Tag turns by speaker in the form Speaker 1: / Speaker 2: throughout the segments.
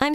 Speaker 1: I'm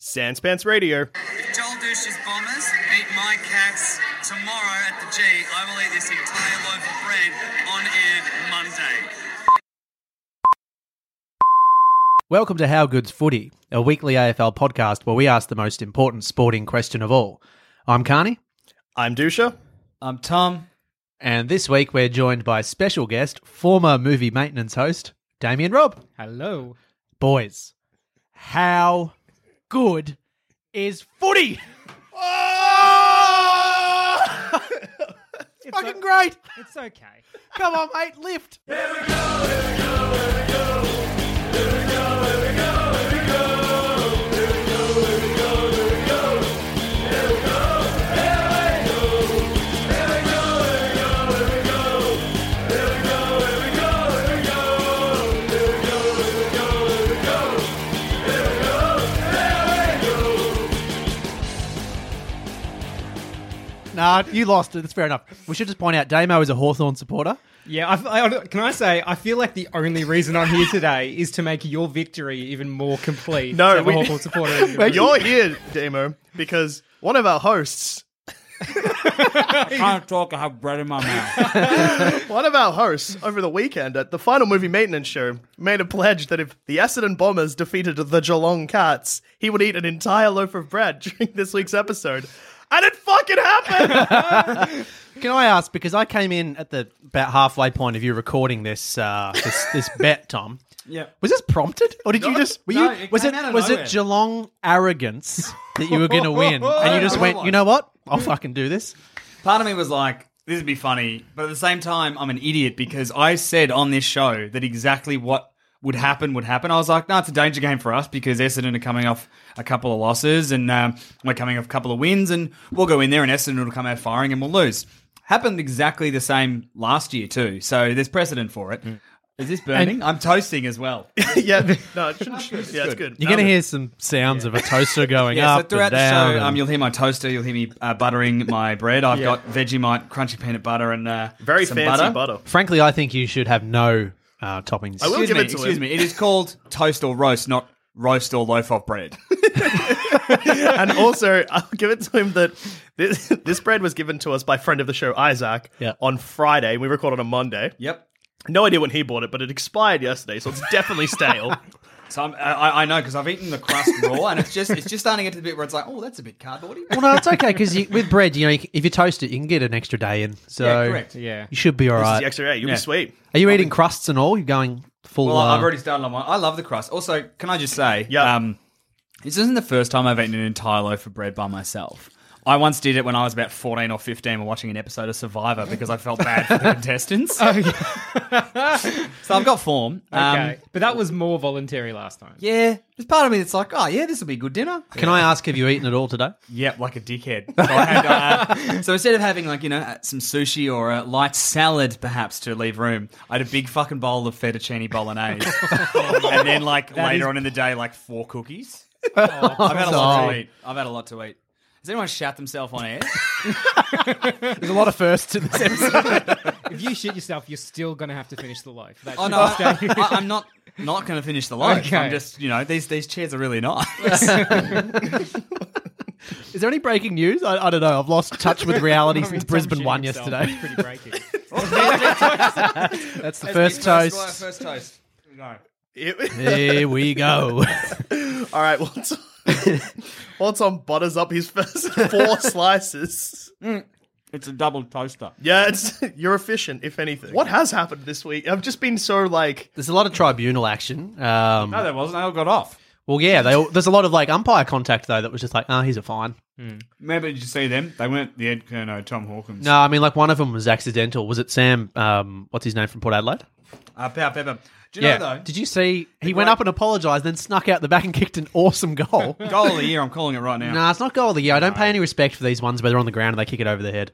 Speaker 2: Sanspants Radio.
Speaker 3: Joel Dush's Bombers beat my Cats tomorrow at the G. I will eat this entire loaf of bread on air Monday.
Speaker 4: Welcome to How Good's Footy, a weekly AFL podcast where we ask the most important sporting question of all. I'm Carney,
Speaker 2: I'm Dusha.
Speaker 5: I'm Tom.
Speaker 4: and this week we're joined by special guest, former movie maintenance host, Damien Robb.
Speaker 5: Hello.
Speaker 4: Boys, how good is footy?
Speaker 5: It's
Speaker 4: Fucking
Speaker 5: o-
Speaker 4: great!
Speaker 5: It's okay.
Speaker 4: Come on, mate, lift. Nah, you lost it. It's fair enough. We should just point out Damo is a Hawthorn supporter.
Speaker 5: Yeah, I, I- can I say, I feel like the only reason I'm here today is to make your victory even more complete.
Speaker 2: No,
Speaker 5: to have a
Speaker 2: we-
Speaker 5: Hawthorn supporter in the room.
Speaker 2: You're here, Demo, because one of our hosts,
Speaker 6: can't talk. I have bread in my mouth.
Speaker 2: one of our hosts over the weekend at the final movie maintenance show made a pledge that if the Essendon Bombers defeated the Geelong Cats, he would eat an entire loaf of bread during this week's episode. And it fucking happened!
Speaker 4: Can I ask because I came in at the about halfway point of you recording this uh, this, this bet, Tom?
Speaker 6: yeah.
Speaker 4: Was this prompted, or did you
Speaker 2: No.
Speaker 4: just were
Speaker 6: No,
Speaker 4: you
Speaker 6: it
Speaker 4: was
Speaker 6: came
Speaker 4: it
Speaker 6: out of
Speaker 4: was
Speaker 6: nowhere.
Speaker 4: it Geelong arrogance that you were going to win, and you just went, you know what, I'll fucking do this.
Speaker 6: Part of me was like, this would be funny, but at the same time, I'm an idiot because I said on this show that exactly what would happen would happen. I was like, no, it's a danger game for us because Essendon are coming off a couple of losses and um, we're coming off a couple of wins, and we'll go in there and Essendon will come out firing and we'll lose. Happened exactly the same last year too, so there's precedent for it. Is this burning? I'm toasting as well.
Speaker 2: yeah, no, it shouldn't. yeah, it's good. Um,
Speaker 4: You're going to hear some sounds of a toaster going
Speaker 6: Yeah,
Speaker 4: up
Speaker 6: so throughout
Speaker 4: and down.
Speaker 6: the show,
Speaker 4: and-
Speaker 6: um, you'll hear my toaster, you'll hear me uh, buttering my bread. I've got Vegemite, crunchy peanut butter, and uh,
Speaker 2: Very
Speaker 6: some
Speaker 2: fancy butter.
Speaker 4: Frankly, I think you should have no uh, toppings.
Speaker 2: I will
Speaker 6: Excuse
Speaker 2: give
Speaker 6: me,
Speaker 2: it to
Speaker 6: excuse
Speaker 2: him.
Speaker 6: me. It is called toast or roast, not roast or loaf of bread.
Speaker 2: and also, I'll give it to him that this, this bread was given to us by friend of the show, Isaac,
Speaker 4: Yeah.
Speaker 2: on Friday. We record on a Monday.
Speaker 6: yep.
Speaker 2: No idea when he bought it, but it expired yesterday, so it's definitely stale.
Speaker 6: So I'm, I, I know because I've eaten the crust raw, and it's just it's just starting to get to the bit where it's like, oh, that's a bit cardboardy.
Speaker 4: Well, no, it's okay because with bread, you know, you c- if you toast it, you can get an extra day in. So
Speaker 6: Yeah, correct.
Speaker 5: Yeah.
Speaker 4: you should be all
Speaker 2: This is
Speaker 4: right.
Speaker 2: the extra day. You'll
Speaker 6: Yeah.
Speaker 2: be sweet.
Speaker 4: Are you eating crusts and all? You're going full.
Speaker 6: Well,
Speaker 4: uh,
Speaker 6: I've already started on one. I love the crust. Also, can I just say,
Speaker 2: Yeah.
Speaker 6: um, this isn't the first time I've eaten an entire loaf of bread by myself. I once did it when I was about 14 or 15 while watching an episode of Survivor because I felt bad for the contestants. so I've got form. Um,
Speaker 5: Okay. but that was more voluntary last time.
Speaker 6: Yeah, there's part of me that's like, oh, yeah, this will be a good dinner.
Speaker 4: Can I ask, have you eaten it all today?
Speaker 6: Yep, like a dickhead. So, I had, uh, so instead of having like you know uh, some sushi or a light salad perhaps to leave room, I had a big fucking bowl of fettuccine bolognese, and then like later on in the day, like four cookies. I've had a lot to eat. I've had a lot to eat. Has anyone shat themselves on air?
Speaker 4: There's a lot of firsts in this episode.
Speaker 5: If you shit yourself, you're still going to have to finish the loaf. That
Speaker 6: Oh
Speaker 5: should
Speaker 6: no, I,
Speaker 5: be standing.
Speaker 6: I, I'm not not going to finish the loaf.
Speaker 5: Okay.
Speaker 6: I'm just you know these these chairs are really nice.
Speaker 4: Is there any breaking news? I, I don't know. I've lost touch with reality
Speaker 5: I mean,
Speaker 4: since
Speaker 5: Tom
Speaker 4: Brisbane
Speaker 5: shitting
Speaker 4: won
Speaker 5: himself
Speaker 4: yesterday.
Speaker 5: is Pretty breaking.
Speaker 4: That's the first toast.
Speaker 6: First toast. No.
Speaker 2: It-
Speaker 4: There we go.
Speaker 2: All right, once Watson butters up his first four slices.
Speaker 6: It's a double toaster.
Speaker 2: Yeah, it's you're efficient, if anything. What has happened this week? I've just been so like
Speaker 4: There's a lot of tribunal action. Um,
Speaker 6: No, there wasn't. They all got off.
Speaker 4: well, yeah, they, all- there's a lot of like umpire contact though that was just like, ah, he's a fine.
Speaker 6: Maybe did you see them? They weren't the Ed Kerno, Tom Hawkins.
Speaker 4: No, I mean like one of them was accidental. Was it Sam? Um, what's his name from Port Adelaide?
Speaker 6: Uh, Pau Pepper. Do you know though?
Speaker 4: Did you see? He went
Speaker 6: great-
Speaker 4: up and apologised, then snuck out the back and kicked an awesome goal.
Speaker 6: Goal of the year. I'm calling it right now.
Speaker 4: nah, it's not goal of the year. I don't pay any respect for these ones where they're on the ground and they kick it over the head.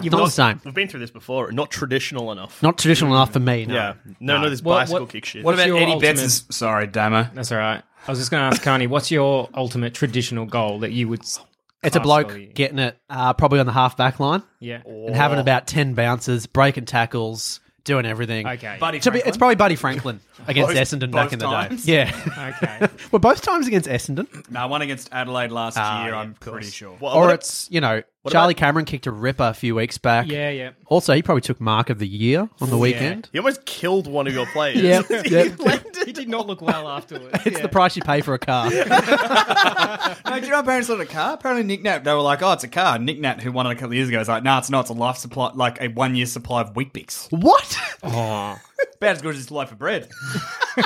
Speaker 4: not the same.
Speaker 2: We've been through this before. Not traditional enough.
Speaker 4: Not traditional enough for me. No.
Speaker 2: yeah. No, no, this
Speaker 5: What-
Speaker 2: bicycle
Speaker 5: what-
Speaker 2: kick shit.
Speaker 6: What
Speaker 5: What's
Speaker 6: about
Speaker 5: your
Speaker 6: Eddie
Speaker 5: ultimate-
Speaker 6: Betts? Sorry, Damo.
Speaker 5: That's all right. I was just going to ask Carney, what's your ultimate traditional goal that you would? s-
Speaker 4: It's a bloke
Speaker 5: Absolutely.
Speaker 4: getting it uh, probably on the half back line
Speaker 5: Yeah.
Speaker 6: Oh,
Speaker 4: and having about 10 bounces, breaking tackles, doing everything.
Speaker 5: Okay.
Speaker 6: Buddy
Speaker 4: To be, it's
Speaker 6: Franklin.
Speaker 4: probably Buddy Franklin against
Speaker 6: Both-
Speaker 4: Essendon back
Speaker 6: both
Speaker 4: in the
Speaker 6: times?
Speaker 4: day. Yeah.
Speaker 5: Okay.
Speaker 4: well, both times against Essendon.
Speaker 6: No, one against Adelaide last
Speaker 4: Ah,
Speaker 6: year.
Speaker 4: yeah,
Speaker 6: I'm
Speaker 4: of course.
Speaker 6: pretty sure.
Speaker 2: What-
Speaker 4: Or
Speaker 2: what-
Speaker 4: it's, you know, Charlie Cameron kicked a ripper a few weeks back.
Speaker 5: Yeah, yeah.
Speaker 4: Also, he probably took mark of the year on the weekend.
Speaker 2: He almost killed one of your players.
Speaker 4: Yep, yep.
Speaker 2: he landed
Speaker 5: He did not look well afterwards.
Speaker 4: It's the price you pay for a car.
Speaker 6: No, do you know my parents wanted a car? Apparently, Nick Nat, they were like, oh, it's a car. Nick Nat, who won it a couple of years ago, was like, no, it's not. It's a life supply, like a one year supply of Wheat Bix.
Speaker 4: what?
Speaker 5: Oh.
Speaker 6: About as good as a life of bread.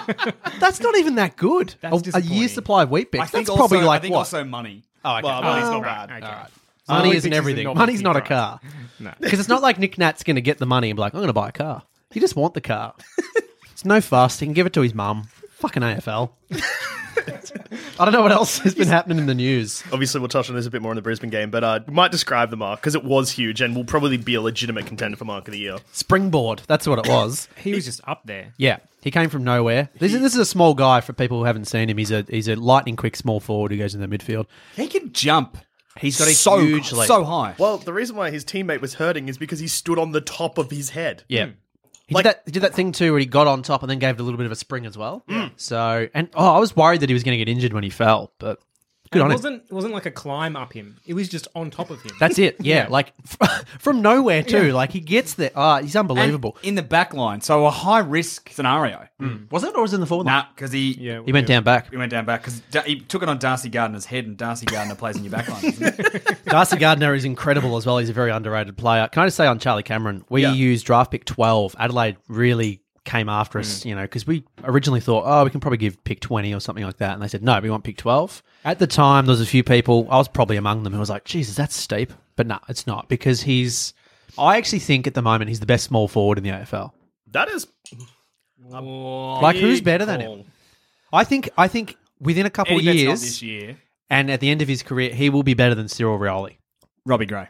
Speaker 4: That's not even that good.
Speaker 5: That's
Speaker 4: a, a
Speaker 5: disappointing.
Speaker 4: year's supply of wheat bix. That's
Speaker 6: also-
Speaker 4: probably like
Speaker 6: I think
Speaker 4: what?
Speaker 6: also money.
Speaker 4: oh, okay.
Speaker 2: Well, money's not bad.
Speaker 5: Okay.
Speaker 4: Money
Speaker 5: Olympics
Speaker 4: isn't
Speaker 5: is a
Speaker 4: everything.
Speaker 5: novelty
Speaker 4: Money's not a
Speaker 5: prize.
Speaker 4: car.
Speaker 5: No.
Speaker 4: Because it's not like Nick Nat's going to get the money and be like, I'm going to buy a car. You just want the car. it's no fuss. He can give it to his mum. Fucking AFL. I don't know what else has been happening in the news.
Speaker 2: Obviously, we'll touch on this a bit more in the Brisbane game, but uh, might describe the mark because it was huge and will probably be a legitimate contender for mark of the year.
Speaker 4: Springboard. That's what it was.
Speaker 5: He was just up there.
Speaker 4: Yeah, he came from nowhere. This, is, this is a small guy for people who haven't seen him. He's a he's a lightning quick small forward who goes in the midfield.
Speaker 6: He can jump.
Speaker 4: He's got a
Speaker 6: so,
Speaker 4: huge leg.
Speaker 6: so high.
Speaker 2: Well, the reason why his teammate was hurting is because he stood on the top of his head.
Speaker 4: Yeah. He,
Speaker 2: Like-
Speaker 4: did that, he did that thing too where he got on top and then gave it a little bit of a spring as well. So, and oh, I was worried that he was going to get injured when he fell, but good
Speaker 5: It
Speaker 4: on him.
Speaker 5: wasn't it wasn't like a climb up him. It was just on top of him.
Speaker 4: That's it. Yeah. Like from nowhere too. Like he gets there. Ah, he's unbelievable. Hmm.
Speaker 6: In the back line. So a high risk scenario.
Speaker 4: was it or was it in the forward
Speaker 6: Nah, because he,
Speaker 5: yeah.
Speaker 4: He went down back.
Speaker 6: he went down back because he took it on Darcy Gardner's head and Darcy Gardner plays in your back line. doesn't he?
Speaker 4: Darcy Gardner is incredible as well. He's a very underrated player. Can I just say on Charlie Cameron, we used draft pick 12. Adelaide really came after us, you know, because we originally thought, oh, we can probably give pick 20 or something like that. And they said, no, we want pick 12. At the time, there was a few people, I was probably among them, who was like, Jesus, that's steep. But no, it's not because he's, I actually think at the moment he's the best small forward in the AFL.
Speaker 2: That is
Speaker 4: Like, who's better than him? I think, I think within a couple
Speaker 6: Eddie Betts not
Speaker 4: years,
Speaker 6: this year.
Speaker 4: and at the end of his career, he will be better than Cyril Rioli.
Speaker 6: Robbie Gray.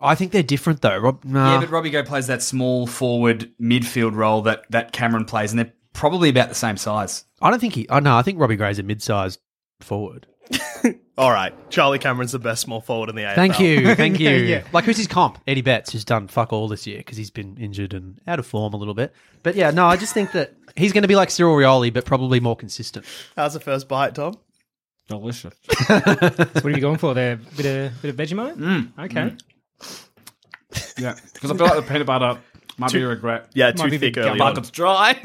Speaker 4: I think they're different though. Rob, nah.
Speaker 2: Uh.
Speaker 6: Yeah, but Robbie Go plays that small forward midfield role that, that Cameron plays, and they're probably about the same size.
Speaker 4: I don't think he. Oh no, I think Robbie Gray's a mid-sized forward.
Speaker 2: all right. Charlie Cameron's the best small forward in the AFL.
Speaker 4: Thank you, thank you.
Speaker 5: yeah.
Speaker 4: Like who's his comp? Eddie Betts, who's done fuck all this year because he's been injured and out of form a little bit. But yeah, no, I just think that he's going to be like Cyril Rioli, but probably more consistent.
Speaker 2: How's the first bite, Tom?
Speaker 6: Delicious.
Speaker 5: What are you going for there? Bit of bit of Vegemite.
Speaker 4: Mm.
Speaker 5: Okay.
Speaker 6: Yeah, because I feel like the peanut butter might be a regret.
Speaker 2: Yeah,
Speaker 5: Might
Speaker 2: too
Speaker 5: be the
Speaker 2: thick early
Speaker 6: My
Speaker 2: on.
Speaker 6: butter's dry.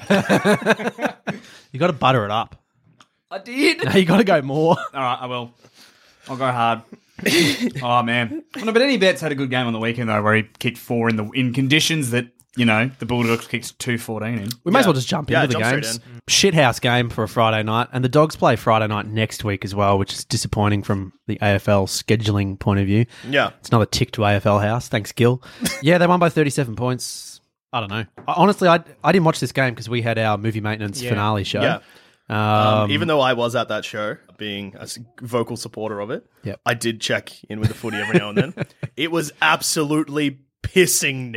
Speaker 4: You got to butter it up.
Speaker 6: I did.
Speaker 4: Now you got to go more.
Speaker 6: All right, I will. I'll go hard. oh man. Oh, no, but Eddie Betts had a good game on the weekend though, where he kicked four in the in conditions that you know the Bulldogs kicked two fourteen in.
Speaker 4: We may as well just jump
Speaker 2: Yeah,
Speaker 4: into the
Speaker 2: jump straight
Speaker 4: games. Shithouse game for a Friday night, and the Dogs play Friday night next week as well, which is disappointing from the AFL scheduling point of view.
Speaker 2: Yeah.
Speaker 4: It's another tick to AFL House. Thanks, Gil. yeah, they won by 37 points. I don't know. I, honestly, I, I didn't watch this game because we had our movie maintenance
Speaker 5: Yeah.
Speaker 4: finale show.
Speaker 2: Yeah.
Speaker 4: Um,
Speaker 2: Um, even though I was at that show, being a s- vocal supporter of it,
Speaker 4: Yep.
Speaker 2: I did check in with the footy every now and then. it was absolutely pissing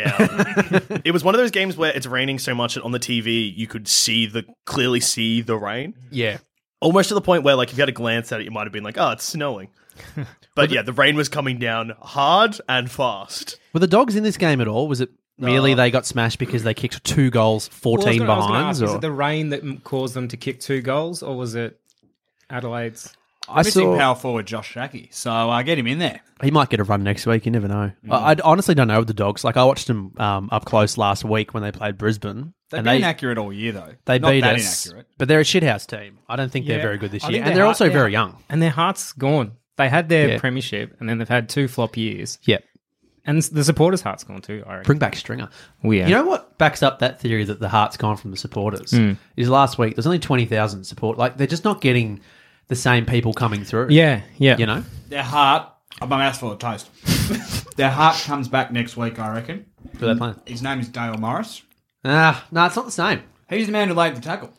Speaker 2: down. it was one of those games where it's raining so much that on the TV you could see the clearly see the rain,
Speaker 4: yeah.
Speaker 2: almost to the point where like if you had a glance at it, you might have been like, "Oh, it's snowing." But yeah, the rain was coming down hard and fast.
Speaker 4: Were the Dogs in this game at all? Was it merely they got smashed because they kicked two goals, 14
Speaker 5: Well, I was gonna- I was
Speaker 4: behinds?
Speaker 5: gonna ask, Is
Speaker 4: or-
Speaker 5: it the rain that m- caused them to kick two goals, or was it Adelaide's?
Speaker 4: I
Speaker 6: Missing
Speaker 4: saw
Speaker 6: power forward Josh Shackey, so uh, get him in there.
Speaker 4: he might get a run next week. You
Speaker 5: Mm.
Speaker 4: never know. I, I honestly don't know with the Dogs. Like I watched them um, up close last week when they played Brisbane.
Speaker 6: They've been
Speaker 4: And they-
Speaker 6: inaccurate all year though.
Speaker 4: They
Speaker 6: Not
Speaker 4: beat
Speaker 6: that
Speaker 4: us,
Speaker 6: inaccurate.
Speaker 4: but they're a shithouse team. I don't think
Speaker 5: Yeah.
Speaker 4: they're very good this
Speaker 5: I
Speaker 4: year,
Speaker 5: think
Speaker 4: and
Speaker 5: their
Speaker 4: they're
Speaker 5: heart-
Speaker 4: also
Speaker 5: their-
Speaker 4: very young.
Speaker 5: And their heart's gone. They had their
Speaker 4: Yeah.
Speaker 5: premiership and then they've had two flop years.
Speaker 4: Yeah,
Speaker 5: And the supporters' heart's gone too, I reckon.
Speaker 4: bring back Stringer.
Speaker 5: Weird.
Speaker 4: You know what backs up that theory that the heart's gone from the supporters is last week. There's only twenty thousand support. Like they're just not getting the same people coming through.
Speaker 5: Yeah, yeah.
Speaker 4: you know.
Speaker 6: Their heart. Oh, my mouth's full of toast. Their heart comes back next week, I reckon.
Speaker 4: Who they're playing?
Speaker 6: His name is Dale Morris.
Speaker 4: Ah, no, it's not the same.
Speaker 6: He's the man who laid the tackle.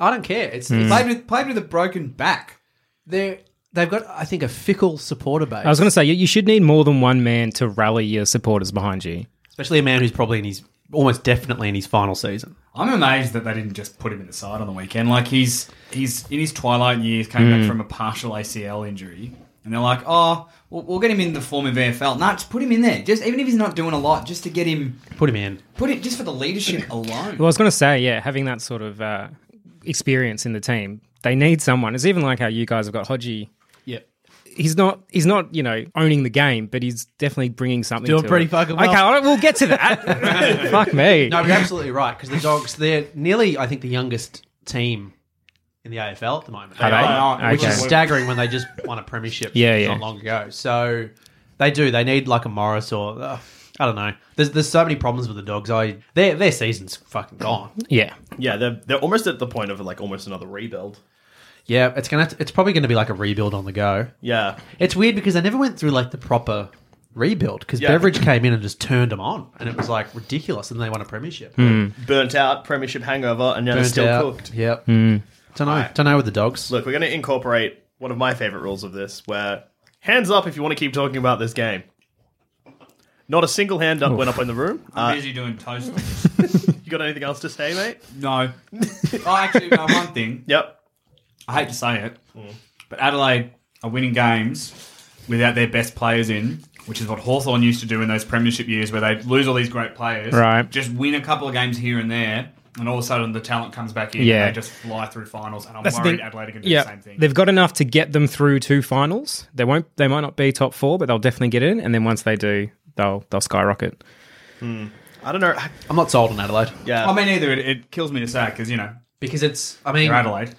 Speaker 4: I don't care. It's, it's
Speaker 6: Played with played with a broken back.
Speaker 4: they're they've got I think a fickle supporter base.
Speaker 5: I was going to say, you, you should need more than one man to rally your supporters behind you.
Speaker 4: especially a man who's probably in his almost definitely in his final season.
Speaker 6: I'm amazed that they didn't just put him in the side on the weekend. Like he's he's in his twilight years, came
Speaker 4: Hmm.
Speaker 6: back from a partial ACL injury, and they're like, oh, we'll, we'll get him in the form of AFL. Nah, just put him in there. Just even if he's not doing a lot, just to get him
Speaker 4: Put him in.
Speaker 6: put it just for the leadership alone.
Speaker 5: Well, I was going to say, yeah, having that sort of uh, experience in the team, they need someone. It's even like how you guys have got Hodgie.
Speaker 4: Yep.
Speaker 5: He's not, he's not, you know, owning the game, but he's definitely bringing something.
Speaker 4: Doing
Speaker 5: to
Speaker 4: pretty
Speaker 5: it.
Speaker 4: fucking well.
Speaker 5: Okay, all right, we'll get to that. Fuck me.
Speaker 4: No, you're absolutely right because the dogs they're nearly I think the youngest team in the AFL at the moment.
Speaker 5: Are they?
Speaker 4: are, Which is
Speaker 5: Okay.
Speaker 4: staggering when they just won a premiership
Speaker 5: Yeah, yeah.
Speaker 4: not long ago. So they do. They need like a Morris or uh, I don't know. There's there's so many problems with the dogs. I their their season's fucking gone.
Speaker 5: Yeah.
Speaker 2: Yeah, they're they're almost at the point of like almost another rebuild.
Speaker 4: Yeah, it's gonna have to, it's probably gonna be like a rebuild on the go.
Speaker 2: Yeah,
Speaker 4: It's weird because they never went through like the proper rebuild because
Speaker 2: Yeah.
Speaker 4: Beveridge came in and just turned them on, and it was like ridiculous. And they won a premiership.
Speaker 2: burnt out, premiership hangover, and now Hmm. they're
Speaker 4: Burnt
Speaker 2: still
Speaker 4: out.
Speaker 2: cooked. Hmm.
Speaker 4: Yep. Don't know. Don't know with the dogs.
Speaker 2: Look, we're going to incorporate one of my favorite rules of this, where hands up if you want to keep talking about this game. Not a single hand up went up in the room. Uh,
Speaker 6: I'm busy doing toast.
Speaker 2: you got anything else to say, mate?
Speaker 6: no, oh, actually, no. One thing
Speaker 2: Yep.
Speaker 6: I hate to say it,
Speaker 5: Hmm.
Speaker 6: but Adelaide are winning games without their best players in, which is what Hawthorn used to do in those premiership years where they lose all these great players.
Speaker 5: Right.
Speaker 6: Just win a couple of games here and there, and all of a sudden the talent comes back in
Speaker 5: Yeah.
Speaker 6: and they just fly through finals. And I'm
Speaker 5: That's the
Speaker 6: worried
Speaker 5: thing.
Speaker 6: Adelaide are going to do
Speaker 5: Yeah,
Speaker 6: the same thing.
Speaker 5: they've got enough to get them through two finals. They won't. They might not be top four, but they'll definitely get in. And then once they do, they'll they'll skyrocket.
Speaker 2: I don't know.
Speaker 4: I'm not sold on Adelaide
Speaker 2: Yeah.
Speaker 6: I mean, either it, it kills me to say because, you know,
Speaker 4: because it's. I mean,
Speaker 6: they're Adelaide.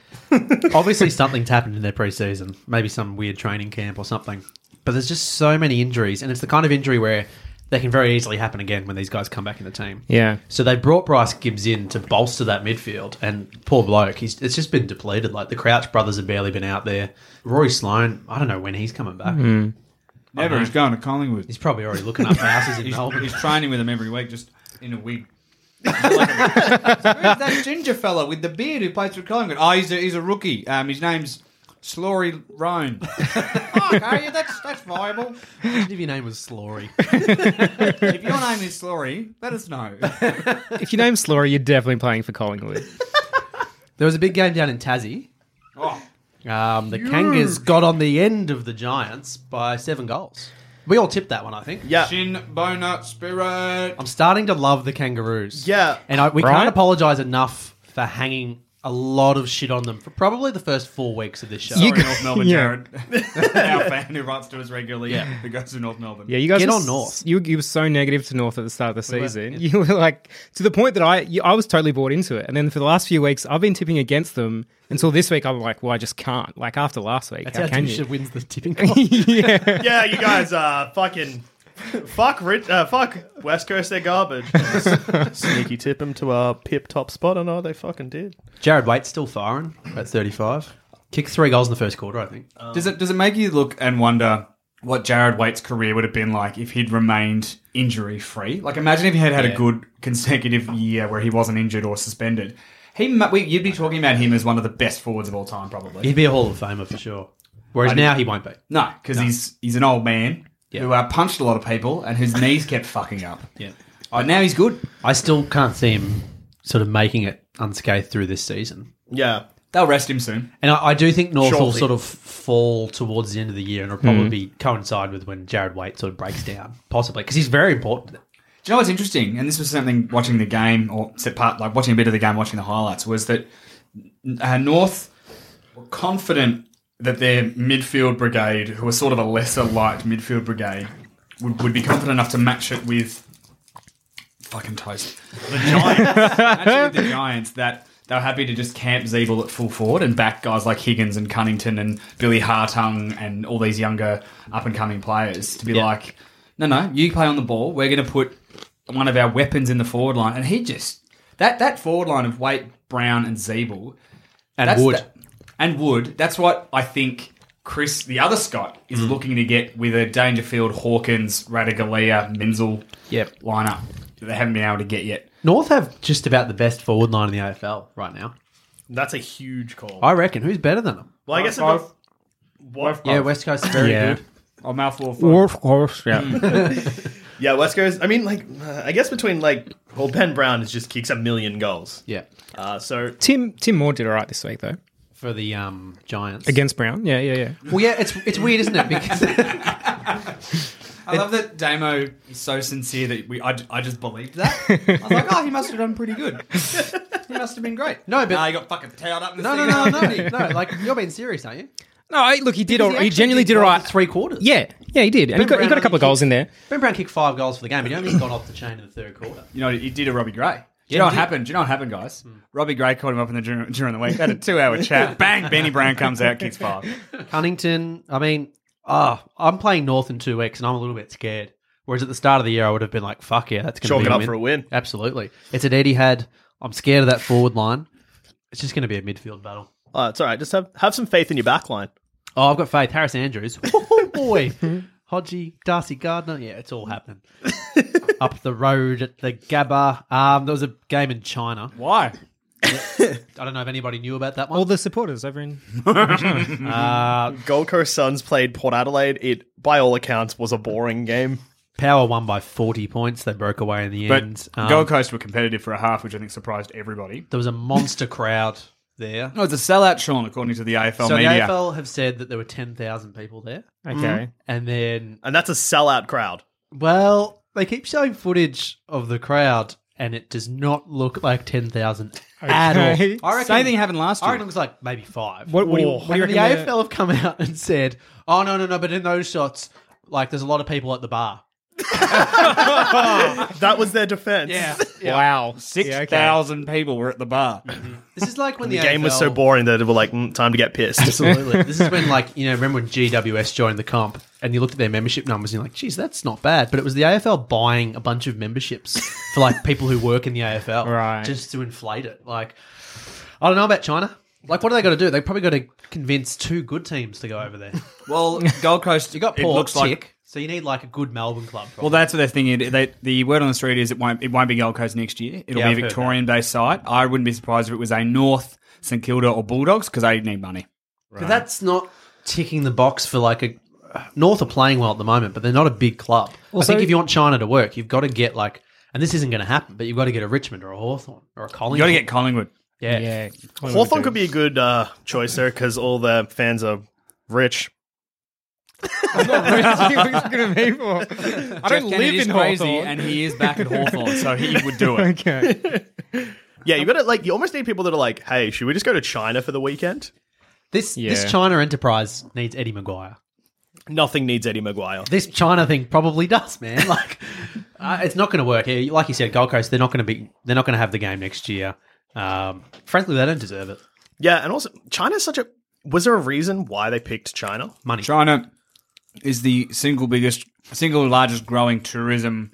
Speaker 4: obviously something's happened in their preseason. Maybe some weird training camp or something. But there's just so many injuries, and it's the kind of injury where they can very easily happen again when these guys come back in the team.
Speaker 5: Yeah.
Speaker 4: So they brought Bryce Gibbs in to bolster that midfield, and poor bloke, he's it's just been depleted. Like the Crouch brothers have barely been out there. Rory Sloan, I don't know when he's coming back.
Speaker 6: Never. He's going to Collingwood.
Speaker 4: He's probably already looking up houses in
Speaker 6: He's,
Speaker 4: Melbourne.
Speaker 6: he's training with them every week, just in a wig. Who's that ginger fella with the beard who plays for Collingwood? Oh, he's a, he's a rookie. Um, his name's Slory Roan. oh, okay, yeah, that's that's viable.
Speaker 4: Imagine if your name was Slory.
Speaker 6: If your name is Slory, let us know.
Speaker 5: If your name's Slory, you're definitely playing for Collingwood.
Speaker 4: There was a big game down in Tassie.
Speaker 6: Oh,
Speaker 4: Um, the Kangas got on the end of the Giants by seven goals. We all tipped that one, I think.
Speaker 2: yeah.
Speaker 6: Shin Bona Spirit.
Speaker 4: I'm starting to love the Kangaroos.
Speaker 2: Yeah.
Speaker 4: And I, we
Speaker 5: Right?
Speaker 4: can't apologise enough for hanging a lot of shit on them for probably the first four weeks of this show.
Speaker 5: You
Speaker 6: Sorry,
Speaker 5: got-
Speaker 6: North Melbourne,
Speaker 5: yeah.
Speaker 6: Jared. Our fan who writes to us regularly, yeah. who goes to North Melbourne.
Speaker 5: Yeah, you guys
Speaker 4: Get
Speaker 5: were
Speaker 4: on
Speaker 5: s-
Speaker 4: North.
Speaker 5: You, you were so negative to North at the start of the season. You were like to the point that I you, I was totally bought into it, and then for the last few weeks I've been tipping against them until this week. I'm like, well, I just can't. Like after last week,
Speaker 4: That's
Speaker 5: how
Speaker 4: how
Speaker 5: can you?
Speaker 4: Dusha wins the tipping contest.
Speaker 2: Yeah, you guys are fucking. Fuck Rich, uh, fuck West Coast, they're garbage. Sneaky tip them to a pip top spot, and oh, they fucking did.
Speaker 4: Jared Waite's still firing at 35. Kicked three goals in the first quarter, I think.
Speaker 6: Does it does it make you look and wonder what Jared Waite's career would have been like if he'd remained injury free? Like imagine if he had had a good consecutive year where he wasn't injured or suspended. He mu- we, you'd be talking about him as one of the best forwards of all time, probably.
Speaker 4: He'd be a Hall of Famer for sure. Whereas now he won't be.
Speaker 6: No, because he's he's an old man who uh, punched a lot of people and whose knees kept fucking up.
Speaker 4: Yeah.
Speaker 6: But now he's good.
Speaker 4: I still can't see him sort of making it unscathed through this season.
Speaker 2: Yeah.
Speaker 6: They'll rest him soon.
Speaker 4: And I, I do think North will
Speaker 2: Surely.
Speaker 4: sort of fall towards the end of the year and it'll probably be
Speaker 5: Hmm.
Speaker 4: coincide with when Jared Waite sort of breaks down, possibly, because he's very important.
Speaker 6: Do you know what's interesting? And this was something watching the game or set part, like watching a bit of the game, watching the highlights, was that uh, North were confident that their midfield brigade, who are sort of a lesser light midfield brigade, would, would be confident enough to match it with fucking toast. The Giants, actually, the Giants that they were happy to just camp Zeeble at full forward and back guys like Higgins and Cunnington and Billy Hartung and all these younger up and coming players to be like, no, no, you play on the ball. We're going to put one of our weapons in the forward line, and he just that that forward line of Waite, Brown, and Zeeble
Speaker 4: And
Speaker 6: that's
Speaker 4: Wood.
Speaker 6: that- and Wood. That's what I think Chris, the other Scott, is looking to get with a Dangerfield, Hawkins, Radagalia, Menzel
Speaker 4: Yep.
Speaker 6: lineup that they haven't been able to get yet.
Speaker 4: North have just about the best forward line in the AFL right now.
Speaker 2: That's a huge call.
Speaker 4: I reckon. Who's better than them? Oh.
Speaker 2: well, I guess if
Speaker 6: Five.
Speaker 2: it- what?
Speaker 4: Yeah, West Coast very
Speaker 5: Yeah.
Speaker 4: good.
Speaker 6: Or mouthful of
Speaker 5: Or, or, yeah.
Speaker 2: Yeah, West Coast. I mean, like, uh, I guess between like, well, Ben Brown is just kicks a million goals.
Speaker 4: Yeah,
Speaker 2: Uh, so
Speaker 5: Tim Tim Moore did all right this week though
Speaker 4: for the um, Giants
Speaker 5: against Brown. Yeah, yeah, yeah.
Speaker 4: Well, yeah, it's it's weird, isn't it? Because
Speaker 6: I love that Damo is so sincere that we, I, ju- I just believed that. I was like, oh, he must have done pretty good. he must have been great.
Speaker 4: No, but-
Speaker 6: Nah, he got fucking tailed up. In the
Speaker 4: no, no,
Speaker 6: second
Speaker 4: no,
Speaker 6: half.
Speaker 4: no, no. Like you're being serious, aren't you?
Speaker 5: No, I- look, he did. All,
Speaker 4: Because
Speaker 5: he,
Speaker 4: actually
Speaker 5: genuinely did all
Speaker 4: well
Speaker 5: right.
Speaker 4: for Three quarters.
Speaker 5: Yeah, yeah, he did, and he got, he got a couple of goals in there.
Speaker 4: Ben Brown kicked five goals for the game, but he only got off the chain in the third quarter.
Speaker 6: You know, he did a Robbie Gray. Do you know what
Speaker 4: he did. Hmm.
Speaker 6: happened? Do you know what happened, guys? Robbie Gray called him up in the during, during the week. They had a two-hour chat. Bang! Benny Brown comes out, kicks five.
Speaker 4: Cunnington. I mean, ah, I'm playing North in two weeks, and I'm a little bit scared. Whereas at the start of the year, I would have been like, "Fuck yeah, that's going to
Speaker 2: Chalk
Speaker 4: be
Speaker 2: it
Speaker 4: a
Speaker 2: up
Speaker 4: win.
Speaker 2: for a win.
Speaker 4: Absolutely, it's at Etihad. I'm scared of that forward line. It's just going to be a midfield battle.
Speaker 2: uh, it's all right. Just have have some faith in your back line.
Speaker 4: Oh, I've got faith. Harris Andrews. Oh, boy. Hodgie, Darcy Gardner. Yeah, it's all happening. Up the road at the Gabba. Um, there was a game in China.
Speaker 6: Why?
Speaker 4: I don't know if anybody knew about that one. Uh,
Speaker 5: All the supporters over in.
Speaker 6: Oh.
Speaker 2: Gold Coast Suns played Port Adelaide. It, by all accounts, was a boring game.
Speaker 4: Power won by 40 points. They broke away in the
Speaker 6: But
Speaker 4: end. Um,
Speaker 6: Gold Coast were competitive for a half, which I think surprised everybody.
Speaker 4: there was a monster crowd there.
Speaker 6: No, it's a sellout, Sean, according to the AFL
Speaker 4: so
Speaker 6: media.
Speaker 4: the AFL have said that there were 10,000 people there.
Speaker 5: Okay,
Speaker 4: And then,
Speaker 2: And that's a sellout crowd.
Speaker 4: well, they keep showing footage of the crowd. And it does not look like 10,000 at
Speaker 5: Okay.
Speaker 4: all. Hmm. I reckon-
Speaker 6: Same thing happened last
Speaker 4: I
Speaker 6: year.
Speaker 4: reckon it was like maybe five.
Speaker 5: What- what do you-
Speaker 4: Or-
Speaker 5: what do you
Speaker 4: and the
Speaker 5: reckon the-
Speaker 4: AFL have come out and said, "Oh no, no, no!" But in those shots, like there's a lot of people at the bar.
Speaker 2: That was their defense.
Speaker 5: wow,
Speaker 6: Six thousand people were at the bar.
Speaker 4: This is like when the,
Speaker 2: The game was so
Speaker 4: AFL
Speaker 2: boring that it was like, mm, time to get pissed.
Speaker 4: Absolutely. this is when like you know remember when GWS joined the comp and you looked at their membership numbers and you're like, "Geez, that's not bad." But it was the AFL buying a bunch of memberships for like people who work in the AFL,
Speaker 5: Right.
Speaker 4: Just to inflate it. Like, I don't know about China. Like, what do they got to do? They probably got to convince two good teams to go over there.
Speaker 6: Well, Gold Coast,
Speaker 4: You got
Speaker 6: it
Speaker 4: Port
Speaker 6: looks
Speaker 4: Tick,
Speaker 6: like.
Speaker 4: so you need like a good Melbourne club.
Speaker 6: Well, that's what they're thinking. They, the word on the street is it won't it won't be Gold Coast next year. It'll
Speaker 4: Yeah, I've
Speaker 6: be a
Speaker 4: heard that.
Speaker 6: Victorian-based site. I wouldn't be surprised if it was a North St Kilda or Bulldogs because they need money.
Speaker 4: But that's not ticking the box for like a North are playing well at the moment, but they're not a big club. I think if you want China to work, you've got to get like, and this isn't going to happen, but you've got to get a Richmond or a Hawthorn or a
Speaker 6: You
Speaker 4: Collingwood.
Speaker 6: got to get Collingwood.
Speaker 4: yeah.
Speaker 5: Yeah,
Speaker 2: Hawthorn could be a good uh, choice there because all the fans are rich.
Speaker 5: gonna be for. I don't live in Hawthorne.
Speaker 6: and he is back at Hawthorn, so he would do it.
Speaker 5: okay,
Speaker 2: Yeah, you got to like. You almost need people that are like, "Hey, should we just go to China for the weekend?"
Speaker 4: This this
Speaker 5: Yeah.
Speaker 4: China enterprise needs Eddie Maguire.
Speaker 2: Nothing needs Eddie Maguire.
Speaker 4: This China thing probably does, man. Like, uh, it's not going to work. Yeah, Like you said, Gold Coast, they're not going to be, they're not going to have the game next year. Um, frankly, they don't deserve it.
Speaker 2: Yeah, and also China's such a. Was there a reason why they picked China?
Speaker 4: Money.
Speaker 6: China is the single biggest, single largest growing tourism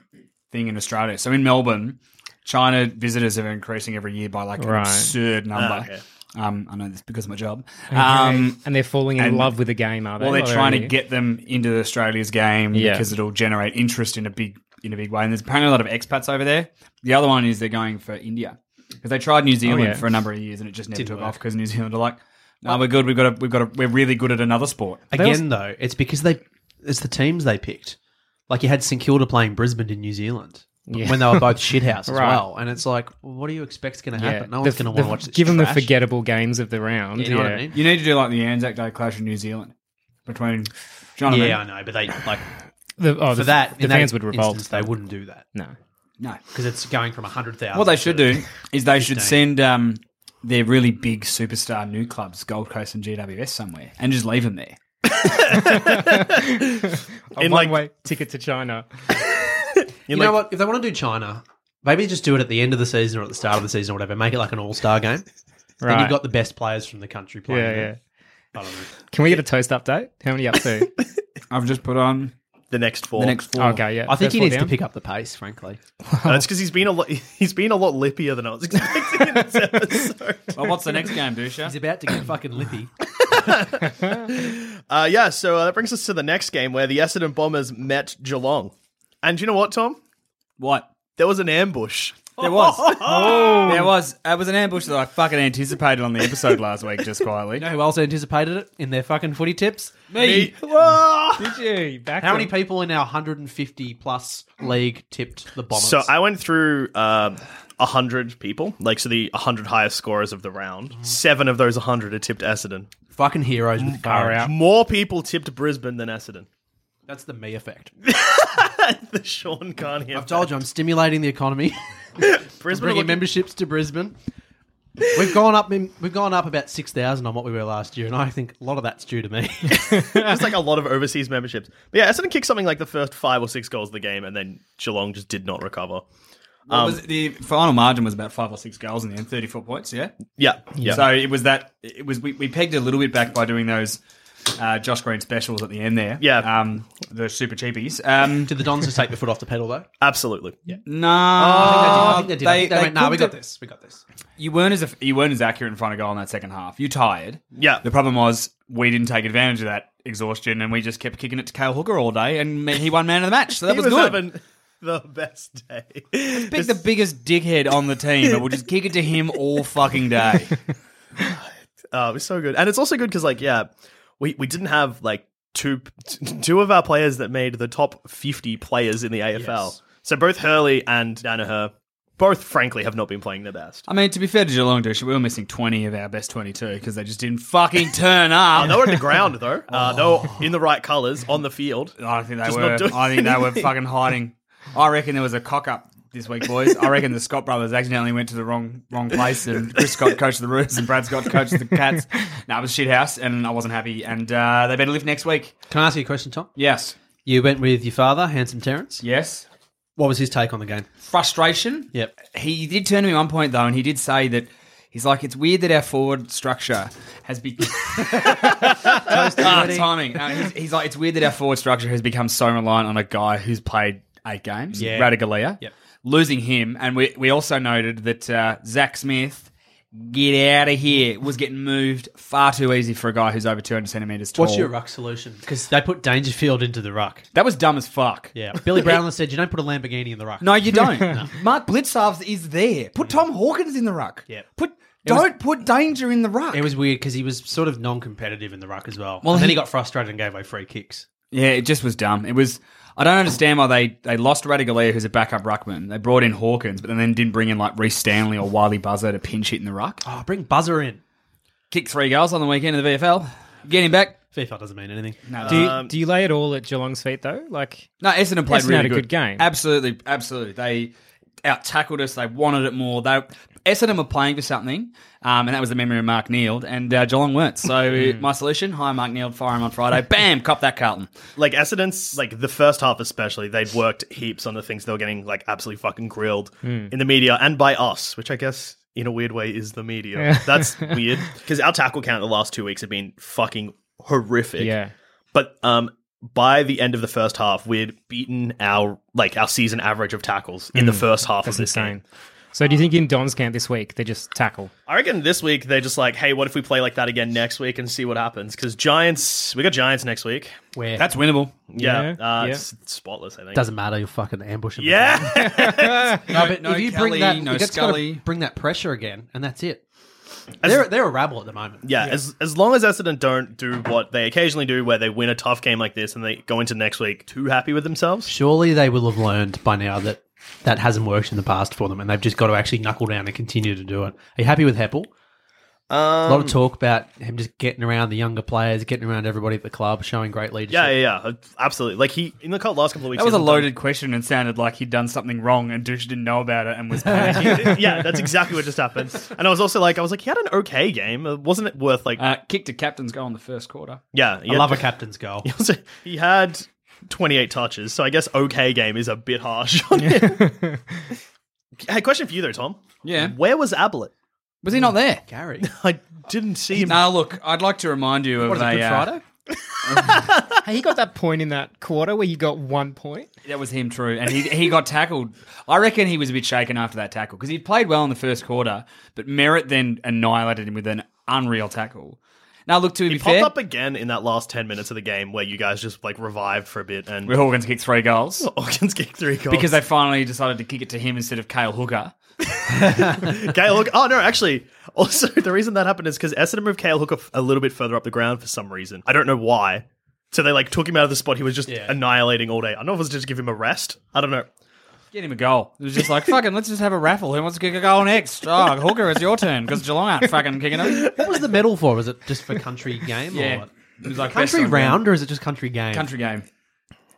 Speaker 6: thing in Australia. So in Melbourne, China visitors are increasing every year by like an
Speaker 5: Right.
Speaker 6: absurd number.
Speaker 2: okay.
Speaker 6: um, I know this because of my job.
Speaker 5: um,
Speaker 6: Um,
Speaker 5: and they're falling in
Speaker 6: and-
Speaker 5: love with the game, are they?
Speaker 6: well, they're
Speaker 5: Or
Speaker 6: trying to
Speaker 5: you-
Speaker 6: get them into Australia's game
Speaker 5: Yeah.
Speaker 6: because it'll generate interest in a big in a big way. And there's apparently a lot of expats over there. The other one is they're going for India because they tried New Zealand
Speaker 5: Oh, yeah.
Speaker 6: for a number of years and it just never took off because New Zealand are like, no, we're good. We've got a, we've got a, we're really good at another sport.
Speaker 4: Again, though, it's because they it's the teams they picked. Like you had St Kilda playing Brisbane in New Zealand when they were both shithouse as
Speaker 5: Right.
Speaker 4: well, and it's like, well, what do you expect's going to
Speaker 5: Yeah.
Speaker 4: happen? No one's
Speaker 5: The-
Speaker 4: going to
Speaker 5: the-
Speaker 4: want to watch this.
Speaker 5: Give them the
Speaker 4: trash.
Speaker 5: forgettable games of the round.
Speaker 4: You know what
Speaker 5: yeah.
Speaker 4: I mean?
Speaker 6: You need to do like the Anzac Day clash in New Zealand between. Do you know what I
Speaker 4: Yeah, I
Speaker 6: mean?
Speaker 4: know, but they like
Speaker 5: The, oh,
Speaker 4: for
Speaker 5: the,
Speaker 4: that.
Speaker 5: the
Speaker 4: in that
Speaker 5: fans would revolt.
Speaker 4: instance, they wouldn't do that
Speaker 5: no.
Speaker 6: No.
Speaker 4: because it's going from hundred thousand.
Speaker 6: What they should do is they should send um, their really big superstar new clubs, Gold Coast and GWS, somewhere, and just leave them there.
Speaker 5: A
Speaker 2: In, like-
Speaker 5: one-way ticket to China.
Speaker 4: You know what? If they want to do China, Maybe just do it at the end of the season or at the start of the season or whatever. Make it like an all star game. Then
Speaker 5: Right.
Speaker 4: you've got the best players from the country playing.
Speaker 5: Yeah,
Speaker 4: in
Speaker 5: yeah.
Speaker 4: it. I don't know.
Speaker 5: Can we get a toast update? How many up to? Oh,
Speaker 6: I've just put on
Speaker 2: The next four.
Speaker 6: the next four.
Speaker 5: okay, yeah.
Speaker 4: I think
Speaker 5: first
Speaker 4: he
Speaker 5: four
Speaker 4: needs
Speaker 5: down.
Speaker 4: to pick up the pace, frankly.
Speaker 2: That's because he's been a lot. He's been a lot lippier than I was expecting in this episode.
Speaker 6: Well, what's the next game,
Speaker 4: He's
Speaker 6: Dusha?
Speaker 4: about to get fucking lippy.
Speaker 2: Uh, yeah, so uh, that brings us to the next game where the Essendon Bombers met Geelong. And you know what, Tom?
Speaker 6: What?
Speaker 2: There was an ambush.
Speaker 6: There was. There was. It was an ambush that I fucking anticipated on the episode last week, just quietly.
Speaker 4: You know who else anticipated it in their fucking footy tips?
Speaker 6: Me.
Speaker 5: Did you? Back
Speaker 4: How many
Speaker 5: people?
Speaker 4: people in our 150 plus league tipped the Bombers?
Speaker 2: So I went through uh, 100 people, like, so the 100 highest scorers of the round. Seven of those 100 are tipped Essendon.
Speaker 4: fucking heroes with courage.
Speaker 5: out.
Speaker 2: More people tipped Brisbane than Essendon.
Speaker 4: That's the me effect.
Speaker 2: The Sean Carney.
Speaker 4: I've told you I'm stimulating the economy,
Speaker 2: Brisbane are
Speaker 4: bringing
Speaker 2: looking-
Speaker 4: memberships to Brisbane. We've gone up. in- We've gone up about six thousand on what we were last year, and I think a lot of that's due to me.
Speaker 2: There's like a lot of overseas memberships. But yeah, Essendon kicked something like the first five or six goals of the game, and then Geelong just did not recover.
Speaker 6: What was it? the final margin was about five or six goals in the end, thirty-four points. Yeah.
Speaker 2: Yeah, yeah.
Speaker 6: So it was that. It was we, we pegged a little bit back by doing those uh, Josh Green specials at the end there.
Speaker 2: Yeah.
Speaker 6: Um, the super cheapies. Um,
Speaker 4: Did the Dons just take their foot off the pedal though?
Speaker 2: absolutely. Yeah.
Speaker 6: nah.
Speaker 4: I think Uh, they did. I think they, went, nah, we
Speaker 6: could
Speaker 4: got
Speaker 6: do-
Speaker 4: this. We got this.
Speaker 6: You weren't as you weren't as accurate in front of goal in that second half. You tired.
Speaker 2: Yeah.
Speaker 6: The problem was we didn't take advantage of that exhaustion, and we just kept kicking it to Kale Hooker all day, and he won man of the match. So that
Speaker 2: He
Speaker 6: was,
Speaker 2: was
Speaker 6: good.
Speaker 2: having the best day.
Speaker 6: Pick the biggest dickhead on the team, and we'll just kick it to him all fucking day.
Speaker 2: Oh, it was so good, and it's also good because like yeah, we we didn't have like two two of our players that made the top fifty players in the AFL. So both Hurley and Danaher, both frankly have not been playing their best.
Speaker 6: I mean, to be fair to Geelong, Dusha, we were missing twenty of our best twenty-two because they just didn't fucking turn up.
Speaker 2: Uh, they were at the ground though. Uh, they were in the right colours on the field.
Speaker 6: I don't think they
Speaker 2: Just
Speaker 6: were.
Speaker 2: not doing
Speaker 6: I think they were
Speaker 2: anything.
Speaker 6: fucking hiding. I reckon there was a cock up this week, boys. I reckon the Scott brothers accidentally went to the wrong wrong place, and Chris Scott coached the Roos, and Brad Scott coached the Cats. No, it was shit house, and I wasn't happy. And uh, they better lift next week.
Speaker 4: Can I ask you a question, Tom?
Speaker 6: Yes,
Speaker 4: You went with your father, handsome Terrence.
Speaker 6: yes.
Speaker 4: What was his take on the game?
Speaker 6: Frustration.
Speaker 4: Yep.
Speaker 6: He did turn to me at one point though, and he did say that. He's like, it's weird that our forward structure has become
Speaker 4: Ah,
Speaker 6: timing. No, he's, he's like, it's weird that our forward structure has become so reliant on a guy who's played eight games,
Speaker 4: Yeah.
Speaker 6: Radagalia.
Speaker 4: Yep.
Speaker 6: Losing him, and we we also noted that uh, Zach Smith, get out of here, was getting moved far too easy for a guy who's over two hundred centimeters tall.
Speaker 4: What's your ruck solution? Because they put Dangerfield into the ruck.
Speaker 6: That was dumb as fuck.
Speaker 4: Yeah, Billy Brownless said you don't put a Lamborghini in the ruck.
Speaker 6: No, you don't. Mark Blitzarves is there. Put Tom Hawkins in the ruck.
Speaker 4: Yep.
Speaker 6: Put don't put danger in the ruck.
Speaker 4: It was weird because he was sort of non-competitive in the ruck as well.
Speaker 6: Well,
Speaker 4: and then
Speaker 6: he-
Speaker 4: he got frustrated and gave away free kicks.
Speaker 6: Yeah, it just was dumb. It was. I don't understand why they, they lost Radigalia, who's a backup ruckman. They brought in Hawkins, but then didn't bring in like Reece Stanley or Wiley Buzzer to pinch hit in the ruck.
Speaker 4: Oh, bring Buzzer in.
Speaker 6: Kicked three goals on the weekend in the VFL. Get him back.
Speaker 4: FIFA doesn't mean anything.
Speaker 5: Do you, do you lay it all at Geelong's feet though? Like
Speaker 6: No, Essendon played
Speaker 5: Essendon
Speaker 6: really
Speaker 5: had a
Speaker 6: good.
Speaker 5: good game.
Speaker 6: Absolutely, absolutely. They out tackled us. They wanted it more. They Essendon were playing for something, um, and that was the memory of Mark Neild, and uh, Geelong weren't. So my solution: hire Mark Neild, fire him on Friday. Bam, cop that Carlton.
Speaker 2: Like Essendon's, like the first half especially, they'd worked heaps on the things they were getting like absolutely fucking grilled in the media and by us, which I guess in a weird way is the media. That's weird because our tackle count the last two weeks have been fucking horrific.
Speaker 5: yeah.
Speaker 2: But um, by the end of the first half, we'd beaten our like our season average of tackles in the first half
Speaker 5: That's
Speaker 2: of this
Speaker 5: insane.
Speaker 2: game.
Speaker 5: So do you think in Don's camp this week they just tackle?
Speaker 2: I reckon this week they're just like, hey, what if we play like that again next week and see what happens? Because Giants, we got Giants next week.
Speaker 4: Where
Speaker 6: That's winnable.
Speaker 2: Yeah,
Speaker 5: Yeah,
Speaker 2: uh,
Speaker 5: yeah.
Speaker 2: It's, it's spotless. I think.
Speaker 4: doesn't matter. You'll fucking ambush him.
Speaker 2: yeah,
Speaker 6: No,
Speaker 4: But if you bring that, you just
Speaker 6: Scully.
Speaker 4: gotta bring that pressure again, and that's it. They're they're a rabble at the moment.
Speaker 2: yeah. As as long as Essendon don't do what they occasionally do, where they win a tough game like this and they go into next week too happy with themselves.
Speaker 4: Surely they will have learned by now that that hasn't worked in the past for them, and they've just got to actually knuckle down and continue to do it. Are you happy with Heppel? a
Speaker 6: Um,
Speaker 4: lot of talk about him just getting around the younger players, getting around everybody at the club, showing great leadership.
Speaker 2: Yeah, yeah, yeah, absolutely. Like he in the co- last couple of weeks,
Speaker 6: That was
Speaker 2: he
Speaker 6: a
Speaker 2: hasn't done-
Speaker 6: loaded question and sounded like he'd done something wrong and Douche didn't know about it and was panicking.
Speaker 2: yeah, that's exactly what just happened. And I was also like, I was like, he had an okay game. Uh, Wasn't it worth like?
Speaker 6: uh, kicked a captain's goal in the first quarter.
Speaker 2: yeah, he
Speaker 4: I
Speaker 2: had-
Speaker 4: love a captain's goal.
Speaker 2: He, also- he had 28 touches, so I guess okay game is a bit harsh on him. Hey, question for you though, Tom.
Speaker 6: Yeah.
Speaker 2: Where was Ablett?
Speaker 6: Was he not there?
Speaker 4: Gary.
Speaker 2: I didn't see him.
Speaker 6: Now look, I'd like to remind you of
Speaker 4: What is it,
Speaker 6: a
Speaker 4: Good
Speaker 6: uh,
Speaker 4: Friday?
Speaker 5: Hey, he got that point in that quarter where you got one point.
Speaker 6: That was him, true, and he he got tackled. I reckon he was a bit shaken after that tackle because he played well in the first quarter, but Merritt then annihilated him with an unreal tackle. Now look, to be
Speaker 2: He popped
Speaker 6: fair,
Speaker 2: up again in that last ten minutes of the game where you guys just like revived for a bit and Oh,
Speaker 6: we're all going to kick three goals
Speaker 2: Hawkins kicked three goals
Speaker 6: because they finally decided to kick it to him instead of Kale Hooker.
Speaker 2: Kale Hooker. Oh no, actually, also the reason that happened is because Essendon moved Kale Hooker f- a little bit further up the ground for some reason. I don't know why. So they like took him out of the spot he was just annihilating all day. I don't know if it was just to give him a rest. I don't know.
Speaker 6: Get him a goal. It was just like fucking. Let's just have a raffle. Who wants to kick a goal next? Oh, Hooker, it's your turn because Geelong aren't fucking kicking it.
Speaker 4: What was the medal for? Was it just for country game? Or
Speaker 6: Yeah,
Speaker 4: what?
Speaker 6: it was like best
Speaker 4: Country
Speaker 6: on ground.
Speaker 4: round, or is it just country game?
Speaker 6: Country game.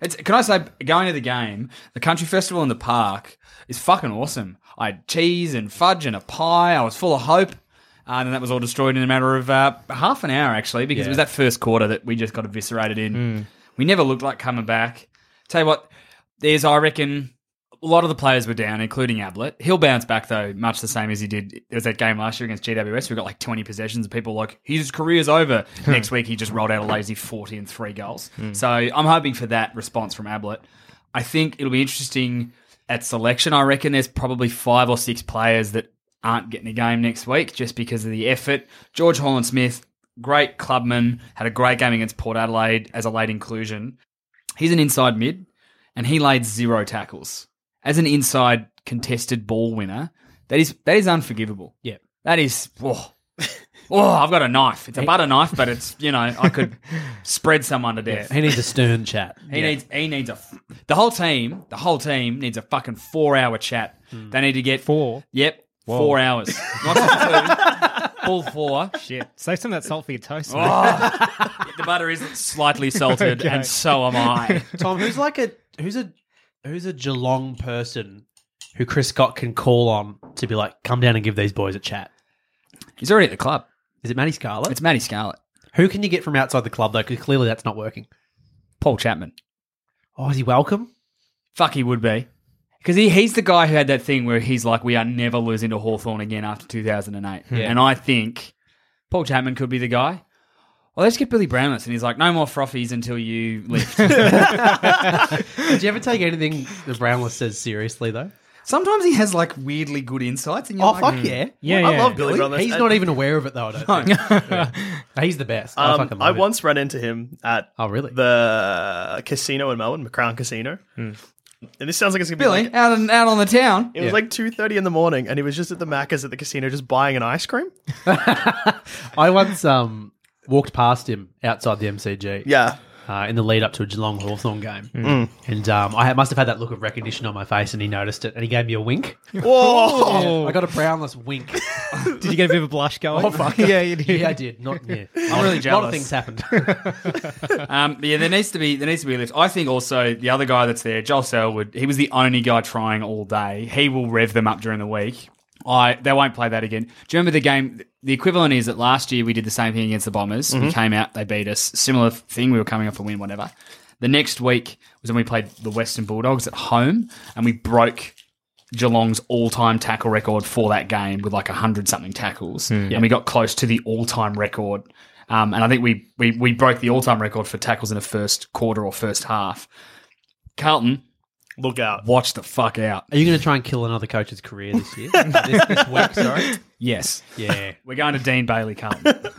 Speaker 6: It's, can I say, going to the game, the country festival in the park is fucking awesome. I had cheese and fudge and a pie. I was full of hope. Uh, and that was all destroyed in a matter of uh, half an hour, actually, because it was that first quarter that we just got eviscerated in. We never looked like coming back. Tell you what, there's, I reckon, a lot of the players were down, including Ablett. He'll bounce back, though, much the same as he did. There was that game last year against GWS. We got like 20 possessions. People like, his career's over. Next week, he just rolled out a lazy 40 and three goals. So I'm hoping for that response from Ablett. I think it'll be interesting at selection. I reckon there's probably five or six players that aren't getting a game next week just because of the effort. George Holland Smith, great clubman, had a great game against Port Adelaide as a late inclusion. He's an inside mid and he laid zero tackles as an inside contested ball winner. That is that is unforgivable.
Speaker 4: Yeah.
Speaker 6: That is oh, oh I've got a knife. It's a butter knife, but it's you know I could spread someone to death.
Speaker 4: He needs a stern chat.
Speaker 6: He needs he needs a f- the whole team the whole team needs a fucking four hour chat. They need to get
Speaker 5: Four.
Speaker 6: Yep, four hours. Not just two, full four.
Speaker 5: Shit. Save some of that salt for your toast. mate.
Speaker 6: Oh, the butter is slightly salted, and so am I.
Speaker 4: Tom, who's like a who's a who's a Geelong person who Chris Scott can call on to be like, come down and give these boys a chat?
Speaker 6: He's already at the club.
Speaker 4: Is it Matty Scarlett?
Speaker 6: It's Matty Scarlett,
Speaker 4: Who can you get from outside the club though? Because clearly that's not working.
Speaker 6: Paul Chapman.
Speaker 4: Oh, is he welcome?
Speaker 6: Fuck, he would be. Because he, he's the guy who had that thing where he's like, we are never losing to Hawthorn again after 2008. And I think Paul Chapman could be the guy. Well, let's get Billy Brownless. And he's like, no more frothies until you lift.
Speaker 4: Do you ever take anything the Brownless says seriously though?
Speaker 6: Sometimes he has like weirdly good insights. And you're
Speaker 4: Oh
Speaker 6: like, "Hmm,
Speaker 4: fuck yeah.
Speaker 5: Yeah,
Speaker 2: I
Speaker 5: yeah.
Speaker 2: love Billy Brothers.
Speaker 4: He's
Speaker 2: And,
Speaker 4: not even aware of it though. I don't think. Yeah. He's the best. I
Speaker 2: Um,
Speaker 4: fucking
Speaker 2: I
Speaker 4: love it.
Speaker 2: once ran into him at
Speaker 4: Oh really?
Speaker 2: the casino in Melbourne, McCrown Casino.
Speaker 4: Hmm.
Speaker 2: And this sounds like it's gonna be
Speaker 6: Billy,
Speaker 2: like,
Speaker 6: out, on- out on the town.
Speaker 2: it was like two thirty in the morning, and he was just at the Macca's at the casino, just buying an ice cream.
Speaker 4: I once um walked past him outside the MCG.
Speaker 2: Yeah,
Speaker 4: uh, in the lead up to a Geelong Hawthorn game. And um, I had- must have had that look of recognition on my face, and he noticed it and he gave me a wink.
Speaker 2: Whoa!
Speaker 4: I got a brownless wink.
Speaker 5: Did you get a bit of a blush going? Oh, fuck. yeah, you did.
Speaker 4: yeah, I did. Not, yeah.
Speaker 6: I'm really
Speaker 4: A lot of
Speaker 6: jealous.
Speaker 4: things happened.
Speaker 6: Um, but yeah, there needs to be there needs to be a lift. I think also the other guy that's there, Joel Selwood, he was the only guy trying all day. He will rev them up during the week. I they won't play that again. Do you remember the game? The equivalent is that last year we did the same thing against the Bombers. We came out, they beat us. Similar thing. We were coming off a win, whatever. The next week was when we played the Western Bulldogs at home, and we broke Geelong's all-time tackle record for that game with like hundred something tackles, and we got close to the all-time record. Um, and I think we, we we broke the all-time record for tackles in the first quarter or first half. Carlton,
Speaker 2: look out!
Speaker 6: watch the fuck out.
Speaker 4: Are you going to try and kill another coach's career this year? this, this week, sorry.
Speaker 6: Yes,
Speaker 4: Yeah.
Speaker 6: we're going to Dean Bailey Carlton.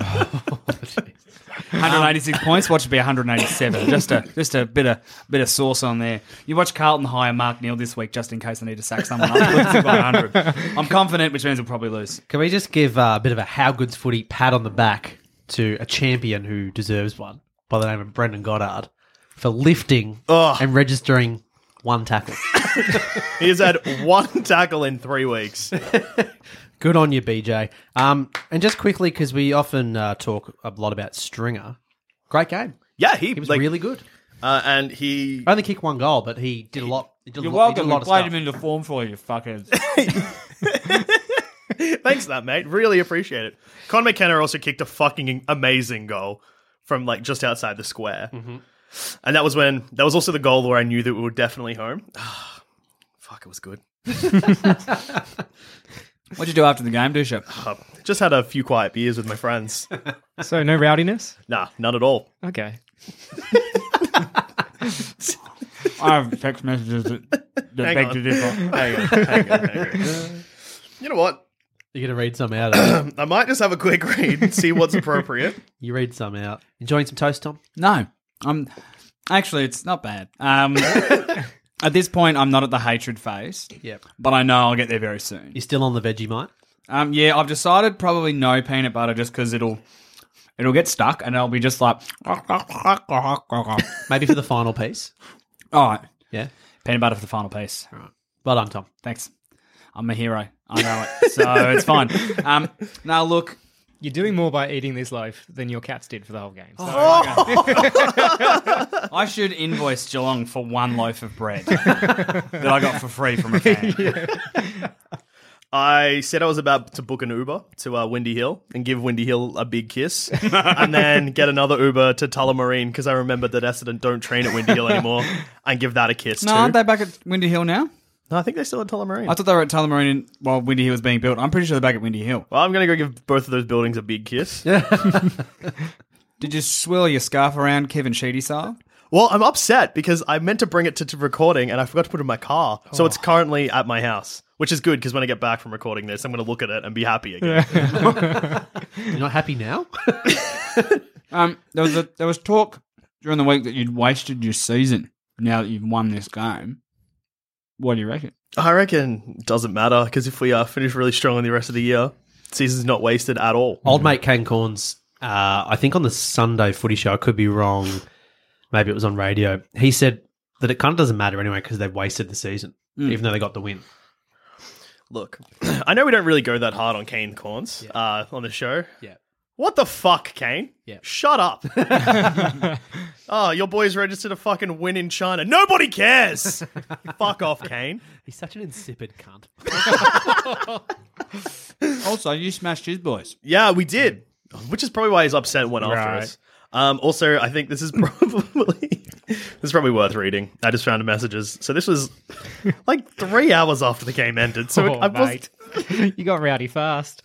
Speaker 6: 186 points. Watch it be 187. Just a just a bit of bit of sauce on there. You watch Carlton hire Mark Neal this week, just in case I need to sack someone up. Lose by 100. I'm confident, which means we'll probably lose.
Speaker 4: Can we just give uh, a bit of a how good's footy pat on the back to a champion who deserves one by the name of Brendan Goddard for lifting
Speaker 2: Ugh.
Speaker 4: and registering one tackle?
Speaker 2: He has had one tackle in three weeks.
Speaker 4: Good on you, BJ. Um, and just quickly, because we often uh, talk a lot about Stringer. Great game.
Speaker 2: Yeah, he,
Speaker 4: He was
Speaker 2: like,
Speaker 4: really good.
Speaker 2: uh, and he
Speaker 4: Only kicked one goal, but he did a lot. He did a
Speaker 6: You're
Speaker 4: lot, he
Speaker 6: welcome.
Speaker 4: did a lot
Speaker 6: We
Speaker 4: of
Speaker 6: played
Speaker 4: stuff.
Speaker 6: him into form for you, fuckers.
Speaker 2: Thanks for that, mate. Really appreciate it. Con McKenna also kicked a fucking amazing goal from like just outside the square. And that was when that was also the goal where I knew that we were definitely home. Fuck, it was good.
Speaker 6: What'd you do after the game, Dusha?
Speaker 2: Just had a few quiet beers with my friends.
Speaker 5: So no rowdiness.
Speaker 2: nah, none at all.
Speaker 5: Okay.
Speaker 6: I have text messages that, that
Speaker 2: beg to
Speaker 6: differ.
Speaker 2: Hang on, hang on, hang on. You know what?
Speaker 4: You're going to read some out. Of it.
Speaker 2: I might just have a quick read, see what's appropriate.
Speaker 4: You read some out. Enjoying some toast, Tom?
Speaker 6: No, I'm actually it's not bad. Um, at this point, I'm not at the hatred phase,
Speaker 4: Yep.
Speaker 6: but I know I'll get there very soon.
Speaker 4: You're still on the Vegemite?
Speaker 6: Um, yeah, I've decided probably no peanut butter just because it'll it'll get stuck and I'll be just like, all
Speaker 4: Maybe for the final piece.
Speaker 6: right,
Speaker 4: Yeah.
Speaker 6: peanut butter for the final piece.
Speaker 4: Well done, Tom.
Speaker 6: Thanks. I'm a hero. I know it, so it's fine. Um, now look,
Speaker 5: You're doing more by eating this loaf than your cats did for the whole game. So
Speaker 6: I should invoice Geelong for one loaf of bread that I got for free from a fan.
Speaker 2: I said I was about to book an Uber to uh, Windy Hill and give Windy Hill a big kiss, and then get another Uber to Tullamarine because I remembered that Essendon don't train at Windy Hill anymore, and give that a kiss
Speaker 6: No,
Speaker 2: too.
Speaker 6: aren't they back at Windy Hill now?
Speaker 2: no, I think they're still at Tullamarine.
Speaker 6: I thought they were at Tullamarine while Windy Hill was being built. I'm pretty sure they're back at Windy Hill.
Speaker 2: well, I'm gonna go give both of those buildings a big kiss.
Speaker 6: Did you swirl your scarf around Kevin Sheedy style?
Speaker 2: Well, I'm upset because I meant to bring it to, to recording and I forgot to put it in my car,
Speaker 6: Oh.
Speaker 2: so it's currently at my house, which is good because when I get back from recording this, I'm gonna look at it and be happy again.
Speaker 4: You're not happy now?
Speaker 6: Um, there was a, there was talk during the week that you'd wasted your season. Now that you've won this game, what do you reckon?
Speaker 2: I reckon doesn't matter because if we uh, finish really strong in the rest of the year, season's not wasted at all.
Speaker 4: Old mate Kane Corns, uh, I think on the Sunday footy show, I could be wrong. Maybe it was on radio. He said that it kind of doesn't matter anyway because they've wasted the season, even though they got the win.
Speaker 2: Look, I know we don't really go that hard on Kane Corns uh, on the show.
Speaker 4: Yeah.
Speaker 2: What the fuck, Kane?
Speaker 4: Yeah.
Speaker 2: Shut up. oh, your boys registered a fucking win in China. Nobody cares. fuck off, Kane.
Speaker 4: He's such an insipid cunt.
Speaker 6: Also, you smashed his boys.
Speaker 2: Yeah, we did, which is probably why he's upset when after
Speaker 5: Right.
Speaker 2: us. Um, also, I think this is probably this is probably worth reading. I just found messages. So this was like three hours after the game ended. So
Speaker 5: Oh,
Speaker 2: I was
Speaker 5: mate. you got rowdy fast.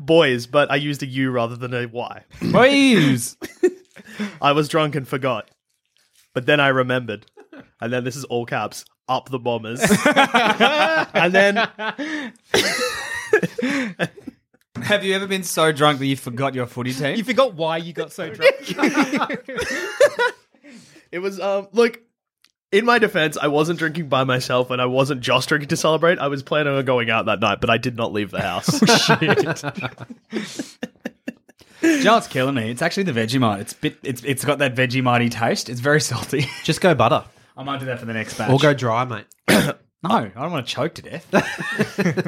Speaker 2: boys, but I used a U rather than a Y.
Speaker 6: Boys,
Speaker 2: I was drunk and forgot. But then I remembered. And then this is all caps up the bombers. and then
Speaker 6: have you ever been so drunk that you forgot your footy team?
Speaker 5: You forgot why you got so drunk.
Speaker 2: it was um look in my defense, I wasn't drinking by myself and I wasn't just drinking to celebrate. I was planning on going out that night, but I did not leave the house.
Speaker 6: you know what's killing me? It's actually the Vegemite. It's bit. It's it's got that Vegemitey taste. It's very salty.
Speaker 4: Just go butter
Speaker 6: I might do that for the next batch.
Speaker 4: or go dry, mate.
Speaker 6: No, I don't want to choke to death.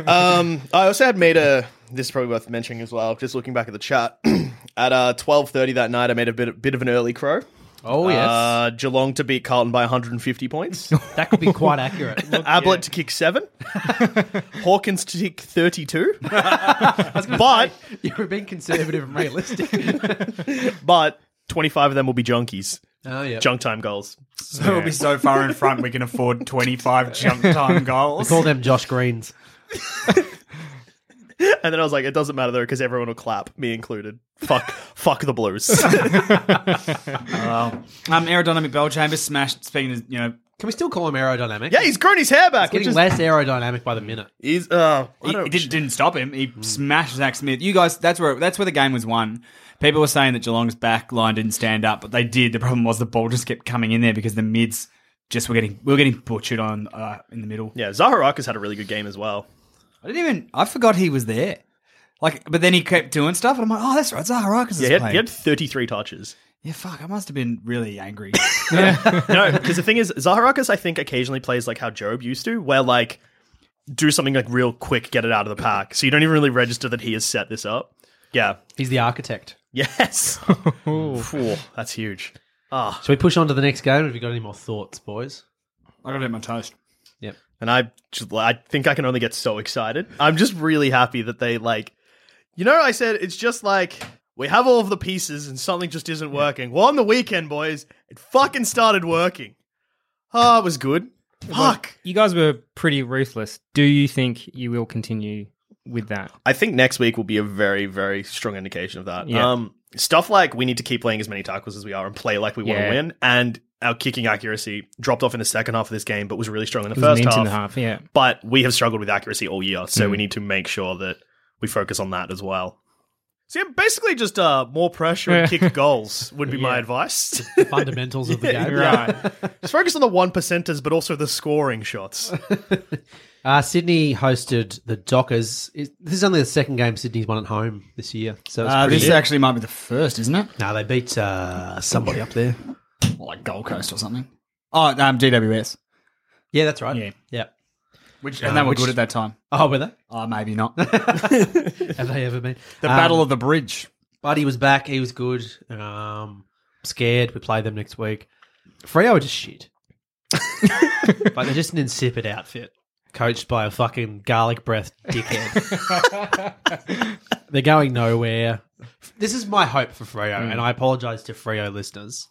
Speaker 2: Um, I also had made a. This is probably worth mentioning as well. Just looking back at the chat, at uh, twelve thirty that night, I made a bit, bit of an early crow.
Speaker 4: Oh, yes.
Speaker 2: Uh, Geelong to beat Carlton by 150 points.
Speaker 4: that could be quite accurate.
Speaker 2: Ablett to kick seven. Hawkins to kick 32. but
Speaker 4: you were being conservative and realistic.
Speaker 2: but 25 of them will be junkies.
Speaker 4: oh, yeah.
Speaker 2: Junk time goals.
Speaker 6: so we'll be so far in front we can afford twenty five jump time goals.
Speaker 4: Call them Josh Greens.
Speaker 2: And then I was like, it doesn't matter though, because everyone will clap, me included. Fuck, fuck the Blues.
Speaker 6: Um, aerodynamic bell chamber smashed. Speaking of, you know,
Speaker 4: Can we still call him aerodynamic?
Speaker 2: yeah, he's grown his hair back.
Speaker 4: Getting
Speaker 2: which is,
Speaker 4: less aerodynamic by the minute.
Speaker 2: He's uh, I
Speaker 6: he,
Speaker 2: don't-
Speaker 6: he didn't, didn't stop him. He smashed Zach Smith. You guys, that's where that's where the game was won. People were saying that Geelong's back line didn't stand up, but they did. The problem was the ball just kept coming in there because the mids just were getting we were getting butchered on uh, in the middle.
Speaker 2: yeah, Zaharaka's had a really good game as well.
Speaker 6: I didn't even. I forgot he was there. Like, but then he kept doing stuff, and I'm like, oh, that's right, Zaharakis is
Speaker 2: Yeah, he had,
Speaker 6: playing.
Speaker 2: he had 33 touches.
Speaker 6: Yeah, fuck, I must have been really angry.
Speaker 2: No, because the thing is, Zaharakis, I think, occasionally plays like how Job used to, where like do something like real quick, get it out of the pack. So you don't even really register that he has set this up. Yeah.
Speaker 4: He's the architect.
Speaker 2: Yes. Phew, that's huge. Ah,
Speaker 4: So we push on to the next game. Have you got any more thoughts, boys?
Speaker 6: I gotta eat my toast.
Speaker 4: Yep.
Speaker 2: and I, just, I think I can only get so excited. I'm just really happy that they like, you know, I said it's just like we have all of the pieces and something just isn't working. Well, on the weekend, boys, it fucking started working. Ah, it was good. Fuck.
Speaker 5: You guys were pretty ruthless. Do you think you will continue with that?
Speaker 2: I think next week will be a very, very strong indication of that.
Speaker 5: Yeah.
Speaker 2: Um, stuff like we need to keep playing as many tackles as we are and play like we want to
Speaker 5: Yeah.
Speaker 2: win. And our kicking accuracy dropped off in the second half of this game, but was really strong in the
Speaker 5: It was
Speaker 2: first
Speaker 5: an inch
Speaker 2: half.
Speaker 5: and a half, yeah.
Speaker 2: But we have struggled with accuracy all year, so
Speaker 4: Hmm.
Speaker 2: we need to make sure that we focus on that as well. So yeah, basically just uh, more pressure and kick goals would be my advice.
Speaker 4: The fundamentals of the game.
Speaker 5: Right.
Speaker 2: just focus on the one percenters, but also the scoring shots.
Speaker 4: Uh, Sydney hosted the Dockers. It- This is only the second game Sydney's won at home this year. So it's
Speaker 6: Uh,
Speaker 4: pretty
Speaker 6: this actually might be the first, isn't it?
Speaker 4: No, they beat uh, somebody up there.
Speaker 6: Like Gold Coast or something. Oh, um, GWS.
Speaker 4: Yeah, that's right.
Speaker 6: Yeah.
Speaker 4: yeah.
Speaker 6: Which and they were
Speaker 4: which-
Speaker 6: good at that time.
Speaker 4: Oh, were they?
Speaker 6: Oh, maybe not. Um, the
Speaker 4: Have they ever been?
Speaker 6: Battle of the Bridge.
Speaker 4: Buddy was back. He was good. Um, scared. We play them next week. Freo are just shit. but they're just an insipid outfit, coached by a fucking garlic breath dickhead. they're going nowhere. This is my hope for Freo, and I apologise to Freo listeners.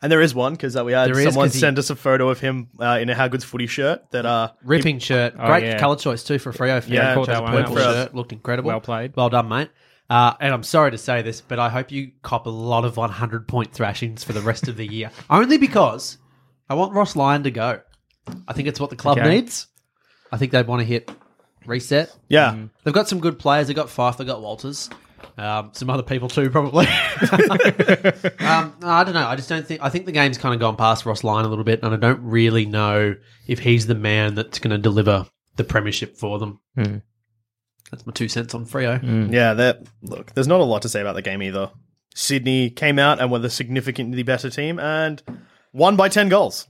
Speaker 2: And there is one because uh, we had
Speaker 4: There is,
Speaker 2: someone
Speaker 4: 'cause he-
Speaker 2: send us a photo of him uh, in a How Good's footy shirt that uh,
Speaker 4: Ripping shirt, great
Speaker 5: Oh, yeah.
Speaker 4: color choice too for a Freo fan.
Speaker 2: Yeah, caught
Speaker 4: Chose
Speaker 5: that
Speaker 4: a
Speaker 5: one.
Speaker 4: purple
Speaker 2: That was-
Speaker 4: shirt looked incredible.
Speaker 5: Well played.
Speaker 4: well done, mate. Uh, and I'm sorry to say this, but I hope you cop a lot of 100 point thrashings for the rest of the year. Only because I want Ross Lyon to go. I think it's what the club
Speaker 5: Okay.
Speaker 4: needs. I think they want to hit reset.
Speaker 2: yeah,
Speaker 4: They've got some good players. They've got Fife. They've got Walters. Um, some other people too, probably. um, no, I don't know. I just don't think. I think the game's kind of gone past Ross Lyon a little bit, and I don't really know if he's the man that's going to deliver the premiership for them. That's my two cents on Frio.
Speaker 2: Yeah, that look, there's not a lot to say about the game either. Sydney came out and were the significantly better team and won by 10 goals.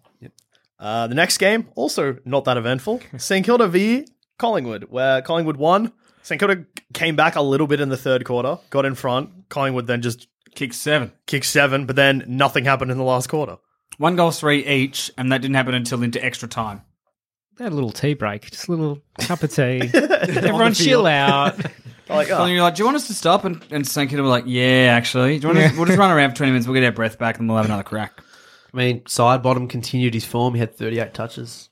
Speaker 2: Uh, the next game, also not that eventful. St Kilda v Collingwood, where Collingwood won. St Kilda came back a little bit in the third quarter, got in front. Collingwood then just
Speaker 6: Kick seven.
Speaker 2: kicked seven, but then nothing happened in the last quarter.
Speaker 6: One goal, three each, and that didn't happen until into extra time.
Speaker 5: They had a little tea break, just a little cup of tea. Everyone chill out.
Speaker 2: Like,
Speaker 6: And
Speaker 2: oh,
Speaker 6: you're like, do you want us to stop? And, and St. Kilda were like, yeah, actually. Do you want us, we'll just run around for 20 minutes. We'll get our breath back and we'll have another crack.
Speaker 4: I mean, side bottom continued his form. He had 38 touches.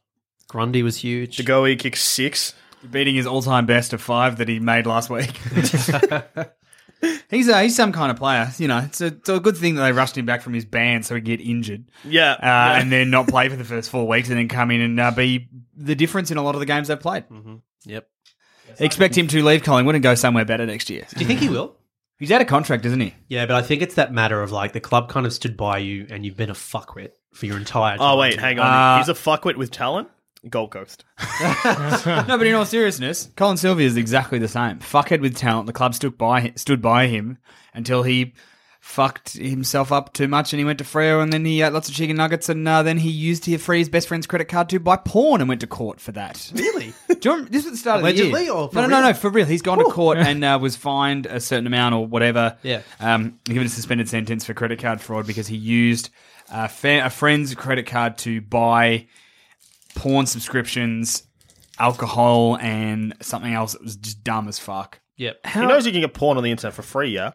Speaker 4: Grundy was huge.
Speaker 2: Goey kicks six.
Speaker 6: Beating his all time best of five that he made last week. he's, a, he's some kind of player. You know, it's a, it's a good thing that they rushed him back from his ban so he'd get injured.
Speaker 2: Yeah.
Speaker 6: Uh, And then not play for the first four weeks and then come in and uh, be the difference in a lot of the games they've played.
Speaker 4: Mm-hmm. Yep.
Speaker 6: Expect him to leave Collingwood and go somewhere better next year.
Speaker 4: Do you think he will?
Speaker 6: He's out of contract, isn't he?
Speaker 4: Yeah, but I think it's that matter of like the club kind of stood by you, and you've been a fuckwit for your entire.
Speaker 2: oh,
Speaker 4: time.
Speaker 2: wait, hang on. He's a fuckwit with talent. Gold Coast.
Speaker 6: No, but in all seriousness, Colin Sylvia is exactly the same. Fuckhead with talent. The club stood by hi- stood by him until he fucked himself up too much, and he went to Freo, and then he ate lots of chicken nuggets, and uh, then he used his Freo's best friend's credit card to buy porn and went to court for that.
Speaker 4: Really?
Speaker 6: Do you remember, this was the start of the
Speaker 4: Allegedly
Speaker 6: year.
Speaker 4: or for
Speaker 6: no, no, no,
Speaker 4: real?
Speaker 6: no, for real. He's gone to court and uh, was fined a certain amount or whatever.
Speaker 4: Yeah.
Speaker 6: Um, given a suspended sentence for credit card fraud because he used a, fa- a friend's credit card to buy porn subscriptions, alcohol, and something else that was just dumb as fuck.
Speaker 4: Yep.
Speaker 2: He knows you can get porn on the internet for free, yeah?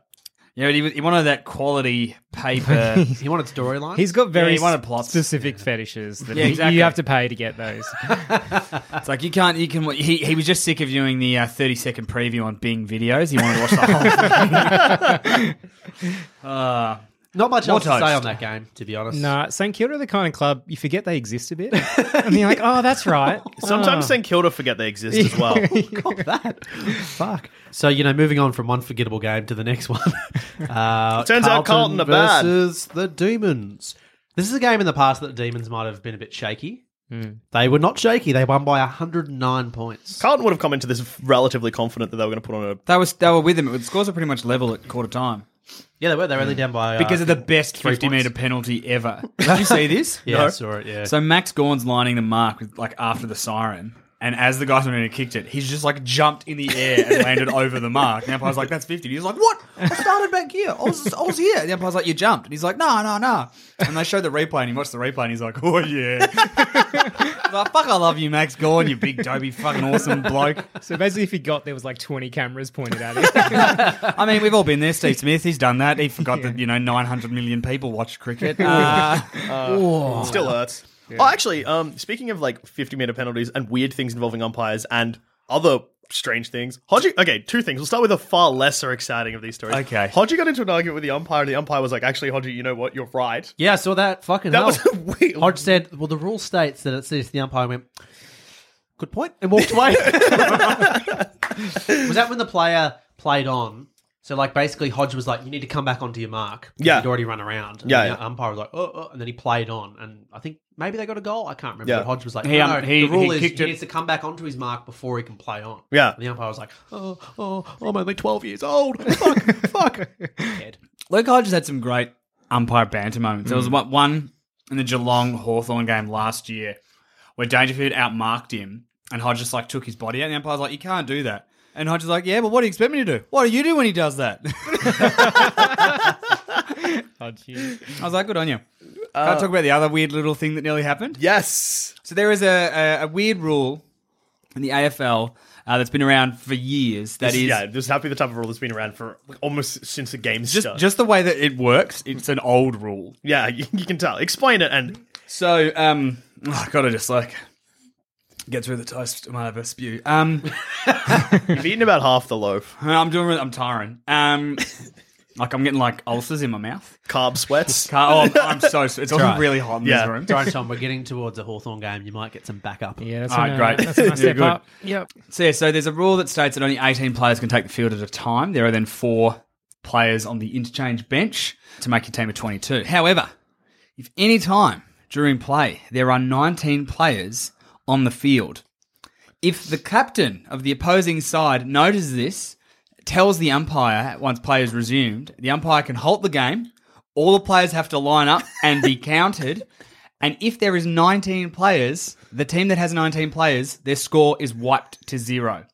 Speaker 6: Yeah, but he, was- he wanted that quality paper.
Speaker 4: He wanted storyline.
Speaker 5: He's got very
Speaker 6: he wanted plots.
Speaker 5: specific fetishes that
Speaker 6: Yeah,
Speaker 5: he-
Speaker 6: exactly.
Speaker 5: you have to pay to get those.
Speaker 6: it's like you can't. You can. He, he was just sick of viewing the uh, thirty second preview on Bing videos. He wanted to watch the whole. thing. uh,
Speaker 4: Not much
Speaker 6: More
Speaker 4: else to say
Speaker 6: toast.
Speaker 4: on that game, to be honest.
Speaker 5: Nah, St Kilda are the kind of club you forget they exist a bit, and you're like, oh, that's right. Oh.
Speaker 4: Ah.
Speaker 2: Sometimes St Kilda forget they exist as well.
Speaker 4: Cop that. Fuck. So you know, moving on from one forgettable game to the next one. Uh,
Speaker 2: Turns out Carlton are bad.
Speaker 4: versus the Demons. This is a game in the past that the Demons might have been a bit shaky. They were not shaky. They won by 109 points.
Speaker 2: Carlton would have come into this relatively confident that they were going to put on a.
Speaker 6: They was they were with him. The scores were pretty much level at quarter time
Speaker 4: yeah, they were. They were
Speaker 2: Hmm.
Speaker 4: only down by uh,
Speaker 6: because of the best
Speaker 4: three
Speaker 6: fifty
Speaker 4: points.
Speaker 6: meter penalty ever. Did you see this?
Speaker 4: Yeah,
Speaker 2: No.
Speaker 4: I saw it. Yeah.
Speaker 6: So Max Gorn's lining the mark with, like after the siren, and as the guys were who kicked it, he's just like jumped in the air and landed over the mark. And the umpire's like, "That's 50. He's like, "What? I started back here. I was, I was here." And the umpire's like, "You jumped." And he's like, "No, no, no." And they showed the replay, and he watched the replay, and he's like, "Oh yeah." He's like, fuck, I love you, Max Gorn. You big dopey, fucking awesome bloke.
Speaker 5: So basically, if he got there was like twenty cameras pointed at him.
Speaker 6: I mean, we've all been there. Steve Smith, he's done that. He forgot that you know 900 million people watch cricket. Uh,
Speaker 2: Still hurts. Oh, actually, um, speaking of like 50 meter penalties and weird things involving umpires and other strange things, Hodgie. Okay, two things. We'll start with a far lesser exciting of these stories.
Speaker 6: Okay.
Speaker 2: Hodgie got into an argument with the umpire, and the umpire was like, "Actually, Hodgie, you know what? You're right."
Speaker 4: Yeah, I saw that. Fucking
Speaker 2: That
Speaker 4: hell.
Speaker 2: was a weird.
Speaker 4: Hodge said, well, the rule states that it says the umpire went, good point, and walked away. was that when the player played on? So, like, basically, Hodge was like, you need to come back onto your mark.
Speaker 2: Yeah.
Speaker 4: You'd already run around. And
Speaker 2: Yeah,
Speaker 4: The
Speaker 2: yeah.
Speaker 4: umpire was like, oh, oh, and then he played on. And I think maybe they got a goal. I can't remember.
Speaker 2: Yeah.
Speaker 4: But Hodge was like,
Speaker 6: He,
Speaker 4: no,
Speaker 6: um,
Speaker 4: no,
Speaker 6: he-
Speaker 4: the rule
Speaker 6: he
Speaker 4: is
Speaker 6: kicked
Speaker 4: he
Speaker 6: it-
Speaker 4: needs to come back onto his mark before he can play on.
Speaker 2: Yeah.
Speaker 4: And the umpire was like, oh, oh, oh, I'm only 12 years old. Fuck, fuck. Dickhead.
Speaker 6: Luke Hodges had some great umpire banter moments.
Speaker 2: Mm.
Speaker 6: There was one- one in the Geelong Hawthorn game last year where Dangerfield outmarked him and Hodges like took his body out and the umpire's like, You can't do that. And Hodges like, Yeah, but what do you expect me to do? What do you do when he does that? I was like, Good on you. Can I talk about the other weird little thing that nearly happened?
Speaker 2: Yes.
Speaker 6: So there is a, a, a weird rule in the AFL uh, that's been around for years. That is
Speaker 2: This- yeah, this has to be the type of rule that's been around for like, almost since the game
Speaker 6: just
Speaker 2: started.
Speaker 6: just the way that it works. It's an old rule.
Speaker 2: yeah, you, you can tell. Explain it, and
Speaker 6: So, um, oh, I gotta just like get through the toast. I might have a spew. Um,
Speaker 2: you've eaten about half the loaf.
Speaker 6: I'm doing. Really, I'm tiring. Um, like I'm getting like ulcers in my mouth.
Speaker 2: Carb sweats.
Speaker 6: Car- oh, I'm- I'm so. It's all
Speaker 4: right.
Speaker 6: really hot in
Speaker 2: Yeah.
Speaker 6: this room.
Speaker 4: Sorry, Tom, we're getting towards a Hawthorn game. You might get some backup.
Speaker 5: Yeah, that's
Speaker 6: All right,
Speaker 5: a-
Speaker 6: great.
Speaker 5: That's a nice
Speaker 6: You're
Speaker 5: step
Speaker 6: good.
Speaker 5: up. Yep.
Speaker 6: So yeah, so there's a rule that states that only 18 players can take the field at a time. There are then four players on the interchange bench to make your team of 22. However, if any time during play there are 19 players on the field, if the captain of the opposing side notices this, tells the umpire once play is resumed, the umpire can halt the game. All the players have to line up and be counted. And if there is 19 players, the team that has 19 players, their score is wiped to zero.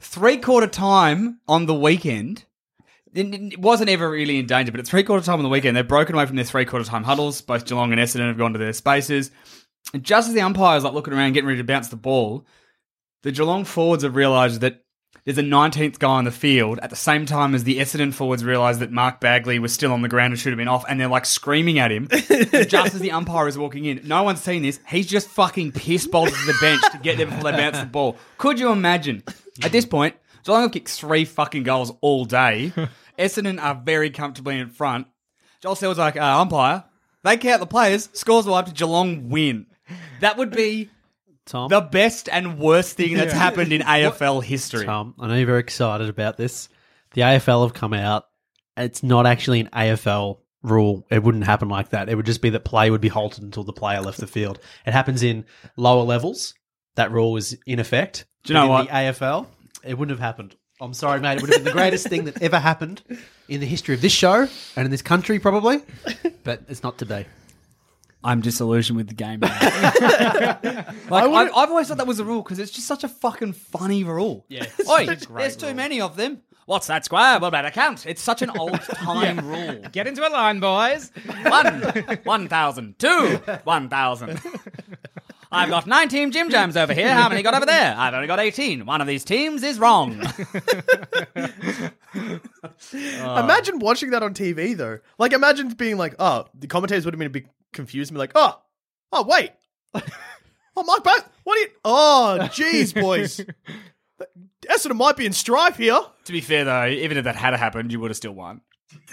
Speaker 6: Three quarter time on the weekend, it it wasn't ever really in danger, but at three quarter time on the weekend, they've broken away from their three quarter time huddles. Both Geelong and Essendon have gone to their spaces. And just as the umpires like looking around, getting ready to bounce the ball, the Geelong forwards have realised that there's a 19th guy on the field at the same time as the Essendon forwards realised that Mark Bagley was still on the ground and should have been off, and they're like screaming at him And just as the umpire is walking in. No one's seen this. He's just fucking piss bolted to the bench to get there before they bounce the ball. Could you imagine? At this point, Geelong have kicked three fucking goals all day. Essendon are very comfortably in front. Joel Sells like, uh, umpire, they count the players, scores wiped, Geelong win. That would be
Speaker 4: Tom?
Speaker 6: the best and worst thing that's happened in AFL history.
Speaker 4: Tom, I know you're very excited about this. The AFL have come out. It's not actually an AFL rule. It wouldn't happen like that. It would just be that play would be halted until the player left the field. It happens in lower levels. That rule is in effect.
Speaker 6: Do you know
Speaker 4: But in
Speaker 6: what?
Speaker 4: The AFL, it wouldn't have happened. I'm sorry, mate. It would have been the greatest thing that ever happened in the history of this show and in this country, probably. But it's not today.
Speaker 6: I'm disillusioned with the game. now. like, I have I've always thought that was the rule because it's just such a fucking funny rule. Yeah. Oi, there's too many of them. What's that square? What about a count? It's such an old time rule.
Speaker 5: Get into a line, boys.
Speaker 6: One, one thousand, two, one thousand. I've got 19 Jim Jams over here. How many got over there? I've only got 18. One of these teams is wrong.
Speaker 2: Imagine watching that on TV though. Like, imagine being like, oh, the commentators would have been a bit confused and be like, oh, oh, wait, oh, Mark Bank, what are you? Oh, jeez, boys, Essendon might be in strife here.
Speaker 6: to be fair, though, even if that had happened, you would have still won.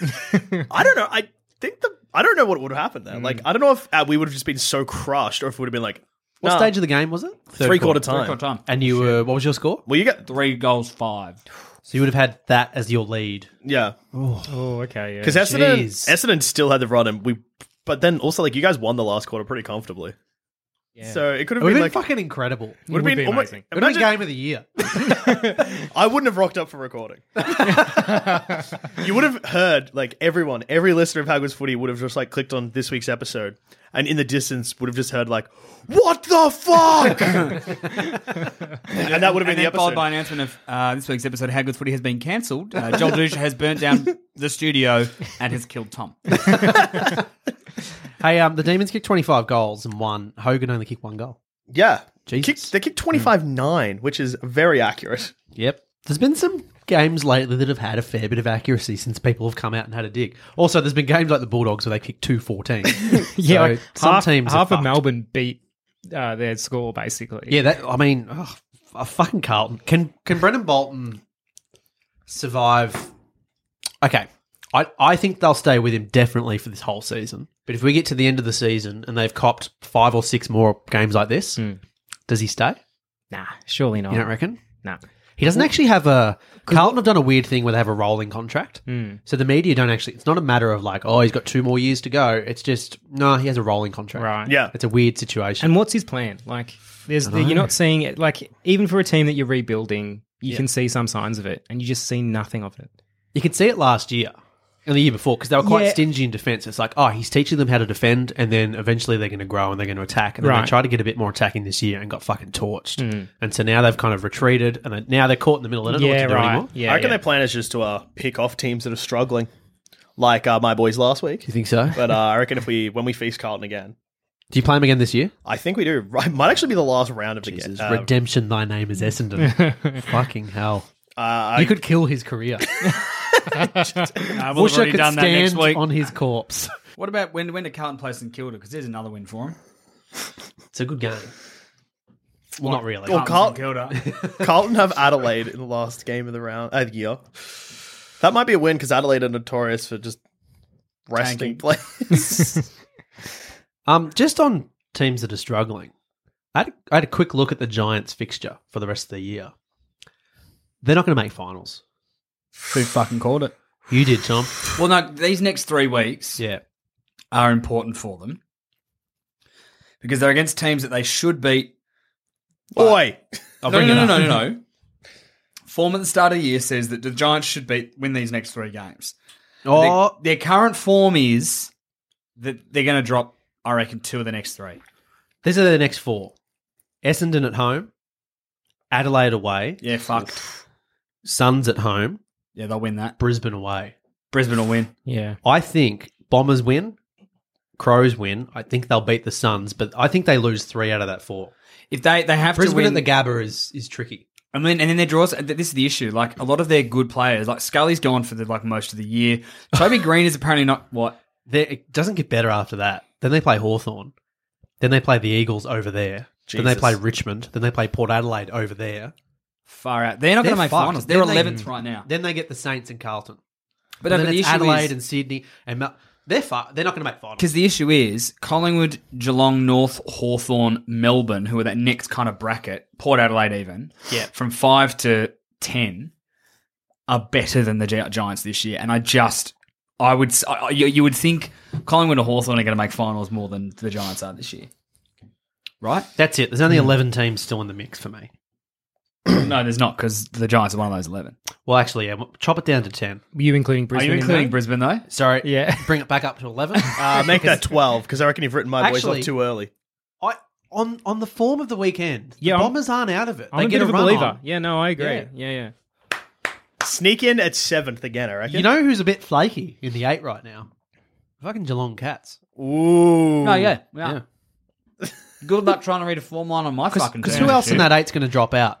Speaker 2: I don't know. I think the I don't know what would have happened there.
Speaker 6: Mm.
Speaker 2: Like, I don't know if uh, we would have just been so crushed or if it would have been like
Speaker 4: What
Speaker 2: nah,
Speaker 4: stage of the game was it? Third
Speaker 2: three quarter time.
Speaker 6: time.
Speaker 4: And you were, what was your score?
Speaker 2: Well, you get
Speaker 6: Three goals, five.
Speaker 4: So you would have had that as your lead.
Speaker 2: yeah,
Speaker 5: Oh, okay. Yeah.
Speaker 2: because Essendon
Speaker 4: Jeez.
Speaker 2: Essendon still had the run and we. But then also like you guys won the last quarter pretty comfortably, so it could
Speaker 4: It
Speaker 2: have
Speaker 4: would
Speaker 2: been,
Speaker 4: have been
Speaker 2: like
Speaker 4: fucking incredible. It
Speaker 2: would have
Speaker 5: would
Speaker 2: been
Speaker 5: be
Speaker 2: almost-
Speaker 5: amazing.
Speaker 4: would have
Speaker 2: imagine-
Speaker 4: been game of the year.
Speaker 2: I wouldn't have rocked up for recording. you would have heard, like, everyone, every listener of Hagwood's Footy would have just, like, clicked on this week's episode and in the distance would have just heard, like, what the fuck? and that would have been
Speaker 6: and
Speaker 2: the
Speaker 6: then followed
Speaker 2: episode.
Speaker 6: by an announcement of uh, this week's episode of How Good Footy has been cancelled. Uh, Joel Dusha has burnt down the studio and has killed Tom.
Speaker 4: Hey, um, the Demons kicked 25 goals and won. Hogan only kicked one goal.
Speaker 2: yeah.
Speaker 4: Jesus.
Speaker 2: Kicked, they kicked 25 9, which is very accurate.
Speaker 4: Yep. There's been some games lately that have had a fair bit of accuracy since people have come out and had a dig. Also, there's been games like the Bulldogs where they kicked 214.
Speaker 5: Yeah,
Speaker 4: So
Speaker 5: like
Speaker 4: some
Speaker 5: half,
Speaker 4: teams are
Speaker 5: half of
Speaker 4: fucked.
Speaker 5: Melbourne beat uh, their score basically.
Speaker 4: Yeah, that I mean, ugh, a fucking Carlton. Can can Brendan Bolton survive? Okay, I I think they'll stay with him definitely for this whole season. But if we get to the end of the season and they've copped five or six more games like this, does he stay?
Speaker 5: Nah, surely not.
Speaker 4: You don't reckon?
Speaker 5: Nah.
Speaker 4: He doesn't actually have a. Carlton have done a weird thing where they have a rolling contract. So the media don't actually. It's not a matter of like, oh, he's got two more years to go. It's just, no, he has a rolling contract.
Speaker 5: Right.
Speaker 2: Yeah.
Speaker 4: It's a weird situation.
Speaker 5: And what's his plan? Like, there's you're not seeing it. Like, even for a team that you're rebuilding, you can see some signs of it, and you just see nothing of it.
Speaker 4: You could see it last year and the year before because they were quite
Speaker 5: Yeah.
Speaker 4: stingy in defence. It's like, oh, he's teaching them how to defend, and then eventually they're going to grow and they're going to attack. And then
Speaker 5: Right.
Speaker 4: they tried to get a bit more attacking this year and got fucking torched.
Speaker 6: Hmm.
Speaker 4: And so now they've kind of retreated, and they- now they're caught in the middle. They don't know what to do anymore.
Speaker 5: Yeah,
Speaker 2: I reckon
Speaker 5: yeah.
Speaker 2: their plan is just to uh, pick off teams that are struggling, like uh, my boys last week.
Speaker 4: You think so?
Speaker 2: But uh, I reckon if we when we feast Carlton again,
Speaker 4: Do you play him again this year?
Speaker 2: I think we do. Right, might actually be the last round of the game.
Speaker 4: Jesus, redemption, thy name is Essendon. fucking hell.
Speaker 2: Uh,
Speaker 4: you could kill his career.
Speaker 6: Nah, we'll
Speaker 4: Wish
Speaker 6: have
Speaker 4: I
Speaker 6: already
Speaker 4: could
Speaker 6: done that next
Speaker 4: stand
Speaker 6: week.
Speaker 4: on his corpse.
Speaker 6: What about when when did Carlton play St Kilda? Because there's another win for him.
Speaker 4: It's a good game. Well, not really.
Speaker 2: Well, Carl-
Speaker 6: St Kilda.
Speaker 2: Carlton have Adelaide in the last game of the round uh, year. That might be a win because Adelaide are notorious for just resting
Speaker 6: Tanking.
Speaker 2: players.
Speaker 4: Um, just on teams that are struggling, I had, I had a quick look at the Giants fixture for the rest of the year. They're not going to make finals.
Speaker 6: Who fucking called it?
Speaker 4: You did, Tom.
Speaker 6: Well, no, these next three weeks
Speaker 4: Yeah.
Speaker 6: are important for them because they're against teams that they should beat
Speaker 2: Boy,
Speaker 4: I'll
Speaker 6: no,
Speaker 4: bring
Speaker 6: no, no,
Speaker 4: it up.
Speaker 6: no, no, no. Form at the start of the year says that the Giants should beat win these next three games.
Speaker 4: Oh,
Speaker 6: Their, their current form is that they're going to drop, I reckon, two of the next three.
Speaker 4: these are the next four: Essendon at home, Adelaide away,
Speaker 6: Yeah, fuck.
Speaker 4: Suns at home,
Speaker 6: Yeah, they'll win that.
Speaker 4: Brisbane away.
Speaker 6: Brisbane will win.
Speaker 5: yeah.
Speaker 4: I think Bombers win, Crows win. I think they'll beat the Suns, but I think they lose three out of that four.
Speaker 6: If they they have to
Speaker 4: Brisbane
Speaker 6: win
Speaker 4: at the Gabba is is tricky.
Speaker 6: I mean, and then their draws. th- This is the issue. Like a lot of their good players, like Scully's gone for the like most of the year. Toby Green is apparently not what.
Speaker 4: They, it doesn't get better after that. Then they play Hawthorn. Then they play the Eagles over there. Then they
Speaker 2: Jesus.
Speaker 4: play Richmond. Then they play Port Adelaide over there.
Speaker 6: Far out. They're not going
Speaker 4: They're
Speaker 6: to make
Speaker 4: fucked.
Speaker 6: finals. They're
Speaker 4: Then they-
Speaker 6: eleventh right now.
Speaker 4: Then they get the Saints and Carlton.
Speaker 6: But,
Speaker 4: then
Speaker 6: no, but the
Speaker 4: it's
Speaker 6: issue
Speaker 4: Adelaide
Speaker 6: is
Speaker 4: and Sydney and Mel- they're far, they're not going to make finals.
Speaker 6: because the issue is Collingwood, Geelong, North, Hawthorn, Melbourne, who are that next kind of bracket, Port Adelaide, even
Speaker 4: Yeah.
Speaker 6: from five to ten, are better than the Gi- Giants this year. And I just, I would, s- I- I- you, you would think Collingwood or Hawthorn are going to make finals more than the Giants are this year, right?
Speaker 4: That's it. There's only eleven teams still in the mix for me.
Speaker 6: No, there's not because the Giants are one of those eleven.
Speaker 4: Well, actually, yeah, we'll chop it down to ten.
Speaker 5: Were you including Brisbane?
Speaker 6: are you
Speaker 5: in
Speaker 6: including
Speaker 5: that?
Speaker 6: Brisbane though?
Speaker 4: Sorry,
Speaker 5: Yeah.
Speaker 4: bring it back up to eleven.
Speaker 2: uh, make that twelve because I reckon you've written my boys
Speaker 4: Actually-
Speaker 2: off too early.
Speaker 4: I on on the form of the weekend. The
Speaker 5: Yeah, I'm-
Speaker 4: Bombers aren't out of it.
Speaker 5: I'm
Speaker 4: they
Speaker 5: a
Speaker 4: get
Speaker 5: bit of a
Speaker 4: run
Speaker 5: believer.
Speaker 4: on.
Speaker 5: Yeah, no, I agree.
Speaker 4: Yeah.
Speaker 5: Yeah, yeah.
Speaker 2: Sneak in at seventh again. I reckon.
Speaker 4: You know who's a bit flaky in the eight right now? Fucking Geelong Cats.
Speaker 2: Ooh.
Speaker 6: No, yeah,
Speaker 4: Oh, Yeah.
Speaker 6: yeah. Good luck trying to read a form line on my fucking.
Speaker 4: Because who else in that eight's going to drop out?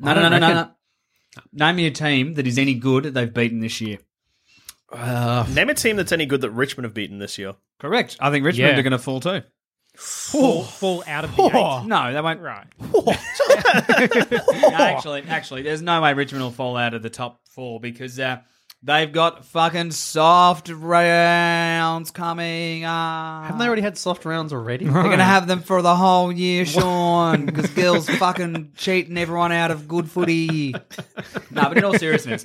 Speaker 6: No, no, no, no, no, no. Name me a team that is any good that they've beaten this year.
Speaker 2: Name a team that's any good that Richmond have beaten this year.
Speaker 6: Correct. I think Richmond
Speaker 5: Yeah.
Speaker 6: are going to fall too.
Speaker 5: Fall, fall out of the eight.
Speaker 6: No, they won't.
Speaker 5: Right.
Speaker 6: No, actually, actually, there's no way Richmond will fall out of the top four because uh, they've got fucking soft rounds coming up.
Speaker 4: Haven't they already had soft rounds already?
Speaker 6: They're gonna have them for the whole year, Sean, because Gil's fucking cheating everyone out of good footy. no, but in all seriousness,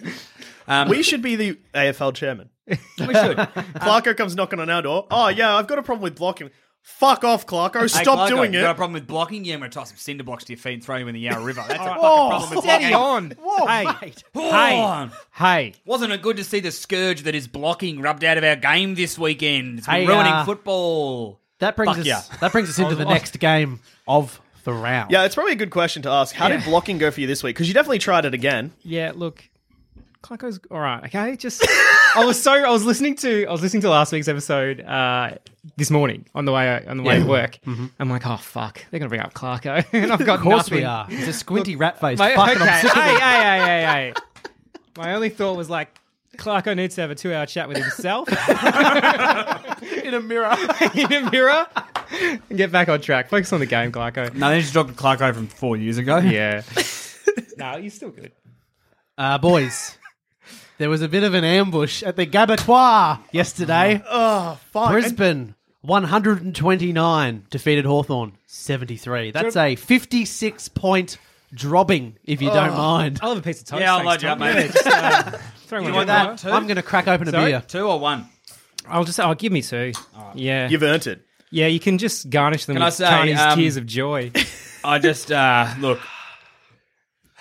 Speaker 6: um,
Speaker 2: We should be the AFL chairman.
Speaker 6: we should.
Speaker 2: Clarko comes knocking on our door. Oh yeah, I've got a problem with blocking. Fuck off, Clarko.
Speaker 6: Hey,
Speaker 2: Stop
Speaker 6: Clarko,
Speaker 2: doing
Speaker 6: you Got a
Speaker 2: it.
Speaker 6: problem with blocking? Yeah, I'm gonna toss some cinder blocks to your feet and throw you in the Yarra River. That's a fucking problem
Speaker 5: Oh,
Speaker 6: with
Speaker 5: steady
Speaker 6: blocking.
Speaker 5: on. hey, hey,
Speaker 6: on.
Speaker 5: hey.
Speaker 6: Wasn't it good to see the scourge that is blocking rubbed out of our game this weekend? It's been
Speaker 4: Hey,
Speaker 6: ruining
Speaker 4: uh,
Speaker 6: football.
Speaker 4: That brings
Speaker 6: Fuck
Speaker 4: us.
Speaker 6: yeah.
Speaker 4: That brings us into the next game of the round.
Speaker 2: Yeah, it's probably a good question to ask. How did blocking go for you this week? Because you definitely tried it again.
Speaker 5: Yeah, look, Clarko's all right. Okay, just I was so I was listening to I was listening to last week's episode uh, this morning on the way on the way to work. I'm like, oh fuck, they're gonna bring up Clarko, and I've got
Speaker 4: Mm-hmm. of course we
Speaker 5: nothing.
Speaker 4: are. He's a squinty rat face.
Speaker 5: My,
Speaker 4: Fucking
Speaker 5: okay,
Speaker 4: obsessed.
Speaker 5: hey, hey, hey, hey, hey. My only thought was like, Clarko needs to have a two-hour chat with himself
Speaker 4: in a mirror.
Speaker 5: in a mirror and get back on track. Focus on the game, Clarko.
Speaker 6: No, they just dropped Clarko from four years ago.
Speaker 5: Yeah. no, you're still good.
Speaker 4: Uh, boys, there was a bit of an ambush at the Gabatoir yesterday. Brisbane 129 defeated Hawthorn 73. That's a 56 point dropping, if you don't mind.
Speaker 5: I'll have a piece of toast.
Speaker 6: Yeah, I'll load
Speaker 5: thanks,
Speaker 6: you up,
Speaker 5: Tom.
Speaker 6: mate. Just, uh,
Speaker 5: Throwing
Speaker 6: you want
Speaker 5: one down.
Speaker 6: that? Two?
Speaker 4: I'm going to crack open a
Speaker 5: Sorry?
Speaker 4: beer.
Speaker 6: two or one?
Speaker 5: I'll just I'll give me two. Yeah.
Speaker 2: You've earned it.
Speaker 5: Yeah, you can just garnish them
Speaker 6: Can I
Speaker 5: with
Speaker 6: say,
Speaker 5: Carney's
Speaker 6: um,
Speaker 5: tears of joy.
Speaker 6: I just uh, look.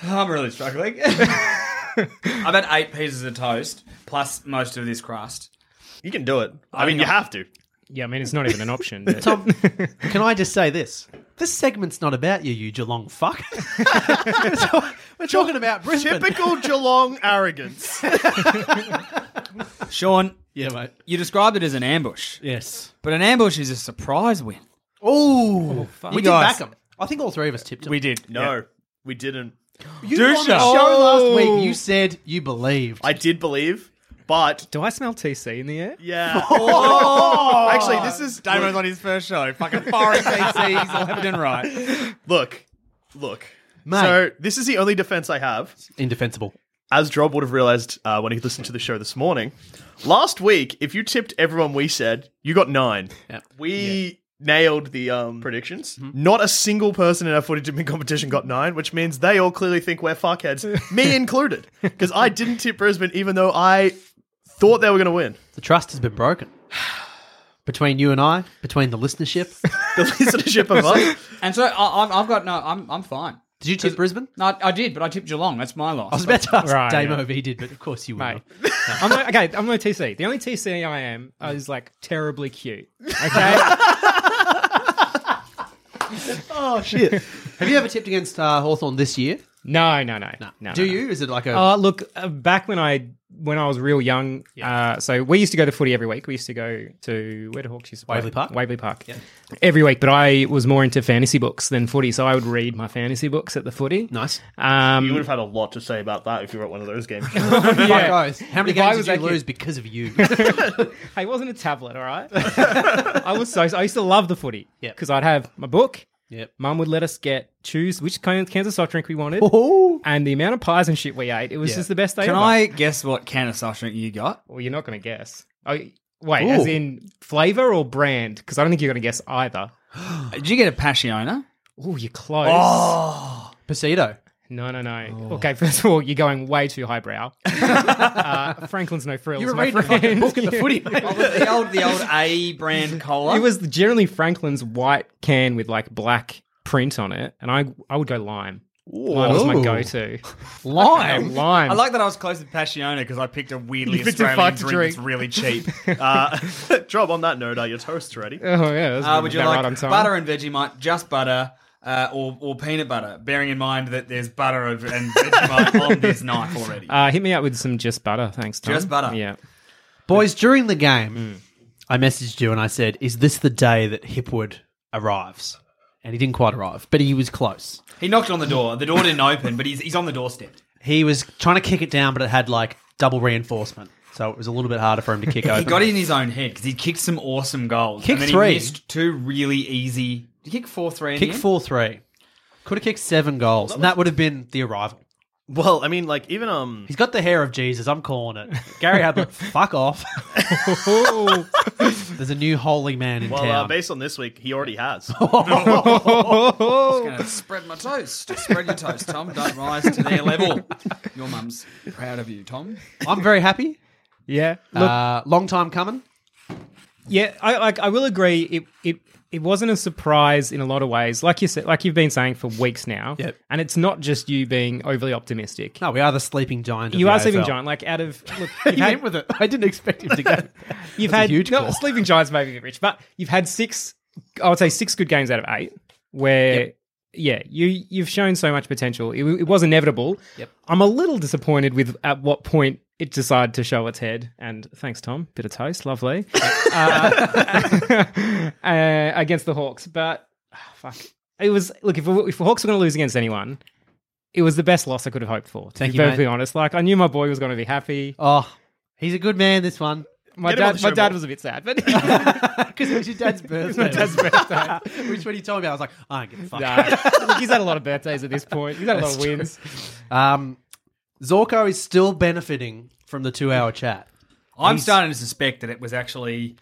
Speaker 6: I'm really struggling. I've had eight pieces of toast plus most of this crust.
Speaker 2: You can do it. I, mean, you have to.
Speaker 5: yeah, I mean it's not even an option. but-
Speaker 4: Tom, can I just say this? This segment's not about you, you Geelong fuck. We're talking about Brisbane.
Speaker 2: Typical Geelong arrogance.
Speaker 6: Sean,
Speaker 4: Yeah, mate.
Speaker 6: you described it as an ambush,
Speaker 4: Yes.
Speaker 6: but an ambush is a surprise win.
Speaker 4: Oh, we did
Speaker 6: Guys.
Speaker 4: back 'em. I think all three of us tipped them.
Speaker 6: We did.
Speaker 2: No,
Speaker 6: Yeah.
Speaker 2: we didn't.
Speaker 4: You
Speaker 6: Do
Speaker 4: on
Speaker 6: show.
Speaker 4: the show last
Speaker 5: Oh.
Speaker 4: week, you said you believed.
Speaker 2: I did believe, but
Speaker 5: Do I smell TC in the air?
Speaker 2: yeah. Actually, this is
Speaker 6: Damon's on his first show. Fucking firing PCs left and right.
Speaker 2: look, look.
Speaker 4: Mate.
Speaker 2: So this is the only defense I have.
Speaker 4: Indefensible.
Speaker 2: as Drob would have realized uh, when he listened to the show this morning, last week, if you tipped everyone we said, you got nine.
Speaker 4: Yep.
Speaker 2: We nailed the um, predictions. Not a single person in our footage tipping competition got nine, which means they all clearly think we're fuckheads, me included, because I didn't tip Brisbane even though I thought they were going to win.
Speaker 4: The trust has been broken. Between you and I, between the listenership.
Speaker 2: The listenership of us.
Speaker 6: And so I, I've, I've got no. I'm I'm fine.
Speaker 4: Did you tip Brisbane?
Speaker 6: No, I, I did, but I tipped Geelong. That's my loss.
Speaker 4: I was about to ask
Speaker 5: Right,
Speaker 4: Damo
Speaker 5: yeah.
Speaker 4: if he did, but of course you
Speaker 5: Mate.
Speaker 4: would.
Speaker 5: I'm no, okay, I'm no TC. The only TC I am is like terribly cute. Okay?
Speaker 4: Oh, shit. Have you ever tipped against uh, Hawthorne this year?
Speaker 5: no, no, no. No. no
Speaker 4: Do you? Is it like a.
Speaker 5: Uh, look, uh, back when I when I was real young, uh, so we used to go to footy every week. We used to go to where do Hawks used to play?
Speaker 4: Waverley Park?
Speaker 5: Waverley Park, every week. But I was more into fantasy books than footy, so I would read my fantasy books at the footy.
Speaker 4: nice.
Speaker 5: Um,
Speaker 2: You would have had a lot to say about that if you were at one of those games.
Speaker 4: Fuck oath. How many
Speaker 5: If I
Speaker 4: games did
Speaker 5: was that
Speaker 4: you
Speaker 5: kid-
Speaker 4: lose because of you?
Speaker 5: Hey, it wasn't a tablet, all right? I was so I used to love the footy
Speaker 4: Yep.
Speaker 5: because I'd have my book.
Speaker 4: Yep.
Speaker 5: Mum would let us get choose which kind of Kansas soft drink we wanted,
Speaker 4: oh.
Speaker 5: and the amount of pies and shit we ate. It was
Speaker 4: Yeah.
Speaker 5: just the best day.
Speaker 6: Can
Speaker 5: ever.
Speaker 6: I guess what can of soft drink you got?
Speaker 5: Well, you're not going to guess. Oh, wait, as
Speaker 4: Ooh.
Speaker 5: in flavor or brand? Because I don't think you're going to guess either.
Speaker 6: Did you get a Passiona?
Speaker 5: Oh, you're close.
Speaker 4: Oh. Pasito.
Speaker 5: No, no, no.
Speaker 4: Oh.
Speaker 5: Okay, first of all, you're going way too highbrow. uh, Franklin's no frills.
Speaker 4: You were
Speaker 5: my
Speaker 4: reading a fucking
Speaker 5: friend.
Speaker 4: book in the footy,
Speaker 6: Oh,
Speaker 4: mate.
Speaker 6: but the old the old A brand cola.
Speaker 5: It was generally Franklin's white can with like black print on it, and I I would go lime. Lime was my
Speaker 4: Ooh.
Speaker 5: go-to.
Speaker 4: Lime.
Speaker 5: lime.
Speaker 6: I like that I was close to Passiona because I picked a weirdly
Speaker 5: You picked a
Speaker 6: Australian
Speaker 5: fucked
Speaker 6: drink,
Speaker 5: drink.
Speaker 6: that's really cheap.
Speaker 2: uh, Drob, on that note, are your toasts ready?
Speaker 5: Oh yeah. that's
Speaker 6: Uh, would you
Speaker 5: about
Speaker 6: like
Speaker 5: right on time.
Speaker 6: butter and Vegemite? Just butter. uh, or, or peanut butter, bearing in mind that there's butter over and Vegemite on this knife already.
Speaker 5: Uh, hit me up with some just butter, thanks. Tom.
Speaker 6: Just butter.
Speaker 5: Yeah.
Speaker 4: Boys, during the game,
Speaker 5: Mm.
Speaker 4: I messaged you and I said, Is this the day that Hipwood arrives? And he didn't quite arrive, but he was close.
Speaker 6: He knocked on the door. The door didn't open, but he's, he's on the doorstep.
Speaker 4: He was trying to kick it down, but it had like double reinforcement. So it was a little bit harder for him to kick
Speaker 6: He
Speaker 4: open.
Speaker 6: got it in his own head because he kicked some awesome goals.
Speaker 4: Kick
Speaker 6: and then
Speaker 4: three.
Speaker 6: He missed two really easy. Did he kick four three. in the
Speaker 4: Kick
Speaker 6: end?
Speaker 4: 4 3. Could have kicked seven goals, and that would have been the arrival.
Speaker 2: Well, I mean, like even um,
Speaker 4: He's got the hair of Jesus. I'm calling it. Gary Ablett, fuck off. There's a new holy man in
Speaker 2: well, uh,
Speaker 4: town.
Speaker 2: based on this week, he already has.
Speaker 6: Just gonna spread my toast. Spread your toast, Tom. Don't rise to their level. Your mum's proud of you, Tom.
Speaker 4: I'm very happy.
Speaker 5: Yeah. Look,
Speaker 4: Uh, long time coming.
Speaker 5: Yeah, I like I will agree it it it wasn't a surprise in a lot of ways. Like you said like you've been saying for weeks now.
Speaker 4: Yep.
Speaker 5: And it's not just you being overly optimistic.
Speaker 4: No, we are the sleeping giant. Of
Speaker 5: You
Speaker 4: the
Speaker 5: are sleeping
Speaker 4: AFL.
Speaker 5: giant, like out of look,
Speaker 4: You
Speaker 5: you've had,
Speaker 4: went with it. I didn't expect him to go.
Speaker 5: you've
Speaker 4: That's a
Speaker 5: had
Speaker 4: huge
Speaker 5: no
Speaker 4: call.
Speaker 5: sleeping giants maybe a bit rich, but you've had six I would say six good games out of eight where yeah, you you've shown so much potential. It, it was inevitable. Yep. I'm a little disappointed with at what point it decided to show its head. And thanks, Tom. Bit of toast, lovely. uh, uh, against the Hawks, but ah, fuck, it was look if if the Hawks were going to lose against anyone. It was the best loss I could have hoped for. To
Speaker 4: Thank
Speaker 5: be
Speaker 4: you, mate.
Speaker 5: perfectly honest, like I knew my boy was going to be happy.
Speaker 4: Oh, he's a good man. This one
Speaker 5: My
Speaker 2: Get him off
Speaker 5: dad,
Speaker 2: the
Speaker 5: my
Speaker 2: show,
Speaker 5: dad
Speaker 2: Bob.
Speaker 5: was a bit sad, but
Speaker 4: because it was your dad's birthday.
Speaker 5: dad's birthday.
Speaker 4: Which when he told me, I was like, I don't give a fuck.
Speaker 5: Nah. Look, he's had a lot of birthdays at this point. He's had a lot of wins.
Speaker 4: Um, Zorko is still benefiting from the two-hour chat.
Speaker 6: I'm starting to suspect that it was actually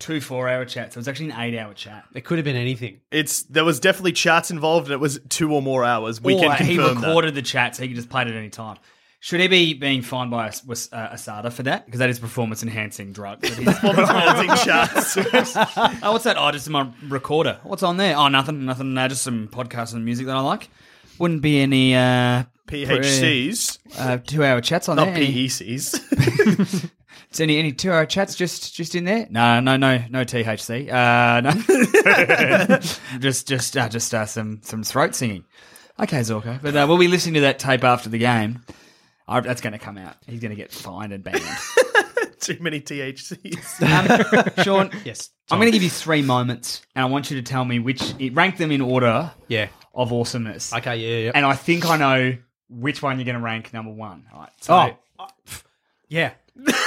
Speaker 6: two four hour chats. It was actually an eight hour chat.
Speaker 4: It could have been anything.
Speaker 2: It's there was definitely charts involved, and it was two or more hours. We
Speaker 6: or
Speaker 4: Oh,
Speaker 2: can
Speaker 6: he
Speaker 2: confirm that.
Speaker 6: recorded the chat so he could just play it at any time. Should he be being fined by As- was, uh, Asada for that? Because that is performance enhancing drug. that he's-
Speaker 2: Performance-enhancing charts.
Speaker 6: oh, what's that? Oh, just my recorder. What's on there? Oh, nothing, nothing. No, just some podcasts and music that I like. Wouldn't be any uh,
Speaker 2: PHCs,
Speaker 6: uh, two hour chats on
Speaker 2: not E
Speaker 6: there. Any-
Speaker 2: PECs.
Speaker 6: Is any any two hour chats just just in there? No, no, no, no THC. Uh, no, just just uh, just uh, some some throat singing. Okay, Zorko. But uh, we'll be listening to that tape after the game. I, that's going to come out. He's going to get fined and banned.
Speaker 2: Too many THCs.
Speaker 6: Um, Sean,
Speaker 4: Yes,
Speaker 6: I'm going to give you three moments, and I want you to tell me which rank them in order
Speaker 4: Yeah.
Speaker 6: of awesomeness.
Speaker 4: Okay. Yeah. Yeah.
Speaker 6: And I think I know which one you're going to rank number one. All right. So,
Speaker 4: oh. Yeah.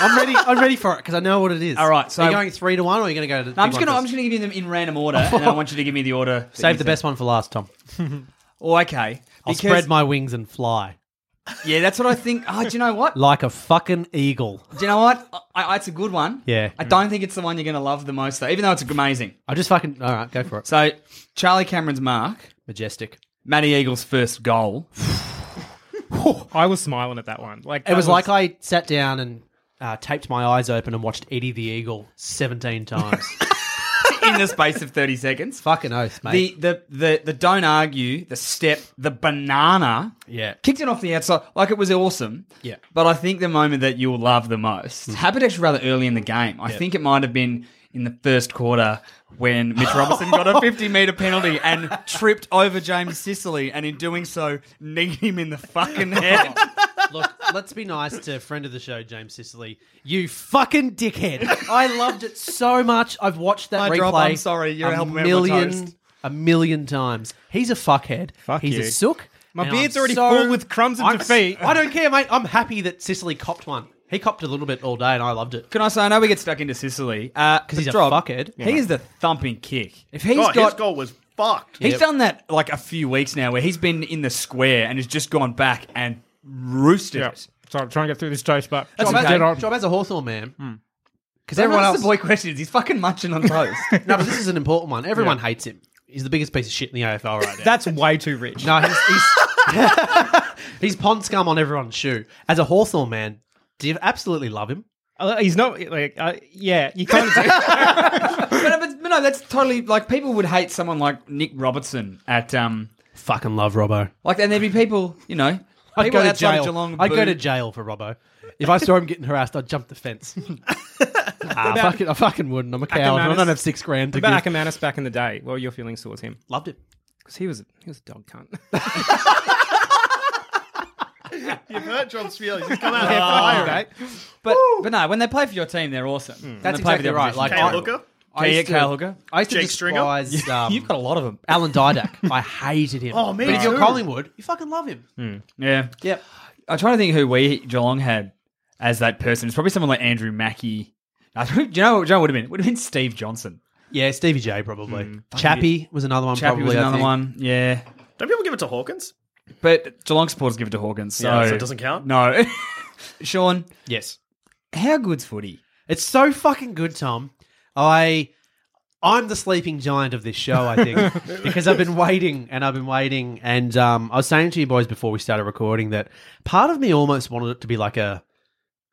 Speaker 4: I'm ready. I'm ready for it because I know what it is.
Speaker 6: All right, so-
Speaker 4: you're going three to one, or you're going to go to.
Speaker 6: No, I'm just going to I'm just going to give you them in random order, and then I want you to give me the order. that
Speaker 4: save
Speaker 6: you
Speaker 4: the
Speaker 6: think.
Speaker 4: best one for last, Tom.
Speaker 6: Oh, okay.
Speaker 4: I'll
Speaker 6: Because-
Speaker 4: spread my wings and fly
Speaker 6: Yeah, that's what I think. Oh, do you know what? Do
Speaker 4: like a fucking eagle.
Speaker 6: you know what? I, I, it's a good one.
Speaker 4: Yeah.
Speaker 6: I don't think it's the one you're going to love the most, though, even though it's amazing.
Speaker 4: I just fucking. All right, go for it.
Speaker 6: So, Charlie Cameron's mark,
Speaker 4: Majestic.
Speaker 6: Matty Eagle's first goal.
Speaker 5: I was smiling at that one. Like
Speaker 4: It was, like I sat down and uh, taped my eyes open and watched Eddie the Eagle 17 times.
Speaker 6: in the space of 30 seconds.
Speaker 4: Fucking oath,
Speaker 6: The,
Speaker 4: mate.
Speaker 6: the the the don't argue, the step, the banana.
Speaker 4: yeah.
Speaker 6: Kicked it off the outside like it was awesome.
Speaker 4: Yeah.
Speaker 6: But I think the moment that you'll love the most happened actually rather early in the game. I think it might have been in the first quarter when Mitch Robinson got a 50 meter penalty and tripped over James Sicily and in doing so kneed him in the fucking head.
Speaker 4: Look, let's be nice to friend of the show, James Sicily. You fucking dickhead. I loved it so much. I've watched that
Speaker 6: My
Speaker 4: replay.
Speaker 6: drop, I'm sorry. You're
Speaker 4: a
Speaker 6: helping me out with my
Speaker 4: million,
Speaker 6: toast.
Speaker 4: a million times. He's a fuckhead.
Speaker 5: Fuck
Speaker 4: He's a
Speaker 5: you.
Speaker 4: sook.
Speaker 5: My
Speaker 4: and
Speaker 5: beard's
Speaker 4: I'm
Speaker 5: already
Speaker 4: so-
Speaker 5: full with crumbs of
Speaker 4: I'm-
Speaker 5: defeat.
Speaker 4: I don't care, mate. I'm happy that Sicily copped one. He copped a little bit all day, and I loved it.
Speaker 6: Can I say, I know we get stuck into Sicily. Because
Speaker 4: he's a fuckhead.
Speaker 6: He is the thumping kick. If he's
Speaker 2: God, Oh, his
Speaker 6: got
Speaker 2: goal was fucked.
Speaker 6: He's done that like a few weeks now, where he's been in the square and has just gone back and roosted
Speaker 5: yeah.
Speaker 6: it.
Speaker 5: So I'm trying to get through this toast, but
Speaker 6: That's
Speaker 5: I'm
Speaker 6: okay.
Speaker 5: dead on. Hmm.
Speaker 4: Job as a Hawthorn man. Because
Speaker 6: Everyone
Speaker 4: everyone else.
Speaker 6: the boy questions. He's fucking munching on toast.
Speaker 4: No, but this is an important one. Everyone hates him. He's the biggest piece of shit in the AFL right now.
Speaker 5: That's way too rich.
Speaker 4: no, he's, he's, he's pond scum on everyone's shoe. As a Hawthorn man, do you absolutely love him?
Speaker 5: Uh, He's not like uh, yeah. You kind of do.
Speaker 6: but, but- but no, that's totally like people would hate someone like Nick Robertson at um
Speaker 4: Fucking love Robbo.
Speaker 6: like, and there'd be people, you know,
Speaker 4: I'd
Speaker 6: people
Speaker 4: go to
Speaker 6: outside
Speaker 4: jail.
Speaker 6: of Geelong.
Speaker 4: I'd go
Speaker 6: boo-
Speaker 4: to jail for Robbo. If I saw him getting harassed, I'd jump the fence. Ah, I, fucking, I fucking wouldn't. I'm a coward. and I
Speaker 5: Ackermanis-
Speaker 4: don't have six grand to
Speaker 5: What about
Speaker 4: give.
Speaker 5: Ackermanis back in the day? Well, your feelings towards him.
Speaker 4: Loved him.
Speaker 5: because he was he was a dog cunt.
Speaker 4: Oh,
Speaker 2: You've hurt Trump's feelings. He's come out here
Speaker 6: Oh,
Speaker 2: firing.
Speaker 6: okay. But but no, when they play for your team, they're awesome.
Speaker 2: Hmm.
Speaker 6: When
Speaker 4: That's
Speaker 6: they play for
Speaker 4: exactly
Speaker 6: the
Speaker 4: right.
Speaker 6: opposition
Speaker 4: Like
Speaker 6: team.
Speaker 2: Kyle
Speaker 4: I-
Speaker 2: Hooker?
Speaker 4: I used
Speaker 6: Kaya
Speaker 4: to-
Speaker 6: Kyle Hooker.
Speaker 4: I used to
Speaker 2: Jake Stringer?
Speaker 4: despise. Um,
Speaker 6: You've got a lot of them.
Speaker 4: Alan Didak. I hated him.
Speaker 2: Oh, me
Speaker 4: But if you're
Speaker 2: too.
Speaker 4: Collingwood, you fucking love him.
Speaker 6: Yeah.
Speaker 4: Yep.
Speaker 6: I'm trying to think who we Geelong had as that person. It's probably someone like Andrew Mackey. I think- Do you know what John would have been? Would have been Steve Johnson.
Speaker 4: Yeah, Stevie J probably. Chappie was another one.
Speaker 6: Hmm. Chappie
Speaker 4: probably,
Speaker 6: was
Speaker 4: I
Speaker 6: another
Speaker 4: think.
Speaker 6: one. Yeah.
Speaker 2: Don't people give it to Hawkins?
Speaker 6: But Geelong supporters give it to Hawkins. So,
Speaker 2: Yeah, so it doesn't count?
Speaker 6: No. Sean,
Speaker 4: Yes,
Speaker 6: how good's footy?
Speaker 4: it's so fucking good, Tom. I, I'm the sleeping giant of this show. I think because I've been waiting and I've been waiting, and um, I was saying to you boys before we started recording that part of me almost wanted it to be like a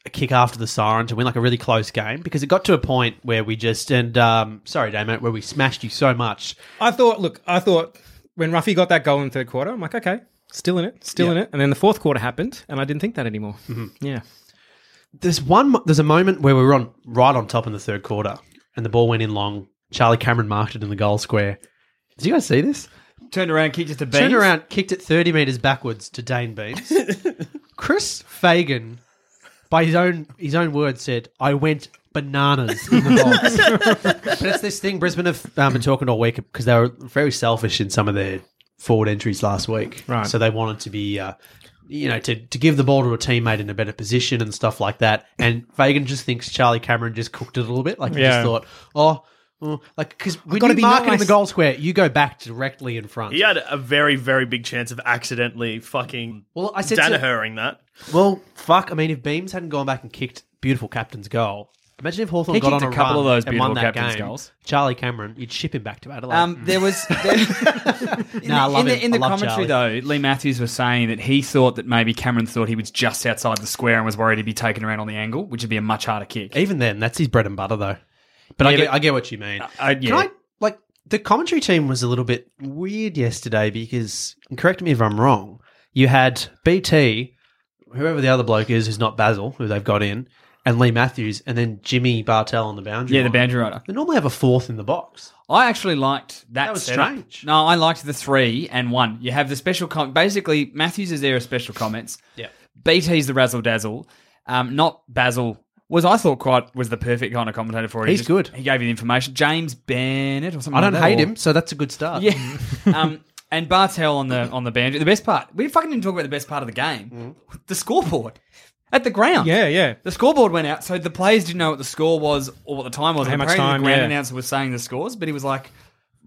Speaker 4: a kick after the siren to win like a really close game because it got to a point where we just and um, sorry, Damo, where we smashed you so much.
Speaker 5: I thought, look, I thought when Ruffy got that goal in the third quarter, I'm like, okay, still in it, still in it. And then the fourth quarter happened, and I didn't think that anymore. Yeah.
Speaker 4: there's one mo- there's a moment where we were on right on top in the third quarter and the ball went in long charlie cameron marked it in the goal square did you guys see this
Speaker 6: Turned around, kicked it to bees.
Speaker 4: turned around kicked it 30 metres backwards to dane beams chris fagan by his own his own words said i went bananas in the box but it's this thing brisbane have um, been talking all week because they were very selfish in some of their forward entries last week
Speaker 5: Right.
Speaker 4: so they wanted to be uh, you know, to, to give the ball to a teammate in a better position and stuff like that. And Fagan just thinks Charlie Cameron just cooked it a little bit. Like, he
Speaker 5: Yeah.
Speaker 4: just thought, oh, oh like, because when
Speaker 5: gotta
Speaker 4: you
Speaker 5: be
Speaker 4: mark it in
Speaker 5: nice.
Speaker 4: the goal square, you go back directly in front.
Speaker 2: He had a very, very big chance of accidentally fucking
Speaker 4: Well, I said to,
Speaker 2: Danahering that.
Speaker 4: well, fuck. I mean, if Beams hadn't gone back and kicked beautiful captain's goal, imagine if Hawthorn
Speaker 6: He
Speaker 4: got on
Speaker 6: kicked
Speaker 4: a,
Speaker 6: a couple
Speaker 4: run
Speaker 6: of those
Speaker 4: and won
Speaker 6: beautiful
Speaker 4: that
Speaker 6: captain's
Speaker 4: game,
Speaker 6: goals.
Speaker 4: Charlie Cameron, you'd ship him back to Adelaide.
Speaker 6: Um, there was there, in
Speaker 4: Nah, I love
Speaker 6: in the,
Speaker 4: him.
Speaker 6: in the
Speaker 4: I love
Speaker 6: commentary though. Lee Matthews was saying that he thought that maybe Cameron thought he was just outside the square and was worried he'd be taken around on the angle, which would be a much harder kick.
Speaker 4: Even then, that's his bread and butter, though. But I
Speaker 6: Yeah,
Speaker 4: get,
Speaker 6: but-
Speaker 4: I get what you mean.
Speaker 6: I- yeah.
Speaker 4: Can I like the commentary team was a little bit weird yesterday because and correct me if I'm wrong. You had BT, whoever the other bloke is, who's not Basil, who they've got in, and Lee Matthews, and then Jimmy Bartell on the boundary.
Speaker 6: Yeah, the
Speaker 4: line.
Speaker 6: boundary rider.
Speaker 4: They normally have a fourth in the box.
Speaker 6: I actually liked that.
Speaker 4: That was
Speaker 6: setup.
Speaker 4: strange.
Speaker 6: No, I liked the three and one. You have the special com- Basically, Matthews is there as special comments.
Speaker 4: Yeah.
Speaker 6: BT's the razzle dazzle. Um, not Basil was I thought quite was the perfect kind of commentator for it. He
Speaker 4: He's good.
Speaker 6: He gave you the information. James Bennett or something.
Speaker 4: I don't
Speaker 6: like that,
Speaker 4: hate
Speaker 6: or-
Speaker 4: him, so that's a good start.
Speaker 6: Yeah. um, and Bartel on the on the boundary. The best part. We fucking didn't talk about the best part of the game. The scoreboard at the ground.
Speaker 5: Yeah, yeah.
Speaker 6: The scoreboard went out, so the players didn't know what the score was or what the time was.
Speaker 5: How much
Speaker 6: Apparently
Speaker 5: time,
Speaker 6: The ground
Speaker 5: yeah.
Speaker 6: announcer was saying the scores, but he was like,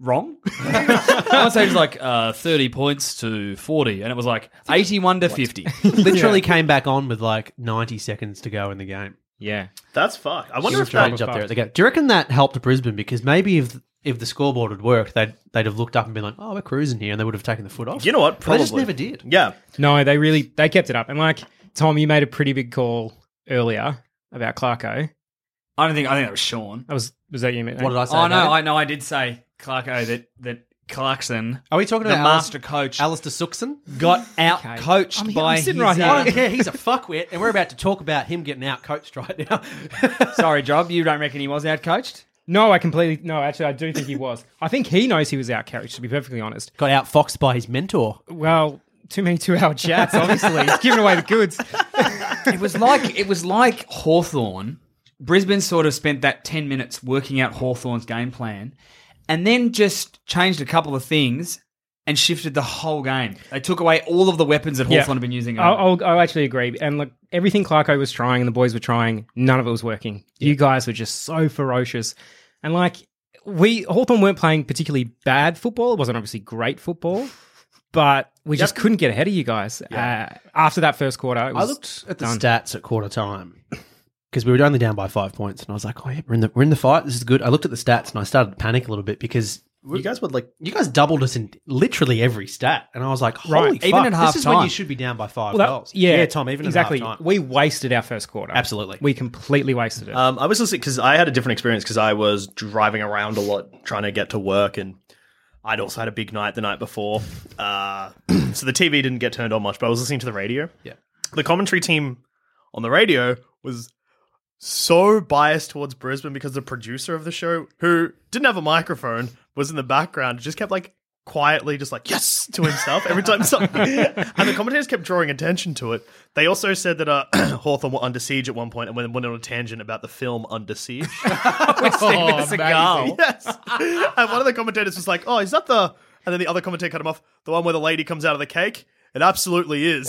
Speaker 6: wrong. I would say he was like uh, thirty points to forty, and it was like eighty-one to fifty.
Speaker 4: Literally came back on with like 90 seconds to go in the game.
Speaker 5: Yeah.
Speaker 2: That's fucked. I wonder
Speaker 4: Huge
Speaker 2: if that
Speaker 4: range up there at the gate. Do you reckon that helped Brisbane? Because maybe if if the scoreboard had worked, they'd they'd have looked up and been like, "Oh, we're cruising here," and they would have taken the foot off.
Speaker 2: You know what?
Speaker 4: But
Speaker 2: Probably.
Speaker 4: they just never did.
Speaker 2: Yeah.
Speaker 5: No, they really they kept it up. And like Tom, you made a pretty big call earlier about Clarko.
Speaker 6: I don't think. I think that was Sean.
Speaker 5: That was was that you? Mate?
Speaker 4: What did I say?
Speaker 6: Oh no,
Speaker 4: about it?
Speaker 6: I know. I did say Clarko that that Clarkson,
Speaker 5: Oh,
Speaker 4: Are we talking
Speaker 6: the
Speaker 4: about
Speaker 6: master
Speaker 4: master
Speaker 6: coach,
Speaker 4: Alistair Suxon?
Speaker 6: got out coached
Speaker 5: I'm here-
Speaker 6: by
Speaker 5: I'm
Speaker 6: his,
Speaker 5: sitting right here.
Speaker 6: uh,
Speaker 4: I don't care. He's a fuckwit, and we're about to talk about him getting out coached right now.
Speaker 6: Sorry, Job, you don't reckon he was out coached?
Speaker 5: No, I completely no. Actually, I do think he was. I think he knows he was out carried. To be perfectly honest.
Speaker 4: Got out foxed by his mentor.
Speaker 5: Well, too many two-hour chats. Obviously, he's giving away the goods.
Speaker 6: It was like it was like Hawthorn. Brisbane sort of spent that ten minutes working out Hawthorn's game plan and then just changed a couple of things and shifted the whole game. They took away all of the weapons that
Speaker 5: Yeah.
Speaker 6: Hawthorn had been using. um,
Speaker 5: I'll, I'll, I'll actually agree. And look, everything Clarko was trying and the boys were trying, none of it was working. You guys were just so ferocious. And like, we, Hawthorn weren't playing particularly bad football. It wasn't obviously great football, but we just couldn't get ahead of you guys. Uh, after that first quarter, it
Speaker 4: I
Speaker 5: was,
Speaker 4: looked at the
Speaker 5: done.
Speaker 4: stats at quarter time because we were only down by five points, and I was like, "Oh yeah, we're in the we're in the fight. This is good." I looked at the stats and I started to panic a little bit because
Speaker 2: You guys would like.
Speaker 4: you guys doubled us in literally every stat, and I was like, "Holy
Speaker 5: Right.
Speaker 4: fuck!"
Speaker 6: Even at half
Speaker 4: this is
Speaker 6: time.
Speaker 4: when you should be down by five
Speaker 5: Well, that-
Speaker 4: goals.
Speaker 5: yeah,
Speaker 4: Tom. Even
Speaker 5: exactly.
Speaker 4: at half time.
Speaker 5: We wasted our first quarter.
Speaker 4: Absolutely.
Speaker 5: we completely wasted it.
Speaker 2: Um, I was listening because I had a different experience because I was driving around a lot trying to get to work, and I'd also had a big night the night before. Uh, so the TV didn't get turned on much, but I was listening to the radio.
Speaker 4: Yeah.
Speaker 2: The commentary team on the radio was so biased towards Brisbane because the producer of the show, who didn't have a microphone, was in the background, just kept like quietly just like yes to himself every time something and the commentators kept drawing attention to it they also said that uh hawthorne were under siege at one point and went, went on a tangent about the film under siege
Speaker 5: Oh, amazing.
Speaker 2: yes and one of the commentators was like oh is that the and then the other commentator cut him off the one where the lady comes out of the cake it absolutely is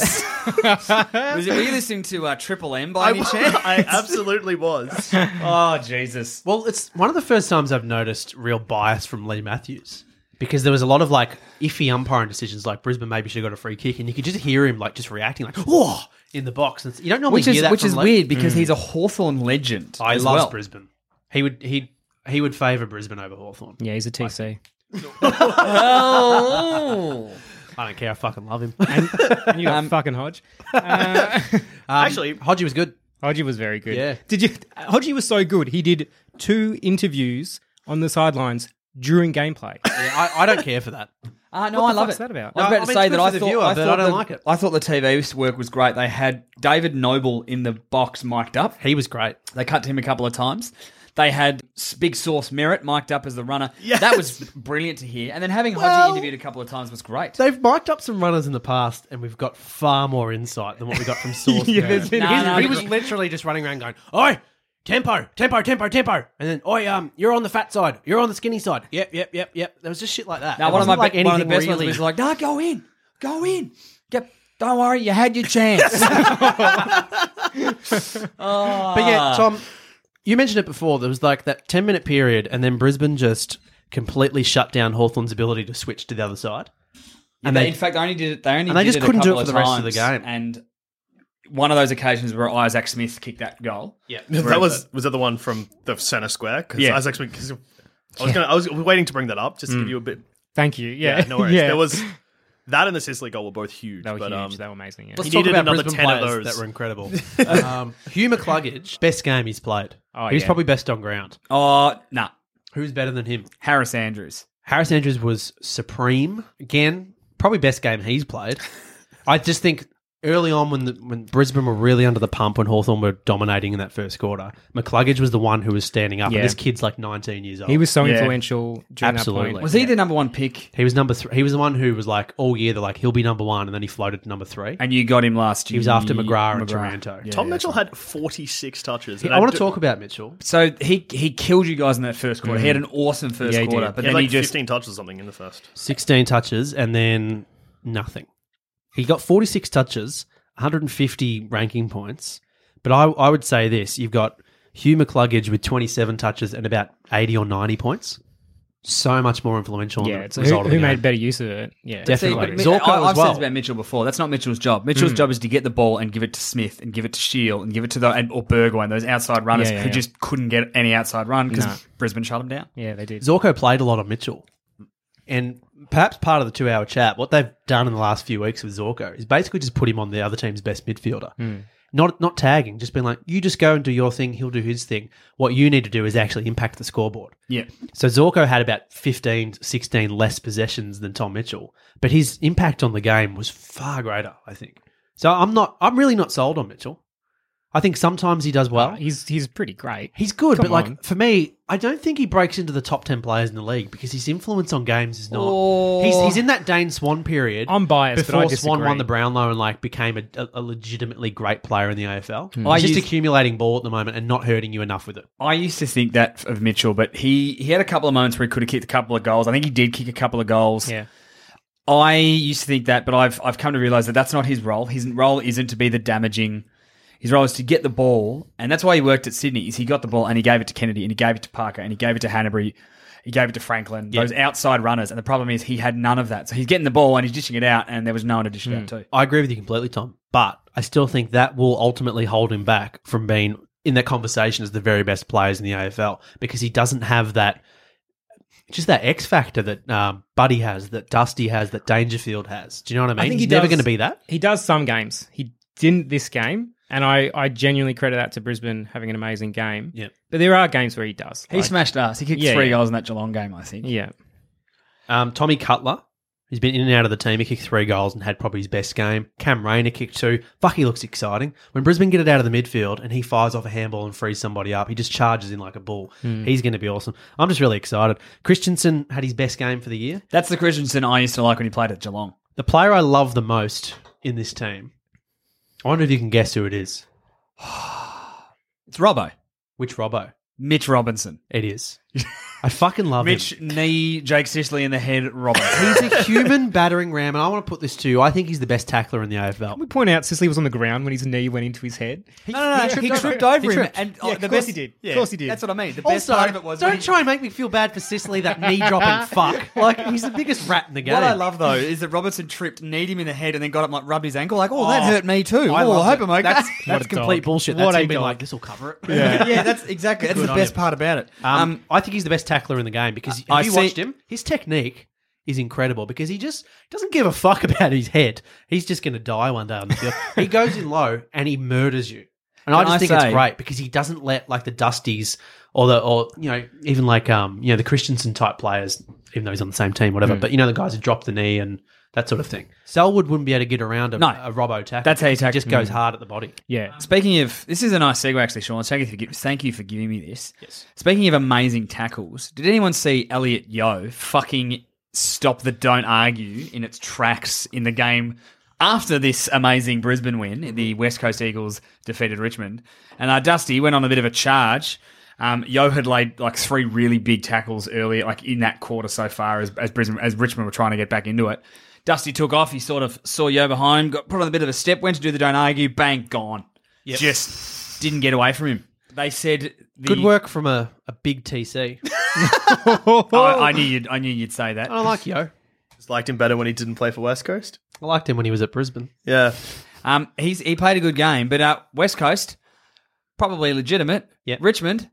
Speaker 6: Was it, were you listening to uh, Triple M by
Speaker 2: I,
Speaker 6: any chance?
Speaker 2: I absolutely was
Speaker 6: oh Jesus!
Speaker 4: Well, it's one of the first times I've noticed real bias from Lee Matthews because there was a lot of like iffy umpiring decisions, like Brisbane maybe should have got a free kick, and you could just hear him like just reacting, like "whoa" in the box. And it's- you don't normally
Speaker 6: Which
Speaker 4: hear
Speaker 6: is
Speaker 4: that,
Speaker 6: which
Speaker 4: from
Speaker 6: is
Speaker 4: Lee.
Speaker 6: weird because he's a Hawthorn legend.
Speaker 4: I
Speaker 6: as
Speaker 4: love
Speaker 6: well.
Speaker 4: Brisbane. He would he he would favour Brisbane over Hawthorn.
Speaker 5: Yeah, he's a TC.
Speaker 6: Oh.
Speaker 4: I don't care. I fucking love him. Um,
Speaker 5: And you got
Speaker 2: Um,
Speaker 5: fucking Hodge.
Speaker 4: Actually, Hodgie was good.
Speaker 5: Hodgie was very good.
Speaker 4: Yeah.
Speaker 5: Did you? Hodgie was so good. He did two interviews on the sidelines during gameplay.
Speaker 4: Yeah, I, I don't care for that.
Speaker 6: Uh, no,
Speaker 5: What
Speaker 6: I
Speaker 5: the
Speaker 6: love
Speaker 5: fuck's
Speaker 6: it.
Speaker 5: that about?
Speaker 6: I was
Speaker 4: No,
Speaker 6: about to
Speaker 4: I mean,
Speaker 6: say
Speaker 4: it's
Speaker 6: that
Speaker 4: good
Speaker 6: I
Speaker 4: for the
Speaker 6: thought
Speaker 4: viewer,
Speaker 6: I
Speaker 4: but I
Speaker 6: thought
Speaker 4: don't
Speaker 6: the-
Speaker 4: like it.
Speaker 6: I thought the TV work was great. They had David Noble in the box mic'd up.
Speaker 4: He was great.
Speaker 6: They cut to him a couple of times. They had Big Source Merritt mic'd up as the runner. That was brilliant to hear. And then having Hodgie
Speaker 4: Well-
Speaker 6: interviewed a couple of times was great.
Speaker 4: They've marked up some runners in the past, and we've got far more insight than what we got from Source.
Speaker 5: Yeah, there's been-
Speaker 6: Nah, nah,
Speaker 4: he
Speaker 6: nah.
Speaker 4: was literally just running around going, "Oi, tempo, tempo, tempo, tempo," and then, "Oi, um, you're on the fat side, you're on the skinny side." Yep, yep, yep, yep. There was just shit like that.
Speaker 6: now,
Speaker 4: There
Speaker 6: one of, my
Speaker 4: wasn't, like
Speaker 6: be- one of the
Speaker 4: anything
Speaker 6: best
Speaker 4: really.
Speaker 6: ones was like, nah, go in. Go in. Get- don't worry, you had your chance.
Speaker 4: but yeah, Tom, you mentioned it before. There was like that ten minute period, and then Brisbane just completely shut down Hawthorn's ability to switch to the other side.
Speaker 6: And
Speaker 4: they-
Speaker 6: in fact, they only did it. They only
Speaker 4: and they
Speaker 6: did
Speaker 4: just
Speaker 6: it a
Speaker 4: couldn't do
Speaker 6: couple
Speaker 4: it for
Speaker 6: of
Speaker 4: the rest of the
Speaker 6: times.
Speaker 4: game.
Speaker 6: And one of those occasions where Isaac Smith kicked that goal.
Speaker 4: Yeah,
Speaker 2: that was was that the one from the center square because
Speaker 6: Yeah.
Speaker 2: Isaac Smith 'cause I was gonna I was waiting to bring that up just to
Speaker 4: Mm.
Speaker 2: give you a bit
Speaker 5: Thank you. Yeah.
Speaker 2: yeah, no worries
Speaker 5: Yeah.
Speaker 2: there was that and the Sicily goal were both huge
Speaker 5: They were
Speaker 2: but
Speaker 5: huge.
Speaker 2: um
Speaker 5: they were amazing. Yeah.
Speaker 4: Let's
Speaker 2: He
Speaker 4: talk
Speaker 2: needed
Speaker 4: about
Speaker 2: another
Speaker 4: Brisbane
Speaker 2: 10 of
Speaker 4: players
Speaker 2: those.
Speaker 4: that were incredible. um, Hugh McCluggage, best game he's played.
Speaker 5: Oh,
Speaker 4: he was
Speaker 5: yeah.
Speaker 4: probably best on ground.
Speaker 6: Oh, nah.
Speaker 4: Who's better than him?
Speaker 6: Harris Andrews.
Speaker 4: Harris Andrews was supreme again. Probably best game he's played. I just think early on when the, when Brisbane were really under the pump when Hawthorn were dominating in that first quarter, McCluggage was the one who was standing up.
Speaker 5: Yeah.
Speaker 4: And this kid's like 19 years old.
Speaker 5: He was so
Speaker 2: Yeah.
Speaker 5: influential during
Speaker 4: Absolutely.
Speaker 5: that
Speaker 6: Was
Speaker 5: point.
Speaker 6: he the number one pick?
Speaker 4: he was number three. He was the one who was like all year they're like he'll be number one, and then he floated to number three.
Speaker 6: And you got him last year.
Speaker 4: He was after McGrath in Toronto.
Speaker 2: Tom Mitchell had 46 touches
Speaker 4: I,
Speaker 2: and
Speaker 4: want to
Speaker 2: do-
Speaker 4: talk about Mitchell.
Speaker 6: So he he killed you guys in that first quarter. He had an awesome first
Speaker 5: Yeah, he
Speaker 6: quarter,
Speaker 5: did.
Speaker 6: but
Speaker 2: he had
Speaker 6: then
Speaker 2: like
Speaker 6: he just
Speaker 2: 15 touches or something in the first
Speaker 4: 16 touches and then nothing. He got 46 touches, 150 ranking points. But I, I would say this you've got Hugh McCluggage with 27 touches and about 80 or 90 points. So much more influential
Speaker 5: Yeah.
Speaker 4: on
Speaker 5: It's
Speaker 4: the
Speaker 5: who,
Speaker 4: result of
Speaker 5: who
Speaker 4: the
Speaker 5: made
Speaker 4: game.
Speaker 5: better use of it? Yeah.
Speaker 4: Definitely.
Speaker 6: See, but
Speaker 4: Zorko
Speaker 6: Mi- I,
Speaker 4: as
Speaker 6: I've said
Speaker 4: well.
Speaker 6: this about Mitchell before. That's not Mitchell's job. Mitchell's job is to get the ball and give it to Smith and give it to Shield and give it to the and, or Burgoyne, those outside runners
Speaker 5: Yeah, yeah,
Speaker 6: who
Speaker 5: yeah.
Speaker 6: just couldn't get any outside run because
Speaker 5: No.
Speaker 6: Brisbane shut them down.
Speaker 5: Yeah, they did.
Speaker 4: Zorko played a lot on Mitchell. And perhaps part of the two hour chat, what they've done in the last few weeks with Zorko is basically just put him on the other team's best midfielder. Not not tagging, just being like, you just go and do your thing, he'll do his thing. What you need to do is actually impact the scoreboard.
Speaker 6: Yeah,
Speaker 4: So Zorko had about 15, 16 less possessions than Tom Mitchell, but his impact on the game was far greater, I think. So I'm not I'm really not sold on Mitchell. I think sometimes he does well.
Speaker 5: He's he's pretty great.
Speaker 4: He's good,
Speaker 5: Come
Speaker 4: but like
Speaker 5: on.
Speaker 4: for me, I don't think he breaks into the top 10 players in the league because his influence on games is not.
Speaker 6: Oh.
Speaker 4: He's, he's in that Dane Swan period.
Speaker 5: I'm biased, but
Speaker 4: Before
Speaker 5: I
Speaker 4: Swan
Speaker 5: disagree.
Speaker 4: won the Brownlow and like became a, a, a legitimately great player in the AFL.
Speaker 5: Hmm.
Speaker 4: He's
Speaker 6: I
Speaker 4: just
Speaker 6: used-
Speaker 4: accumulating ball at the moment and not hurting you enough with it.
Speaker 6: I used to think that of Mitchell, but he he had a couple of moments where he could have kicked a couple of goals. I think he did kick a couple of goals.
Speaker 5: Yeah.
Speaker 6: I used to think that, but I've I've come to realize that that's not his role. His role isn't to be the damaging. His role is to get the ball, and that's why he worked at Sydney. Is he got the ball and he gave it to Kennedy and he gave it to Parker and he gave it to Hanbury, he gave it to Franklin. Those outside runners, and the problem is he had none of that. So he's getting the ball and he's dishing it out, and there was no one to dish it out to.
Speaker 4: I agree with you completely, Tom, but I still think that will ultimately hold him back from being in that conversation as the very best players in the AFL because he doesn't have that just that X factor that um, Buddy has, that Dusty has, that Dangerfield has. Do you know what I mean?
Speaker 5: think he
Speaker 4: He's never
Speaker 5: does-
Speaker 4: going to be that.
Speaker 5: He does some games. He didn't this game, and I I genuinely credit that to Brisbane having an amazing game.
Speaker 4: Yep.
Speaker 5: But there are games where he does.
Speaker 6: He
Speaker 5: Like,
Speaker 6: smashed us. He kicked
Speaker 5: Yeah,
Speaker 6: three
Speaker 5: yeah.
Speaker 6: goals in that Geelong game, I think.
Speaker 5: Yeah.
Speaker 4: Um, Tommy Cutler He's been in and out of the team. He kicked three goals and had probably his best game. Cam Rayner kicked two. Fuck, he looks exciting. When Brisbane get it out of the midfield and he fires off a handball and frees somebody up, he just charges in like a bull. He's going to be awesome. I'm just really excited. Christensen had his best game for the year.
Speaker 6: That's the Christensen I used to like when he played at Geelong.
Speaker 4: The player I love the most in this team. I wonder if you can guess who it is.
Speaker 6: It's Robbo.
Speaker 4: Which Robbo?
Speaker 6: Mitch Robinson.
Speaker 4: It is. I fucking love him.
Speaker 6: Mitch knee Jake Sicily in the head. Robbo.
Speaker 4: He's a human battering ram, and I want to put this to you. I think he's the best tackler in the AFL.
Speaker 5: We point out Sicily was on the ground when his knee went into his head.
Speaker 6: no, no, no. He tripped, over
Speaker 4: He
Speaker 6: him.
Speaker 4: tripped.
Speaker 6: And oh,
Speaker 5: Yeah, of
Speaker 6: the
Speaker 5: course
Speaker 6: best
Speaker 5: he did. Of
Speaker 6: Yeah,
Speaker 5: course he did.
Speaker 6: That's what I mean. The best
Speaker 4: Also,
Speaker 6: part of it was when
Speaker 4: don't
Speaker 6: he-
Speaker 4: try and make me feel bad for Sicily, that knee dropping fuck. Like he's the biggest rat in the game.
Speaker 6: What I love though is that Robertson tripped, kneed him in the head, and then got up and like rubbed his ankle. Like, oh, that hurt me too. I, oh, I hope I'm okay.
Speaker 4: That's,
Speaker 5: What
Speaker 4: that's
Speaker 5: a
Speaker 4: complete
Speaker 5: dog.
Speaker 4: bullshit.
Speaker 5: What
Speaker 4: That's
Speaker 5: a
Speaker 4: him being
Speaker 5: dog.
Speaker 4: like, this will cover it.
Speaker 6: yeah. that's exactly. That's
Speaker 4: Good
Speaker 6: the
Speaker 4: on
Speaker 6: best
Speaker 4: him.
Speaker 6: part about it.
Speaker 4: Um, I think he's the best tackler in the game because
Speaker 6: I-
Speaker 4: have you
Speaker 6: I see-
Speaker 4: watched him? His technique is incredible because he just doesn't give a fuck about his head. He's just going to die one day on the field. he goes in low and he murders you. And I
Speaker 6: Can
Speaker 4: just
Speaker 6: I
Speaker 4: think
Speaker 6: say-
Speaker 4: it's great because he doesn't let like the Dusties or the or you know even like um you know the Christensen type players, even though he's on the same team,
Speaker 6: Hmm.
Speaker 4: whatever. But you know the guys who drop the knee and that sort of thing. Selwood wouldn't be able to get around a,
Speaker 6: No.
Speaker 4: a Robbo tackle.
Speaker 6: That's how you tackle-
Speaker 4: He just goes
Speaker 6: Mm.
Speaker 4: hard at the body.
Speaker 5: Yeah.
Speaker 6: Speaking of, this is a nice segue actually, Sean. Thank you for, gi- thank you for giving me this. Yes. Speaking of amazing tackles, did anyone see Elliot Yo fucking stop the don't argue in its tracks in the game after this amazing Brisbane win? The West Coast Eagles defeated Richmond, and uh, Dusty went on a bit of a charge. Um, Yo had laid like three really big tackles earlier, like in that quarter so far as as, Brisbane, as Richmond were trying to get back into it. Dusty took off. He sort of saw Yo behind, got put on a bit of a step, went to do the don't argue, bang, gone. Just didn't get away from him. They said the,
Speaker 4: Good work from a, a big TC.
Speaker 6: I, I knew you'd I knew you'd say that.
Speaker 4: I
Speaker 5: Oh.
Speaker 4: don't like Yo.
Speaker 2: Just liked him better when he didn't play for West Coast.
Speaker 4: I liked him when he was at Brisbane.
Speaker 2: Yeah.
Speaker 6: Um, he's he played a good game, but uh, West Coast probably legitimate.
Speaker 4: Yep.
Speaker 6: Richmond.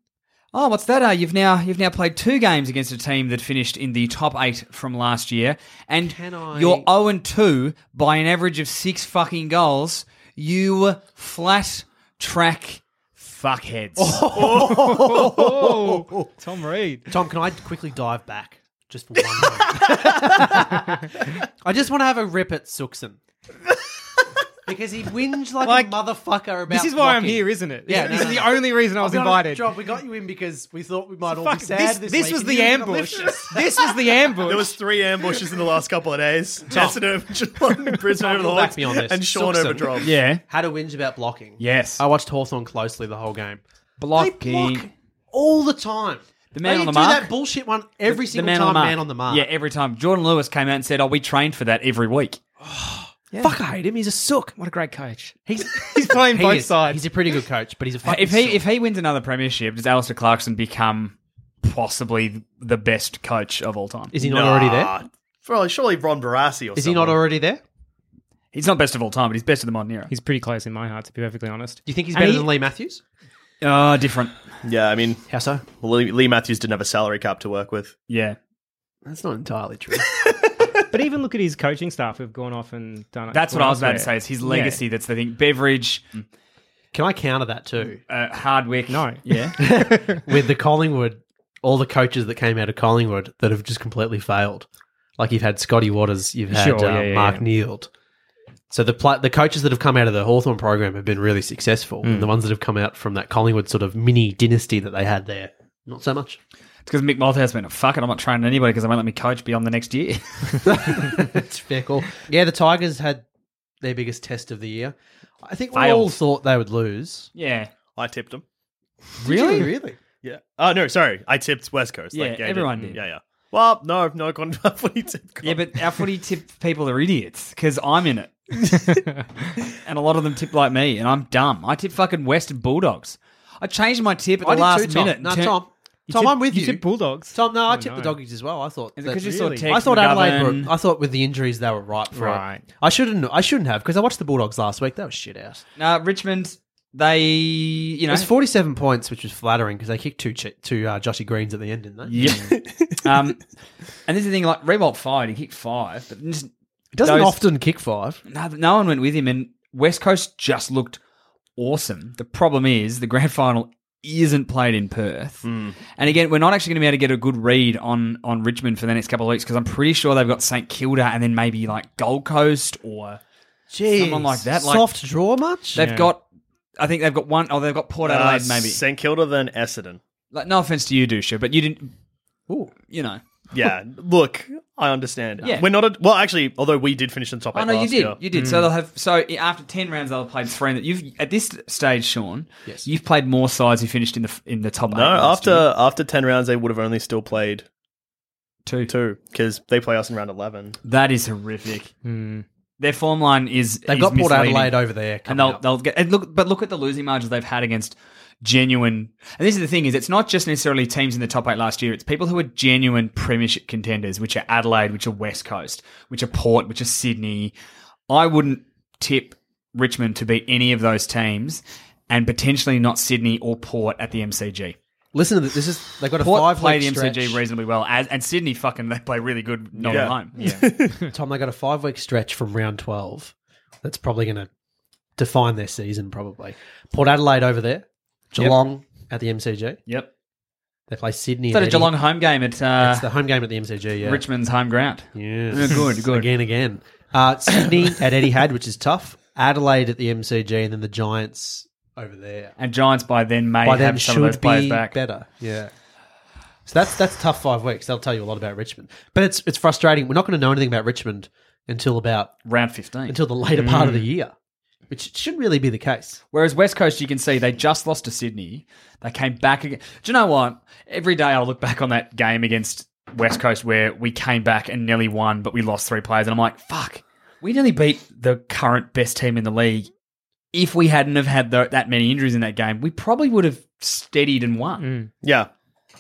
Speaker 6: Oh, what's that? Uh, you've now you've now played two games against a team that finished in the top eight from last year, and
Speaker 4: Can I-
Speaker 6: you're zero and two by an average of six fucking goals. You flat track fuckheads.
Speaker 5: Oh, Tom Reed.
Speaker 4: Tom, can I quickly dive back just for one moment? I just want to have a rip at Sookson. Because he whinged like,
Speaker 5: Like,
Speaker 4: a motherfucker about
Speaker 5: This is why I'm
Speaker 4: blocking.
Speaker 5: here, isn't it?
Speaker 4: Yeah,
Speaker 5: this
Speaker 4: no,
Speaker 5: is
Speaker 4: no, no.
Speaker 5: the only reason I
Speaker 4: I'll
Speaker 5: was
Speaker 4: be honest,
Speaker 5: invited.
Speaker 4: John, we got you in because we thought we might all
Speaker 5: Fuck,
Speaker 4: be sad this,
Speaker 5: this, this
Speaker 4: week
Speaker 5: was
Speaker 4: and
Speaker 5: the
Speaker 4: you didn't
Speaker 5: ambush.
Speaker 4: lift us.
Speaker 5: this was the ambush.
Speaker 2: There was three ambushes in the last couple of days. Tessin over Geelong, Brisbane over the
Speaker 4: You'll Oh. back
Speaker 2: Hawks,
Speaker 4: me on this.
Speaker 2: and Sean
Speaker 4: Sookson.
Speaker 2: over Drop.
Speaker 6: yeah,
Speaker 4: Had a whinge about blocking.
Speaker 6: Yes.
Speaker 5: Oh,
Speaker 4: I watched Hawthorn closely the whole game. They
Speaker 6: blocking.
Speaker 4: block all the time.
Speaker 6: The man
Speaker 4: they
Speaker 6: on the
Speaker 4: do
Speaker 6: mark?
Speaker 4: that bullshit one every
Speaker 6: The
Speaker 4: single time.
Speaker 6: mark.
Speaker 4: man on the mark.
Speaker 6: Yeah, every time. Jordan Lewis came out and said, "Oh, we trained for that every week."
Speaker 4: Fuck, I hate him. He's a sook.
Speaker 5: what a great coach.
Speaker 4: He's,
Speaker 5: He's playing
Speaker 4: he
Speaker 5: both
Speaker 4: is.
Speaker 5: sides.
Speaker 4: He's a pretty good coach, but he's a fucking
Speaker 6: if he
Speaker 4: sook.
Speaker 6: if he wins another premiership, does Alistair Clarkson become possibly the best coach of all time?
Speaker 4: Is he not already there?
Speaker 2: Probably, Ah, surely Ron Barassi or
Speaker 4: Is he not
Speaker 2: someone.
Speaker 4: already there? Do
Speaker 6: He's not best of all time, but he's best of the modern era.
Speaker 5: He's pretty close in my heart, to be perfectly honest.
Speaker 4: you think he's
Speaker 5: And
Speaker 4: better
Speaker 5: he-
Speaker 4: than Lee Matthews?
Speaker 6: Oh, different.
Speaker 2: Yeah, I mean,
Speaker 4: How so?
Speaker 2: well, Lee, Lee Matthews didn't have a salary cap to work with.
Speaker 6: Yeah,
Speaker 4: That's not entirely true.
Speaker 5: But even look at his coaching staff who've gone off and done it.
Speaker 6: that's what
Speaker 5: gone
Speaker 6: I was about to
Speaker 5: elsewhere.
Speaker 6: say. It's his legacy. That's the thing. Beveridge,
Speaker 4: Can I counter that too?
Speaker 6: uh, Hardwick.
Speaker 5: No.
Speaker 6: yeah.
Speaker 4: With the Collingwood, all the coaches that came out of Collingwood that have just completely failed. Like you've had Scotty Waters, you've had
Speaker 5: Sure,
Speaker 4: uh,
Speaker 5: yeah, yeah,
Speaker 4: Mark
Speaker 5: yeah.
Speaker 4: Neild. So the pla the coaches that have come out of the Hawthorn program have been really successful. And the ones that have come out from that Collingwood sort of mini dynasty that they had there, not so much.
Speaker 6: It's because Mick Malthouse went, "Fuck it, I'm not training anybody because they won't let me coach beyond the next year."
Speaker 4: That's fair call. Yeah, the Tigers had their biggest test of the year. I think we
Speaker 6: Failed.
Speaker 4: all thought they would lose.
Speaker 6: yeah,
Speaker 2: I tipped him.
Speaker 4: Really? Really?
Speaker 2: Yeah. Oh no, sorry, I tipped West Coast.
Speaker 6: Yeah,
Speaker 2: like, I
Speaker 6: everyone did.
Speaker 2: Yeah, yeah. Well, no, no, gone fully tipped.
Speaker 6: yeah. But our footy tip people are idiots because I'm in it, and a lot of them tip like me, and I'm dumb. I tip fucking Western Bulldogs. I changed my tip at the
Speaker 4: I did
Speaker 6: last
Speaker 4: too, Tom.
Speaker 6: minute.
Speaker 4: No,
Speaker 6: Turn-
Speaker 4: Tom. Tom,
Speaker 5: tip-
Speaker 4: I'm with you.
Speaker 5: You tip Bulldogs.
Speaker 4: Tom, no, I tipped the
Speaker 5: no.
Speaker 4: doggies as well. I thought
Speaker 6: Oh, Is it
Speaker 4: that-
Speaker 6: 'cause you saw Really? Tex
Speaker 4: I thought Adelaide.
Speaker 6: McGovern?
Speaker 4: Were, I thought with the injuries they were ripe for
Speaker 5: Right.
Speaker 4: it. I shouldn't. I shouldn't have because I watched the Bulldogs last week. They were shit out.
Speaker 6: No, Richmond. They, you
Speaker 4: It
Speaker 6: know,
Speaker 4: was 47 points, which was flattering because they kicked two ch- two uh, Joshy Greens at the end, didn't they?
Speaker 6: Yeah. um, and this is the thing, like Rebolt fired, he kicked five, but just,
Speaker 4: It doesn't
Speaker 6: Those-
Speaker 4: often kick five.
Speaker 6: no, no one went with him. And West Coast just looked awesome. The problem is the grand final isn't played in Perth.
Speaker 2: Hmm.
Speaker 6: And again, we're not actually going to be able to get a good read on on Richmond for the next couple of weeks because I'm pretty sure they've got St Kilda and then maybe like Gold Coast or someone like that. Like
Speaker 4: Soft draw much?
Speaker 6: they've got. I think they've got one. Oh, they've got Port
Speaker 2: Uh,
Speaker 6: Adelaide maybe.
Speaker 2: St Kilda then Essendon.
Speaker 6: Like, no offense to you, Dusha, but you didn't. You know.
Speaker 2: Yeah, look, I understand.
Speaker 6: Yeah.
Speaker 2: We're not a well, actually, although we did finish in top eight.
Speaker 6: Oh no, you
Speaker 2: last
Speaker 6: did.
Speaker 2: year. Hmm.
Speaker 6: You did. So they'll have. So i- after ten rounds, they'll have played three. And you've at this stage, Sean. Yes. You've played more sides who finished in the f- in the top eight.
Speaker 2: No,
Speaker 6: last
Speaker 2: after
Speaker 6: year.
Speaker 2: after ten rounds, they would have only still played
Speaker 6: two.
Speaker 2: two because they play us in round eleven.
Speaker 6: That is horrific. Their form line is
Speaker 4: Hmm. They've
Speaker 6: is
Speaker 4: got Port
Speaker 6: misleading.
Speaker 4: Adelaide over there.
Speaker 6: and
Speaker 4: coming
Speaker 6: they'll
Speaker 4: up.
Speaker 6: they'll get and look. But look at the losing margins they've had against genuine. And this is the thing: is it's not just necessarily teams in the top eight last year. It's people who are genuine premiership contenders, which are Adelaide, which are West Coast, which are Port, which are Sydney. I wouldn't tip Richmond to beat any of those teams, and potentially not Sydney or Port at the MCG.
Speaker 4: Listen to this. this is, they've got a
Speaker 6: Port
Speaker 4: five
Speaker 6: play
Speaker 4: leg
Speaker 6: the
Speaker 4: stretch.
Speaker 6: MCG reasonably well, as, and Sydney fucking they play really good not
Speaker 2: Yeah.
Speaker 6: at home.
Speaker 4: Tom, they got a five week stretch from round 12 that's probably going to define their season, probably. Port Adelaide over there, Geelong at the MCG.
Speaker 6: Yep.
Speaker 4: They play Sydney.
Speaker 6: Is that
Speaker 4: at
Speaker 6: a
Speaker 4: Eddie-
Speaker 6: Geelong home game at uh,
Speaker 4: It's the home game at the MCG, yeah.
Speaker 6: Richmond's home ground?
Speaker 4: Yes.
Speaker 6: Yeah, good, good.
Speaker 4: Again, again. Uh, Sydney at Eddie Had, which is tough. Adelaide at the MCG, and then the Giants over there.
Speaker 6: And Giants by then may
Speaker 4: By then,
Speaker 6: have some of those
Speaker 4: should
Speaker 6: players
Speaker 4: be
Speaker 6: back.
Speaker 4: better. Yeah. So that's that's tough five weeks. They'll tell you a lot about Richmond, but it's it's frustrating. We're not going to know anything about Richmond until about
Speaker 6: Round 15.
Speaker 4: until the later part of the
Speaker 6: Mm.
Speaker 4: year, which should really be the case.
Speaker 6: Whereas West Coast, you can see they just lost to Sydney. They came back again. Do you know what? Every day I'll look back on that game against West Coast where we came back and nearly won, but we lost three players. And I'm like, fuck, we nearly beat the current best team in the league. If we hadn't have had tho- that many injuries in that game, we probably would have steadied and won.
Speaker 2: Yeah,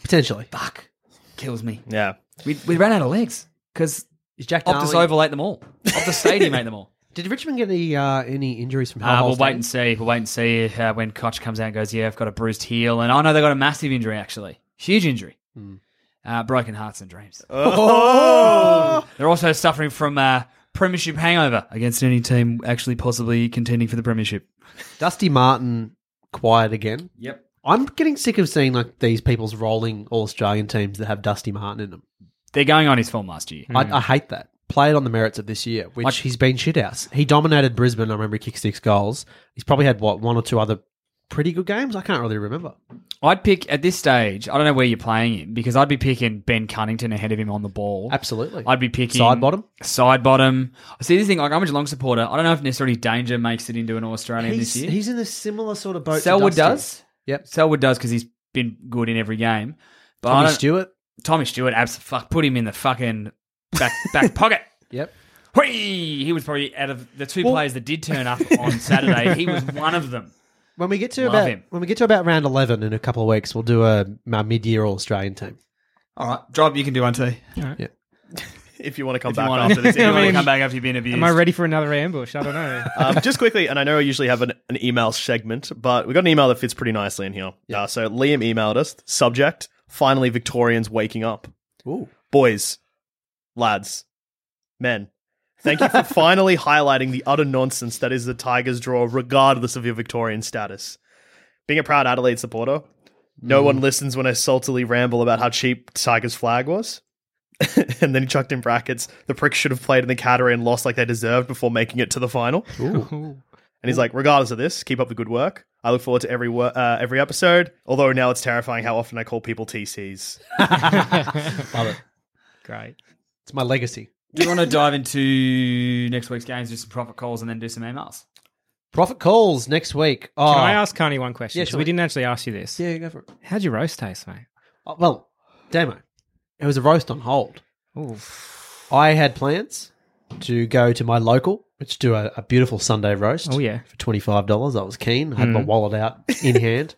Speaker 4: Potentially.
Speaker 6: Fuck, kills me.
Speaker 2: yeah.
Speaker 6: We, we ran out of legs because
Speaker 4: Is Jack
Speaker 6: Optus
Speaker 4: Darling-
Speaker 6: Oval ate them all. Optus Stadium ate them all.
Speaker 4: Did Richmond get any uh, any injuries from
Speaker 6: Uh,
Speaker 4: Hal
Speaker 6: we'll
Speaker 4: Holstein?
Speaker 6: wait and see. We'll wait and see uh, when Koch comes out and goes, Yeah, I've got a bruised heel. And I know they got a massive injury, actually. Huge injury.
Speaker 4: Hmm.
Speaker 6: Uh, broken hearts and dreams.
Speaker 4: Oh!
Speaker 6: They're also suffering from uh, premiership hangover against any team actually possibly contending for the premiership.
Speaker 4: Dusty Martin quiet again.
Speaker 6: Yep.
Speaker 4: I'm getting sick of seeing like these people's rolling all Australian teams that have Dusty Martin in them.
Speaker 6: They're going on his form last year.
Speaker 4: I, I hate that. Play it on the merits of this year, which
Speaker 6: Hmm. Like-
Speaker 4: he's been shit out. He dominated Brisbane. I remember he kicked six goals. He's probably had what one or two other pretty good games. I can't really remember.
Speaker 6: I'd pick, at this stage, I don't know where you're playing him because I'd be picking Ben Cunnington ahead of him on the ball.
Speaker 4: Absolutely,
Speaker 6: I'd be picking
Speaker 4: side bottom.
Speaker 6: Side bottom. I see this thing. Like I'm a Geelong supporter. I don't know if necessarily Danger makes it into an All Australian
Speaker 4: He's,
Speaker 6: this year.
Speaker 4: he's in a similar sort of boat. to
Speaker 6: Selwood
Speaker 4: Dusty.
Speaker 6: does.
Speaker 4: Yep.
Speaker 6: Selwood does because he's been good in every game. But I
Speaker 4: Tommy
Speaker 6: don't-
Speaker 4: Stewart.
Speaker 6: Tommy Stewart, abs- fuck, put him in the fucking back back pocket.
Speaker 4: Yep.
Speaker 6: Whee! He was probably out of the two players that did turn up on Saturday. he was one of them.
Speaker 4: When we get to
Speaker 6: Love
Speaker 4: about
Speaker 6: him.
Speaker 4: when we get to about round eleven in a couple of weeks, we'll do a, a mid year All Australian team.
Speaker 6: All right, job. You can do one too.
Speaker 2: If you want to come
Speaker 6: If you
Speaker 2: back
Speaker 6: want
Speaker 2: after this,
Speaker 6: if
Speaker 2: if
Speaker 6: you
Speaker 2: you
Speaker 6: want to
Speaker 2: wanna
Speaker 6: come back after you've been abused.
Speaker 5: Am I ready for another ambush? I don't know.
Speaker 2: um, just quickly, and I know I usually have an, an email segment, but we got an email that fits pretty nicely in here. Uh, so Liam emailed us. Subject: Finally, Victorians waking up.
Speaker 4: Ooh.
Speaker 2: Boys, lads, men. Thank you for finally highlighting the utter nonsense that is the Tigers' draw, regardless of your Victorian status. Being a proud Adelaide supporter, no one listens when I saltily ramble about how cheap Tigers' flag was. and then he chucked in brackets, the pricks should have played in the category and lost like they deserved before making it to the final. And he's like, regardless of this, keep up the good work. I look forward to every wo- uh, every episode. Although now it's terrifying how often I call people TCs.
Speaker 4: Love it.
Speaker 5: Great.
Speaker 4: It's my legacy.
Speaker 6: do you want to dive into next week's games, do some profit calls, and then do some emails?
Speaker 4: Profit calls next week. Oh.
Speaker 5: Can I ask Carney one question?
Speaker 4: Yeah,
Speaker 5: So
Speaker 4: sure.
Speaker 5: we didn't actually ask you this.
Speaker 4: Yeah, go for it.
Speaker 5: How'd your roast taste, mate?
Speaker 4: Oh, well, demo. It was a roast on hold. I had plans to go to my local, which do a, a beautiful Sunday roast.
Speaker 5: Oh, yeah. Mm.
Speaker 4: for twenty five dollars. I was keen. I had my wallet out in hand.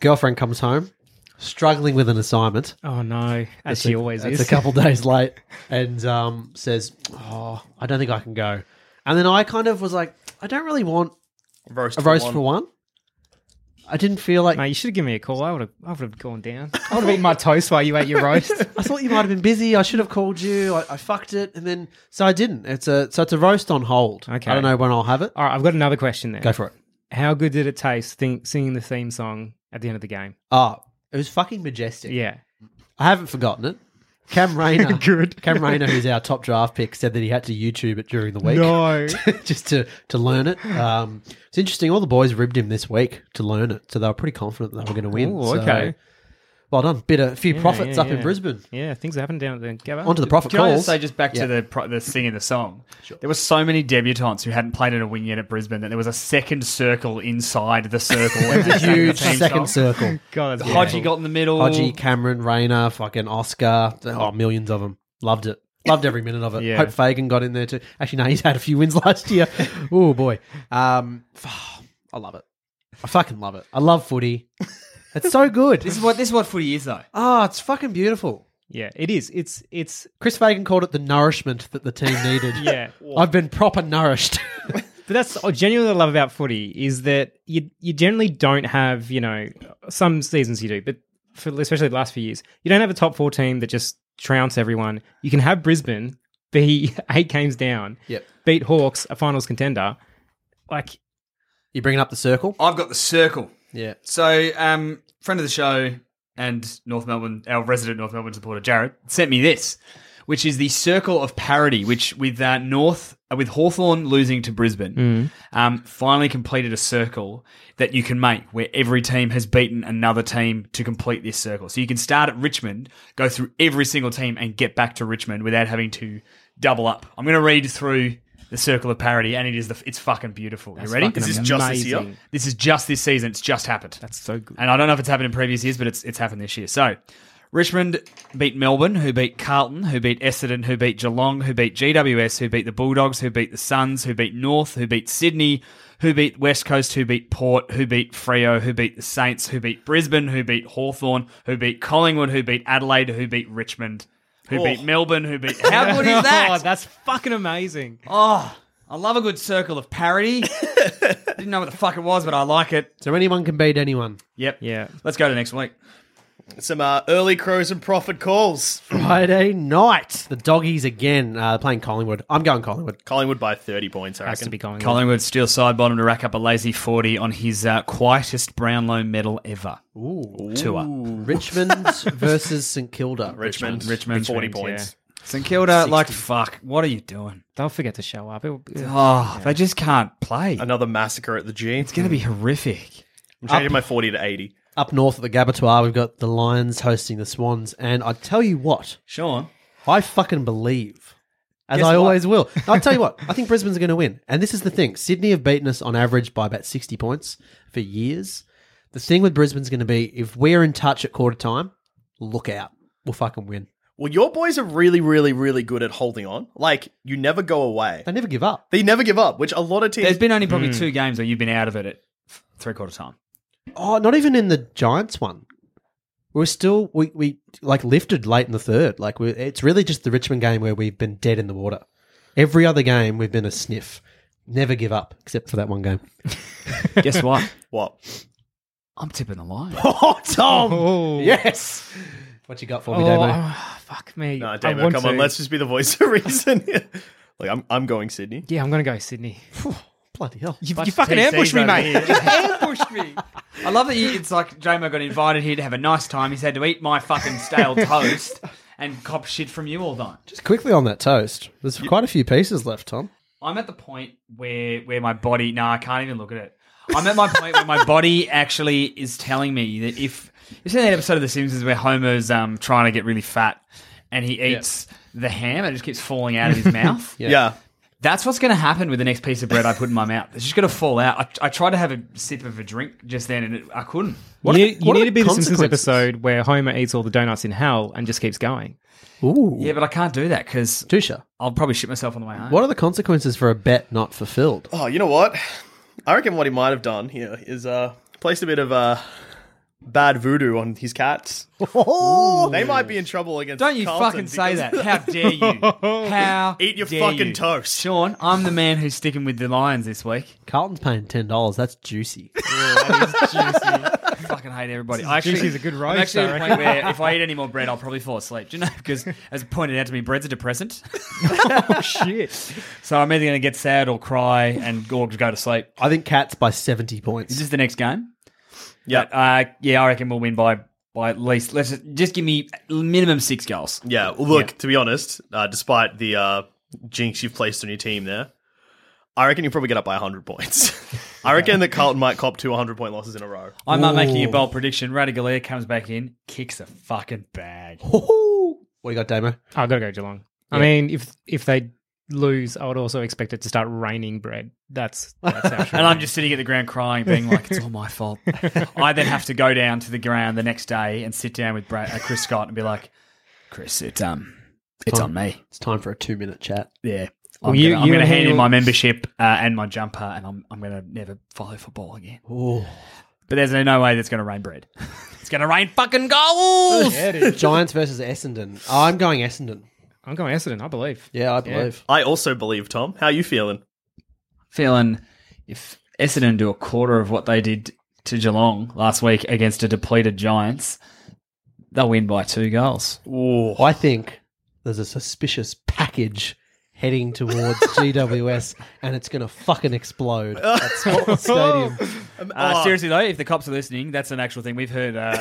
Speaker 4: Girlfriend comes home, struggling with an assignment.
Speaker 5: Oh no, as she always
Speaker 4: It's
Speaker 5: is.
Speaker 4: a couple days late, and um, says, "Oh, I don't think I can go." And then I kind of was like, "I don't really want
Speaker 2: Roast,
Speaker 4: a roast for one." I didn't feel like
Speaker 5: Mate, you should have given me a call. I would have. I would have gone down. I would have eaten my toast while you ate your roast.
Speaker 4: I thought you might have been busy. I should have called you. I, I fucked it, and then so I didn't. It's a so it's a roast on hold.
Speaker 5: Okay.
Speaker 4: I don't know when I'll have it.
Speaker 5: All right, I've got another question there.
Speaker 4: Go for it.
Speaker 5: How good did it taste think, singing the theme song at the end of the game.
Speaker 4: Oh, it was fucking majestic.
Speaker 5: Yeah.
Speaker 4: I haven't forgotten it. Cam Rayner,
Speaker 5: Good.
Speaker 4: Cam Rayner, who's our top draft pick, said that he had to YouTube it during the week.
Speaker 5: No.
Speaker 4: just to to learn it. Um, it's interesting. All the boys ribbed him this week to learn it, so they were pretty confident they were going to win.
Speaker 5: Ooh,
Speaker 4: So,
Speaker 5: okay.
Speaker 4: well done. Bit a few
Speaker 5: Yeah,
Speaker 4: profits
Speaker 5: yeah,
Speaker 4: up in
Speaker 5: yeah.
Speaker 4: Brisbane.
Speaker 5: Yeah, things happen down at the Gabba.
Speaker 4: Onto the profit
Speaker 6: Can I
Speaker 4: calls.
Speaker 6: just say, just back
Speaker 4: Yeah.
Speaker 6: to the pro- the singing the song? There were so many debutants who hadn't played in a wing yet at Brisbane that there was a second circle inside the circle. and they
Speaker 4: a
Speaker 6: sang the
Speaker 4: huge
Speaker 6: team song.
Speaker 4: second circle.
Speaker 5: God, that's
Speaker 6: Hodgie
Speaker 5: beautiful.
Speaker 6: got in the middle.
Speaker 4: Hodgie, Cameron, Rayner, fucking Oscar. Oh, millions of them. Loved it. Loved every minute of it.
Speaker 5: Yeah.
Speaker 4: Hope Fagan got in there too. Actually, no, he's had a few wins last year. oh boy, um, I love it. I fucking love it. I love footy. It's so good.
Speaker 6: This is what this is what footy is though.
Speaker 4: Oh, it's fucking beautiful.
Speaker 5: Yeah, it is. It's it's
Speaker 4: Chris Fagan called it the nourishment that the team needed.
Speaker 5: yeah.
Speaker 4: I've been proper nourished.
Speaker 5: But that's oh, genuinely what I love about footy is that you you generally don't have you know some seasons you do, but for especially the last few years, you don't have a top four team that just trounce everyone. You can have Brisbane be eight games down,
Speaker 4: Yep.
Speaker 5: beat Hawks, a finals contender. Like
Speaker 4: you bringing up the circle?
Speaker 6: I've got the circle.
Speaker 4: Yeah.
Speaker 6: So, um, friend of the show and North Melbourne, our resident North Melbourne supporter, Jared, sent me this, which is the circle of parity, which with uh, North, uh, with Hawthorn losing to Brisbane,
Speaker 5: Mm.
Speaker 6: um, finally completed a circle that you can make where every team has beaten another team to complete this circle. So you can start at Richmond, go through every single team, and get back to Richmond without having to double up. I'm going to read through. The circle of parity, and it is the—it's fucking beautiful. you ready?
Speaker 5: fucking
Speaker 6: This is
Speaker 5: amazing.
Speaker 6: just this year. This is just this season. It's just happened.
Speaker 5: that's so good.
Speaker 6: And I don't know if it's happened in previous years, but it's it's happened this year. So Richmond beat Melbourne, who beat Carlton, who beat Essendon, who beat Geelong, who beat GWS, who beat the Bulldogs, who beat the Suns, who beat North, who beat Sydney, who beat West Coast, who beat Port, who beat Freo, who beat the Saints, who beat Brisbane, who beat Hawthorn, who beat Collingwood, who beat Adelaide, who beat Richmond, who beat Melbourne, who beat How good is
Speaker 5: Oh,
Speaker 6: Oh. that?
Speaker 5: that's fucking amazing.
Speaker 6: Oh, I love a good circle of parody. Didn't know what the fuck it was, but I like it.
Speaker 4: So anyone can beat anyone.
Speaker 6: Yep.
Speaker 5: Yeah.
Speaker 6: Let's go to next week.
Speaker 2: Some uh, early crows and profit calls.
Speaker 4: Friday night, the doggies again uh, playing Collingwood. I'm going Collingwood.
Speaker 2: Collingwood by 30 points, I
Speaker 5: Has
Speaker 2: reckon.
Speaker 5: to be going.
Speaker 6: Collingwood still side bottom to rack up a lazy 40 on his uh, quietest Brownlow medal ever.
Speaker 4: Ooh.
Speaker 6: Tour.
Speaker 4: Richmond versus St Kilda.
Speaker 2: Richmond,
Speaker 6: Richmond,
Speaker 2: 40
Speaker 6: Richmond,
Speaker 2: points.
Speaker 6: St Kilda, like, fuck, what are you doing?
Speaker 5: They'll forget to show up. It, will-
Speaker 6: Oh, they just can't play.
Speaker 2: Another massacre at the G.
Speaker 6: It's going to be horrific.
Speaker 2: I'm changing my 40 to 80.
Speaker 4: Up north at the Gabatoir, we've got the Lions hosting the Swans, and I tell you what,
Speaker 6: Sean,
Speaker 4: I fucking believe, as
Speaker 6: Guess
Speaker 4: I
Speaker 6: what?
Speaker 4: always will. I'll tell you what, I think Brisbane's going to win, and this is the thing: Sydney have beaten us on average by about sixty points for years. The thing with Brisbane's going to be if we're in touch at quarter time, look out, we'll fucking win.
Speaker 2: Well, your boys are really, really, really good at holding on. Like, you never go away.
Speaker 4: They never give up.
Speaker 2: They never give up, which a lot of teams.
Speaker 6: there's been only probably two games where you've been out of it at three quarter time.
Speaker 4: Oh, not even in the Giants one. We We're still we, we like lifted late in the third. Like we, it's really just the Richmond game where we've been dead in the water. Every other game we've been a sniff. Never give up, except for that one game.
Speaker 6: Guess what?
Speaker 2: what?
Speaker 6: I'm tipping the line.
Speaker 4: Oh, Tom!
Speaker 5: Oh.
Speaker 4: Yes. What you got for me,
Speaker 5: Oh,
Speaker 4: Damo?
Speaker 5: oh, fuck me.
Speaker 2: No,
Speaker 5: I
Speaker 2: Damo,
Speaker 5: want
Speaker 2: come on.
Speaker 5: to.
Speaker 2: Let's just be the voice of reason. like, I'm, I'm going Sydney.
Speaker 5: Yeah, I'm gonna go Sydney.
Speaker 4: Bloody hell!
Speaker 5: You,
Speaker 6: Bunch
Speaker 5: you
Speaker 6: of
Speaker 5: fucking
Speaker 6: TCs
Speaker 5: ambushed me,
Speaker 6: over
Speaker 5: mate.
Speaker 6: here. You ambushed me. I love that you, it's like Jamo got invited here to have a nice time. He's had to eat my fucking stale toast and cop shit from you all night.
Speaker 4: Just quickly on that toast. There's quite a few pieces left, Tom.
Speaker 6: I'm at the point where where my body. No, I can't even look at it. I'm at my point where my body actually is telling me that if you've seen that episode of The Simpsons where Homer's um, trying to get really fat and he eats the ham and it just keeps falling out of his mouth.
Speaker 4: Yeah.
Speaker 2: Yeah.
Speaker 6: That's what's going to happen with the next piece of bread I put in my mouth. It's just going to fall out. I, I tried to have a sip of a drink just then and it, I couldn't.
Speaker 4: What
Speaker 5: you
Speaker 4: are the-
Speaker 5: need, you
Speaker 4: what are the
Speaker 5: need to be the Simpsons
Speaker 4: consequences?
Speaker 5: episode where Homer eats all the donuts in hell and just keeps going.
Speaker 4: Ooh,
Speaker 6: Yeah, but I can't do that because
Speaker 4: Tusha.
Speaker 6: I'll probably shit myself on the way home.
Speaker 4: What are the consequences for a bet not fulfilled?
Speaker 2: Oh, you know what? I reckon what he might have done here is uh, placed a bit of uh, bad voodoo on his cats. They might be in trouble against.
Speaker 6: Don't you
Speaker 2: Carlton
Speaker 6: fucking say
Speaker 2: because-
Speaker 6: that. How dare you? How
Speaker 2: Eat your
Speaker 6: dare
Speaker 2: fucking
Speaker 6: you.
Speaker 2: toast.
Speaker 6: Sean, I'm the man who's sticking with the Lions this week.
Speaker 4: Carlton's paying ten dollars. That's juicy.
Speaker 6: Oh, I fucking hate everybody. I actually,
Speaker 5: juicy's a good roast,
Speaker 6: I'm actually at
Speaker 5: I
Speaker 6: a point where if I eat any more bread, I'll probably fall asleep. Do you know? Because as pointed out to me, bread's a depressant.
Speaker 5: Oh shit!
Speaker 6: So I'm either going to get sad or cry and or go to sleep.
Speaker 4: I think Cats by seventy points.
Speaker 6: Is this the next game?
Speaker 2: Yeah.
Speaker 6: But, uh, yeah, I reckon we'll win by by at least let's just, just give me minimum six goals.
Speaker 2: Yeah, well, look, to be honest, uh, despite the uh, jinx you've placed on your team there, I reckon you probably get up by 100 points. I reckon that Carlton might cop two 100 point losses in a row.
Speaker 6: I'm not making a bold prediction. Radigalia comes back in, kicks a fucking bag.
Speaker 4: What do you got, Damo?
Speaker 5: Oh, I gotta go Geelong. I mean, if if they lose, I would also expect it to start raining bread. That's that's how
Speaker 6: And I'm just sitting at the ground crying, being like, "It's all my fault." I then have to go down to the ground the next day and sit down with Brad, uh, Chris Scott and be like, "Chris, it um, it's on me.
Speaker 4: It's time for a two-minute chat.
Speaker 6: Yeah, I'm
Speaker 5: Well, you-
Speaker 6: gonna, I'm
Speaker 5: you
Speaker 6: gonna
Speaker 5: and
Speaker 6: hand
Speaker 5: he
Speaker 6: in
Speaker 5: will-
Speaker 6: my membership uh, and my jumper, and I'm I'm gonna never follow football again."
Speaker 4: Oh,
Speaker 6: But there's no way that's gonna rain bread. it's gonna rain fucking goals.
Speaker 4: Giants versus Essendon. Oh, I'm going Essendon.
Speaker 5: I'm going Essendon, I believe.
Speaker 4: Yeah, I believe.
Speaker 2: I also believe, Tom. How you feeling?
Speaker 6: Feeling if Essendon do a quarter of what they did to Geelong last week against a depleted Giants, they'll win by two goals.
Speaker 2: Ooh.
Speaker 4: I think there's a suspicious package heading towards GWS, and it's going to fucking explode at Sports Stadium.
Speaker 6: Uh, Seriously though, if the cops are listening, that's an actual thing we've heard uh,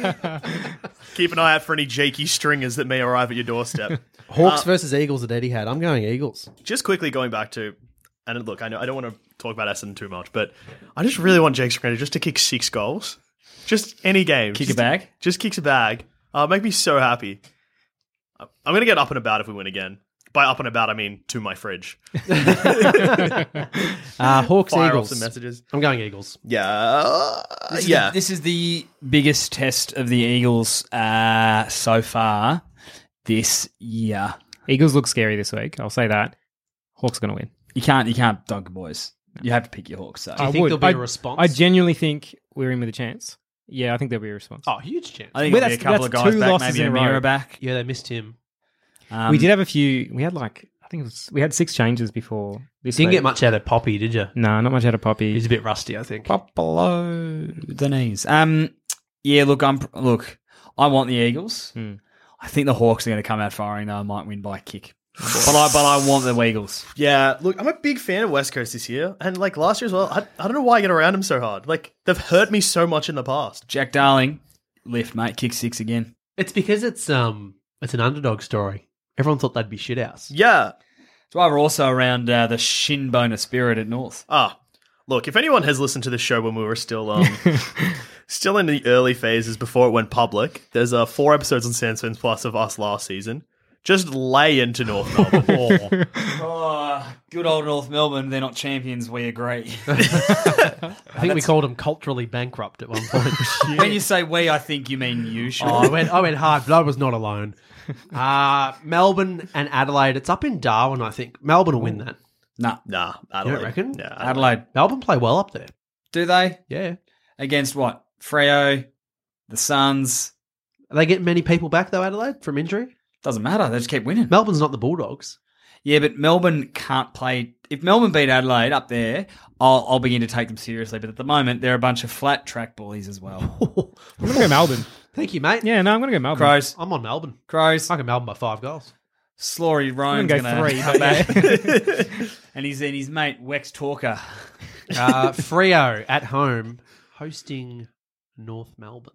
Speaker 6: about.
Speaker 2: Keep an eye out for any jakey stringers that may arrive at your doorstep.
Speaker 4: Hawks versus Eagles at Etihad. I'm going Eagles.
Speaker 2: just quickly going back to, and look, I know I don't want to talk about Essendon too much, but I just really want Jake Scrinder just to kick six goals, just any game,
Speaker 6: Kick a
Speaker 2: Just-
Speaker 6: bag?
Speaker 2: just kicks a bag. Uh, make me so happy. I- I'm gonna get up and about if we win again. By up and about, I mean to my fridge.
Speaker 4: Uh, Hawks
Speaker 2: Fire off
Speaker 4: Eagles.
Speaker 2: some messages.
Speaker 4: I'm going Eagles.
Speaker 2: Yeah, uh, yeah.
Speaker 6: this is the biggest test of the Eagles uh, so far this year.
Speaker 5: Eagles look scary this week. I'll say that. Hawks are going to win.
Speaker 6: You can't, you can't dunk boys. You have to pick your hawks. So.
Speaker 4: you
Speaker 6: I,
Speaker 4: think
Speaker 5: would.
Speaker 4: there'll be a
Speaker 5: I-
Speaker 4: response?
Speaker 5: I genuinely think we're in with a chance. Yeah, I think there'll be a response.
Speaker 4: Oh, huge chance.
Speaker 6: think
Speaker 5: Well,
Speaker 6: it'll be a
Speaker 5: that's-
Speaker 6: couple of
Speaker 5: that's
Speaker 6: guys
Speaker 5: two
Speaker 6: back,
Speaker 5: losses
Speaker 6: maybe
Speaker 5: in a
Speaker 6: Amira
Speaker 5: row.
Speaker 6: back.
Speaker 4: Yeah, they missed him.
Speaker 6: Um,
Speaker 5: we did have a few. We had like I think it was we had six changes before this.
Speaker 4: Didn't
Speaker 5: week.
Speaker 4: get much out of Poppy, did you?
Speaker 5: No, not much out of
Speaker 4: He's
Speaker 5: Poppy.
Speaker 4: a bit rusty, I think.
Speaker 6: pop below the knees. Um, yeah. Look, I'm look. I want the Eagles.
Speaker 5: Hmm.
Speaker 6: I think the Hawks are going to come out firing. though. I might win by a kick, but I but I want the Eagles.
Speaker 2: Yeah, look, I'm a big fan of West Coast this year, and like last year as well. I, I don't know why I get around them so hard. Like they've hurt me so much in the past.
Speaker 6: Jack Darling, lift mate, kick six again.
Speaker 4: It's because it's um it's an underdog story. Everyone thought they'd be shit house.
Speaker 2: Yeah,
Speaker 6: That's why we're also around uh, the shin boner spirit at North.
Speaker 2: Ah, look, if anyone has listened to this show when we were still um, still in the early phases before it went public, there's uh, four episodes on Sandspins Plus of us last season. Just lay into North Melbourne.
Speaker 6: Oh, good old North Melbourne. They're not champions. We agree.
Speaker 4: I think we called them culturally bankrupt at one point.
Speaker 6: when you say we, I think you mean you. Sean.
Speaker 4: Oh, I went, I went hard, but I was not alone. Uh, Melbourne and Adelaide. It's up in Darwin, I think. Melbourne will win that.
Speaker 6: nah.
Speaker 2: nah, Adelaide.
Speaker 4: reckon?
Speaker 2: Yeah, Adelaide.
Speaker 6: Adelaide.
Speaker 4: Melbourne play well up there.
Speaker 6: Do they
Speaker 4: Yeah,
Speaker 6: against what? Freo, the Suns.
Speaker 4: they get many people back though. Adelaide from injury.
Speaker 6: Doesn't matter. They just keep winning.
Speaker 4: Melbourne's not the Bulldogs.
Speaker 6: Yeah, but Melbourne can't play. If Melbourne beat Adelaide up there, I'll, I'll begin to take them seriously. But at the moment, they're a bunch of flat track bullies as well.
Speaker 5: I'm going to go Melbourne.
Speaker 4: Thank you, mate.
Speaker 5: Yeah, no, I'm going to go Melbourne.
Speaker 6: Crows,
Speaker 4: I'm on Melbourne.
Speaker 6: Crows,
Speaker 4: I can Melbourne by five goals.
Speaker 6: Slory
Speaker 5: I'm
Speaker 6: Rome's
Speaker 5: going
Speaker 6: going to
Speaker 5: to go three.
Speaker 6: come
Speaker 5: But
Speaker 6: back,
Speaker 5: yeah.
Speaker 6: and he's and his mate Wex Talker.
Speaker 4: Uh, Frio at home hosting North Melbourne.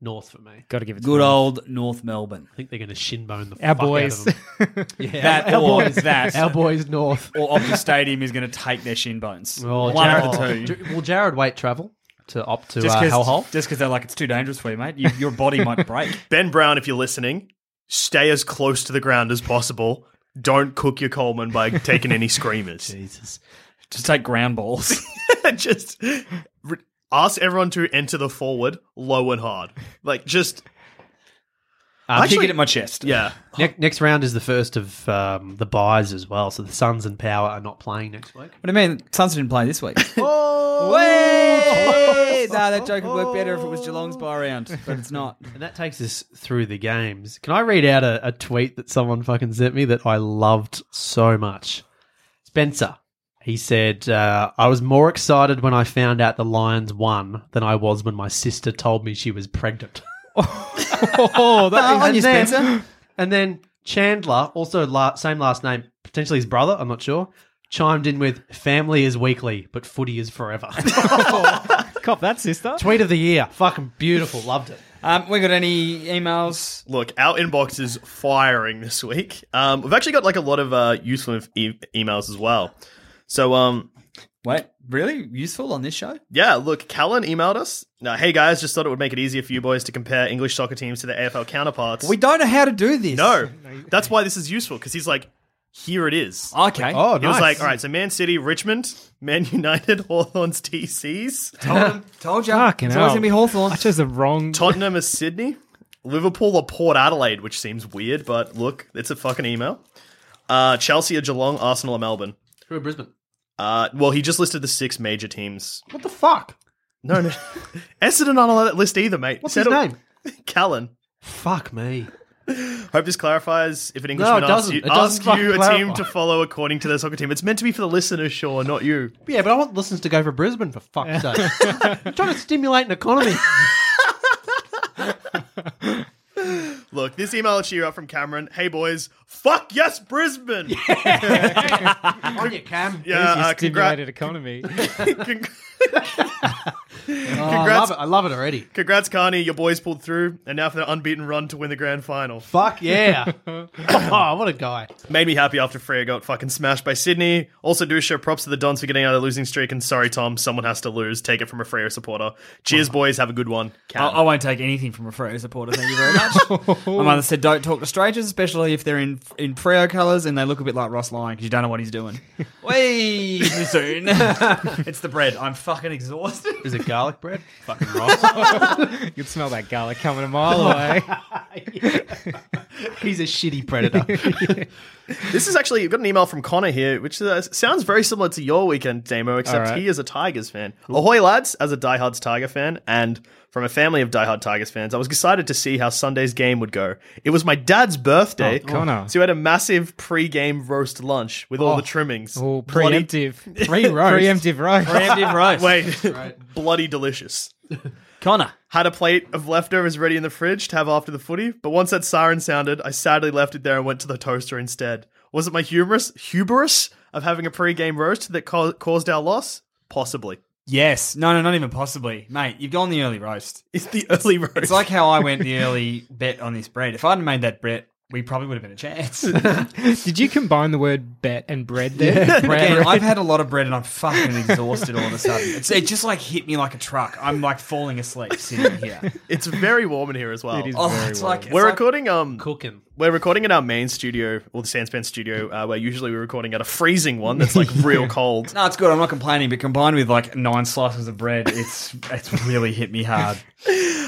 Speaker 4: North for me.
Speaker 5: Got to give it to
Speaker 6: Good
Speaker 5: them.
Speaker 6: old North Melbourne.
Speaker 4: I think they're going to shinbone the
Speaker 5: our
Speaker 4: fuck
Speaker 5: boys.
Speaker 4: out of them. Yeah,
Speaker 6: That
Speaker 4: our,
Speaker 6: or
Speaker 4: boys.
Speaker 6: that.
Speaker 4: Our boys North.
Speaker 6: Or Optus Stadium is going to take their shin bones.
Speaker 4: Well,
Speaker 6: One of the two.
Speaker 4: Oh, Jared- J- Will Jared Waite travel to opt to
Speaker 6: Just
Speaker 4: uh, Hellhole?
Speaker 6: because they're like, it's too dangerous for you, mate. You, your body might break.
Speaker 2: Ben Brown, if you're listening, stay as close to the ground as possible. Don't cook your Coleman by taking any screamers.
Speaker 4: Jesus.
Speaker 6: Just take ground balls.
Speaker 2: just re- ask everyone to enter the forward low and hard. Like just
Speaker 6: Kick
Speaker 4: Um,
Speaker 2: Actually-
Speaker 6: it at my chest.
Speaker 2: yeah.
Speaker 4: Ne- next round is the first of um, the buys as well. So the Suns and Power are not playing next week.
Speaker 6: What do you mean? Suns didn't play this week.
Speaker 4: Oh,
Speaker 6: Way! no, that joke would work better if it was Geelong's bar round, but it's not.
Speaker 4: And that takes us through the games. Can I read out a, a tweet that someone fucking sent me that I loved so much? Spencer. He said, uh, I was more excited when I found out the Lions won than I was when my sister told me she was pregnant. oh,
Speaker 5: Uh,
Speaker 4: that
Speaker 6: on you,
Speaker 4: then-
Speaker 6: Spencer.
Speaker 4: And then Chandler, also la- same last name, potentially his brother, I'm not sure, chimed in with, family is weekly, but footy is forever.
Speaker 5: Cop that, sister.
Speaker 4: Tweet of the year. Fucking beautiful. Loved it.
Speaker 6: Um, we got any emails?
Speaker 2: Look, our inbox is firing this week. Um, we've actually got like a lot of uh, useful inf- e- emails as well. So, um,
Speaker 6: Wait, really useful on this show?
Speaker 2: yeah, look, Callan emailed us. Now, hey guys, just thought it would make it easier for you boys to compare English soccer teams to their AFL counterparts.
Speaker 6: We don't know how to do this.
Speaker 2: no, that's why this is useful because he's like, here it is.
Speaker 6: Okay.
Speaker 4: Oh, nice.
Speaker 2: He was like, all right, so Man City, Richmond, Man United, Hawthorns, TCs,
Speaker 6: told, told you.
Speaker 5: Fucking
Speaker 6: it's
Speaker 5: hell.
Speaker 6: always gonna be Hawthorne.
Speaker 5: I chose the wrong.
Speaker 2: Tottenham is Sydney, Liverpool or Port Adelaide, which seems weird, but look, it's a fucking email. Uh, Chelsea or Geelong, Arsenal or Melbourne.
Speaker 4: Who are Brisbane?
Speaker 2: Uh, well, he just listed the six major teams.
Speaker 4: What the fuck?
Speaker 2: No, no. Essendon not on that list either, mate.
Speaker 4: What's
Speaker 2: Said
Speaker 4: his
Speaker 2: it-
Speaker 4: name?
Speaker 2: Callan.
Speaker 4: Fuck me.
Speaker 2: Hope this clarifies if an Englishman asks
Speaker 4: doesn't.
Speaker 2: you,
Speaker 4: It doesn't
Speaker 2: asks you a
Speaker 4: fucking
Speaker 2: team
Speaker 4: clarify.
Speaker 2: to follow according to their soccer team. It's meant to be for the listener, sure, not you.
Speaker 4: Yeah, but I want listeners to go for Brisbane for fuck's sake. I'm trying to stimulate an economy.
Speaker 2: Look, this email cheer up from Cameron. Hey, boys. Fuck yes, Brisbane. Yeah,
Speaker 4: On your cam.
Speaker 2: uh,
Speaker 5: Uh,
Speaker 2: congrats.
Speaker 5: stimulated economy.
Speaker 4: Oh, I love it. I love it already.
Speaker 2: Congrats, Carney. Your boys pulled through, and now for the unbeaten run to win the grand final.
Speaker 4: Fuck yeah. oh, what a guy.
Speaker 2: Made me happy after Freya got fucking smashed by Sydney. Also, do show props to the Dons for getting out of the losing streak. And sorry, Tom, someone has to lose. Take it from a Freya supporter. Cheers, boys. Have a good one.
Speaker 6: I,
Speaker 2: Cam.
Speaker 6: I won't take anything from a Freo supporter. Thank you very much. My mother said, "Don't talk to strangers, especially if they're in in Freo colours and they look a bit like Ross Lyon because you don't know what he's doing." Way too soon. it's the bread. I'm fucking exhausted.
Speaker 4: Is it garlic bread? Fucking wrong.
Speaker 5: You can smell that garlic coming a mile away.
Speaker 4: He's a shitty predator.
Speaker 2: This is actually, we've got an email from Connor here, which uh, sounds very similar to your weekend, Damo, except
Speaker 5: All right.
Speaker 2: he is a Tigers fan. Ahoy, lads, as a diehard Tiger fan and from a family of diehard Tigers fans, I was excited to see how Sunday's game would go. It was my dad's birthday.
Speaker 5: Oh, Connor.
Speaker 2: So we had a massive pre game roast lunch with all the trimmings.
Speaker 5: Oh,
Speaker 2: Bloody-
Speaker 5: preemptive. Pre-roast. Preemptive roast.
Speaker 6: Preemptive roast.
Speaker 2: Wait, bloody delicious.
Speaker 6: Connor.
Speaker 2: Had a plate of leftovers ready in the fridge to have after the footy, but once that siren sounded, I sadly left it there and went to the toaster instead. Was it my humorous hubris of having a pre-game roast that ca- caused our loss? Possibly.
Speaker 6: Yes. No, no, not even possibly, mate. You've gone the early roast.
Speaker 2: It's the early roast.
Speaker 6: It's like how I went the early bet on this bread. If I'd made that bet, we probably would have been a chance.
Speaker 5: Did you combine the word bet and bread there?
Speaker 6: Again, I've had a lot of bread and I'm fucking exhausted all of a sudden. It's, it just like hit me like a truck. I'm like falling asleep sitting here.
Speaker 2: it's very warm in here as well.
Speaker 5: It is
Speaker 6: Oh,
Speaker 5: very
Speaker 6: it's
Speaker 5: well.
Speaker 6: like it's
Speaker 2: We're
Speaker 6: like-
Speaker 2: recording um
Speaker 4: Cooking.
Speaker 2: we're recording in our main studio, or the Sandspan studio, uh, where usually we're recording at a freezing one that's like real cold.
Speaker 6: No, it's good. I'm not complaining, but combined with like nine slices of bread, it's it's really hit me hard.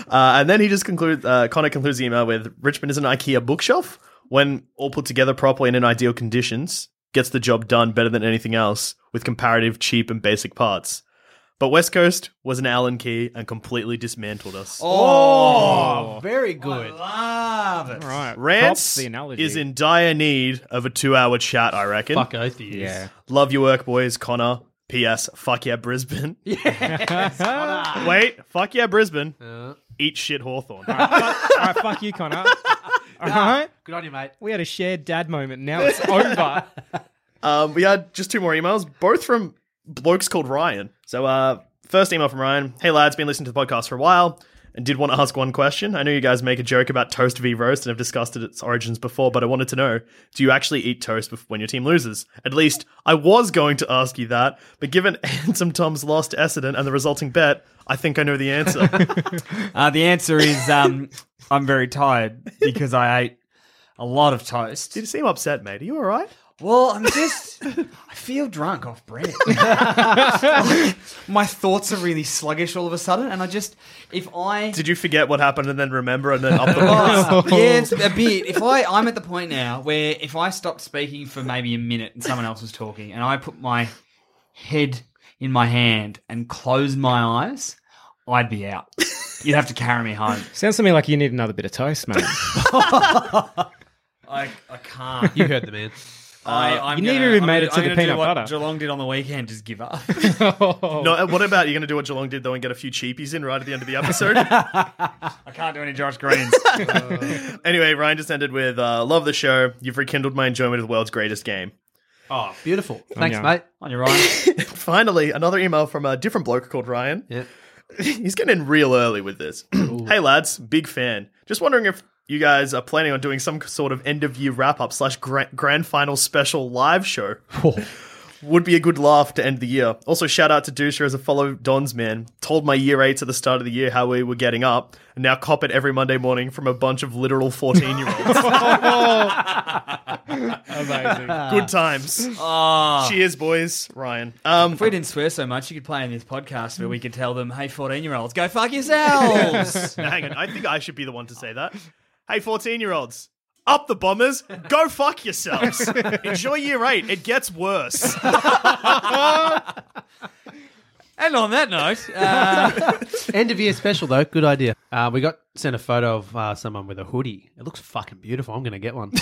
Speaker 2: Uh, and then he just concludes, uh, Connor concludes the email with Richmond is an IKEA bookshelf when all put together properly and in ideal conditions, gets the job done better than anything else with comparative cheap and basic parts. But West Coast was an Allen key and completely dismantled us.
Speaker 4: Oh, very good.
Speaker 6: Love it.
Speaker 5: Right. Props
Speaker 2: Rance
Speaker 5: the analogy.
Speaker 2: is in dire need of a two hour chat, I reckon.
Speaker 4: Fuck oath he is.
Speaker 5: Yeah.
Speaker 2: Love your work, boys. Connor. P.S. Fuck yeah, Brisbane. Wait, fuck yeah, Brisbane. Eat shit, Hawthorne.
Speaker 5: All right, fuck you, Connor. All right.
Speaker 4: Good on you, mate.
Speaker 5: We had a shared dad moment. Now it's over.
Speaker 2: Um, we had just two more emails, both from blokes called Ryan. So, uh, first email from Ryan Hey, lads, been listening to the podcast for a while and did want to ask one question. I know you guys make a joke about toast v roast and have discussed it its origins before, but I wanted to know do you actually eat toast bef- when your team loses? At least I was going to ask you that, but given Handsome Tom's loss to Essendon and the resulting bet, I think I know the answer.
Speaker 6: Uh, the answer is um, I'm very tired because I ate a lot of toast.
Speaker 2: you seem upset, mate. Are you all right?
Speaker 6: Well, I'm just. I feel drunk off bread. my thoughts are really sluggish all of a sudden, and I just. If I.
Speaker 2: Did you forget what happened and then remember and then up the
Speaker 6: Oh, yeah, it's a bit. If I, I'm at the point now where if I stopped speaking for maybe a minute and someone else was talking, and I put my head in my hand and closed my eyes, I'd be out. You'd have to carry me home.
Speaker 5: Sounds to me like you need another bit of toast, mate.
Speaker 6: I, I can't.
Speaker 4: You heard the man.
Speaker 6: I, I'm
Speaker 5: Uh, you need
Speaker 6: gonna-
Speaker 5: to have
Speaker 6: I'm
Speaker 5: made
Speaker 6: gonna-
Speaker 5: it to
Speaker 6: I'm
Speaker 5: the
Speaker 6: gonna do
Speaker 5: peanut
Speaker 6: what
Speaker 5: butter.
Speaker 6: Geelong did on the weekend. Just give up.
Speaker 2: No, and what about you're going to do what Geelong did though and get a few cheapies in right at the end of the episode?
Speaker 6: I can't do any Josh Greens.
Speaker 2: Anyway, Ryan just ended with uh, Love the show. You've rekindled my enjoyment of the world's greatest game.
Speaker 4: Oh, beautiful. Thanks,
Speaker 5: yeah.
Speaker 4: mate.
Speaker 6: on your own.
Speaker 2: Finally, another email from a different bloke called Ryan.
Speaker 4: Yeah.
Speaker 2: he's getting in real early with this. hey lads, big fan. Just wondering if you guys are planning on doing some sort of end of year wrap up slash gra- grand final special live show. Would be a good laugh to end the year. Also, shout out to Dusha as a fellow Don's man. Told my year eights at the start of the year how we were getting up, and now cop it every Monday morning from a bunch of literal 14 year olds.
Speaker 5: Amazing.
Speaker 2: good times. Cheers, boys. Ryan. Um,
Speaker 6: If we didn't swear so much, you could play in this podcast where we could tell them, hey, 14 year olds, go fuck yourselves.
Speaker 2: Now, hang on. I think I should be the one to say that. Hey, 14 year olds, up the bombers. Go fuck yourselves. Enjoy year eight. It gets worse.
Speaker 6: and on that note, uh,
Speaker 4: End of year special though, good idea. Uh, we got sent a photo of uh, someone with a hoodie. It looks fucking beautiful. I'm gonna get one.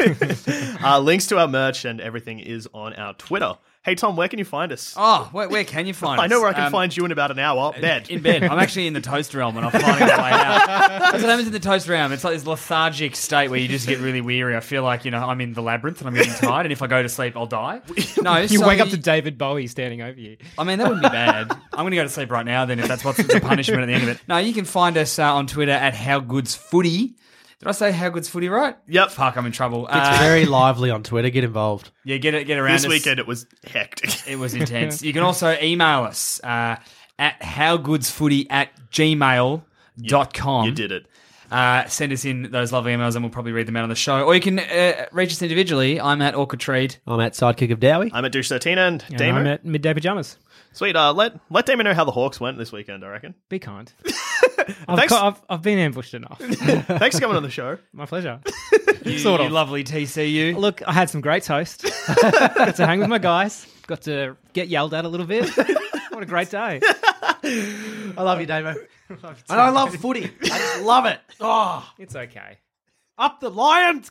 Speaker 2: uh, links to our merch and everything is on our Twitter. Hey, Tom, where can you find us?
Speaker 6: oh, where, where can you find us?
Speaker 2: I know where I can
Speaker 6: Um,
Speaker 2: find you in about an hour. Bed.
Speaker 6: In bed. I'm actually in the toast realm and I'm finding a way out. That's what happens in the toast realm. It's like this lethargic state where you just get really weary. I feel like, you know, I'm in the labyrinth and I'm getting tired, and if I go to sleep, I'll die. No,
Speaker 5: You
Speaker 6: so-
Speaker 5: wake up to David Bowie standing over you.
Speaker 6: I mean, that wouldn't be bad. I'm going to go to sleep right now then if that's what's the punishment at the end of it. No, you can find us uh, on Twitter at howgoodsfooty. Did I say howgoodsfooty right?
Speaker 2: Yep.
Speaker 6: Fuck, I'm in trouble.
Speaker 4: It's
Speaker 6: Uh,
Speaker 4: very lively on Twitter. Get involved.
Speaker 6: yeah, get it, get around
Speaker 2: This
Speaker 6: us.
Speaker 2: weekend it was hectic.
Speaker 6: It was intense. you can also email us uh, at howgoodsfooty at gmail.com.
Speaker 2: you did it.
Speaker 6: Uh, send us in those lovely emails and we'll probably read them out on the show. Or you can uh, reach us individually. I'm at Orchid Treat.
Speaker 4: I'm at sidekick of Dowie.
Speaker 2: I'm at Douche 13 and,
Speaker 5: And
Speaker 2: Damon.
Speaker 5: I'm at midday pajamas.
Speaker 2: Sweet. Uh, let, let Damon know how the Hawks went this weekend, I reckon.
Speaker 5: Be kind. I've,
Speaker 2: Thanks.
Speaker 5: co- I've, I've been ambushed enough.
Speaker 2: Thanks for coming on the show.
Speaker 5: My pleasure.
Speaker 6: You,
Speaker 5: Sort
Speaker 6: you
Speaker 5: of.
Speaker 6: lovely TCU.
Speaker 5: Look, I had some great toast. Got to hang with my guys. Got to get yelled at a little bit. What a great day.
Speaker 4: I love you, Damo. and I love footy. I just love it. Oh,
Speaker 5: It's okay.
Speaker 4: up the Lions.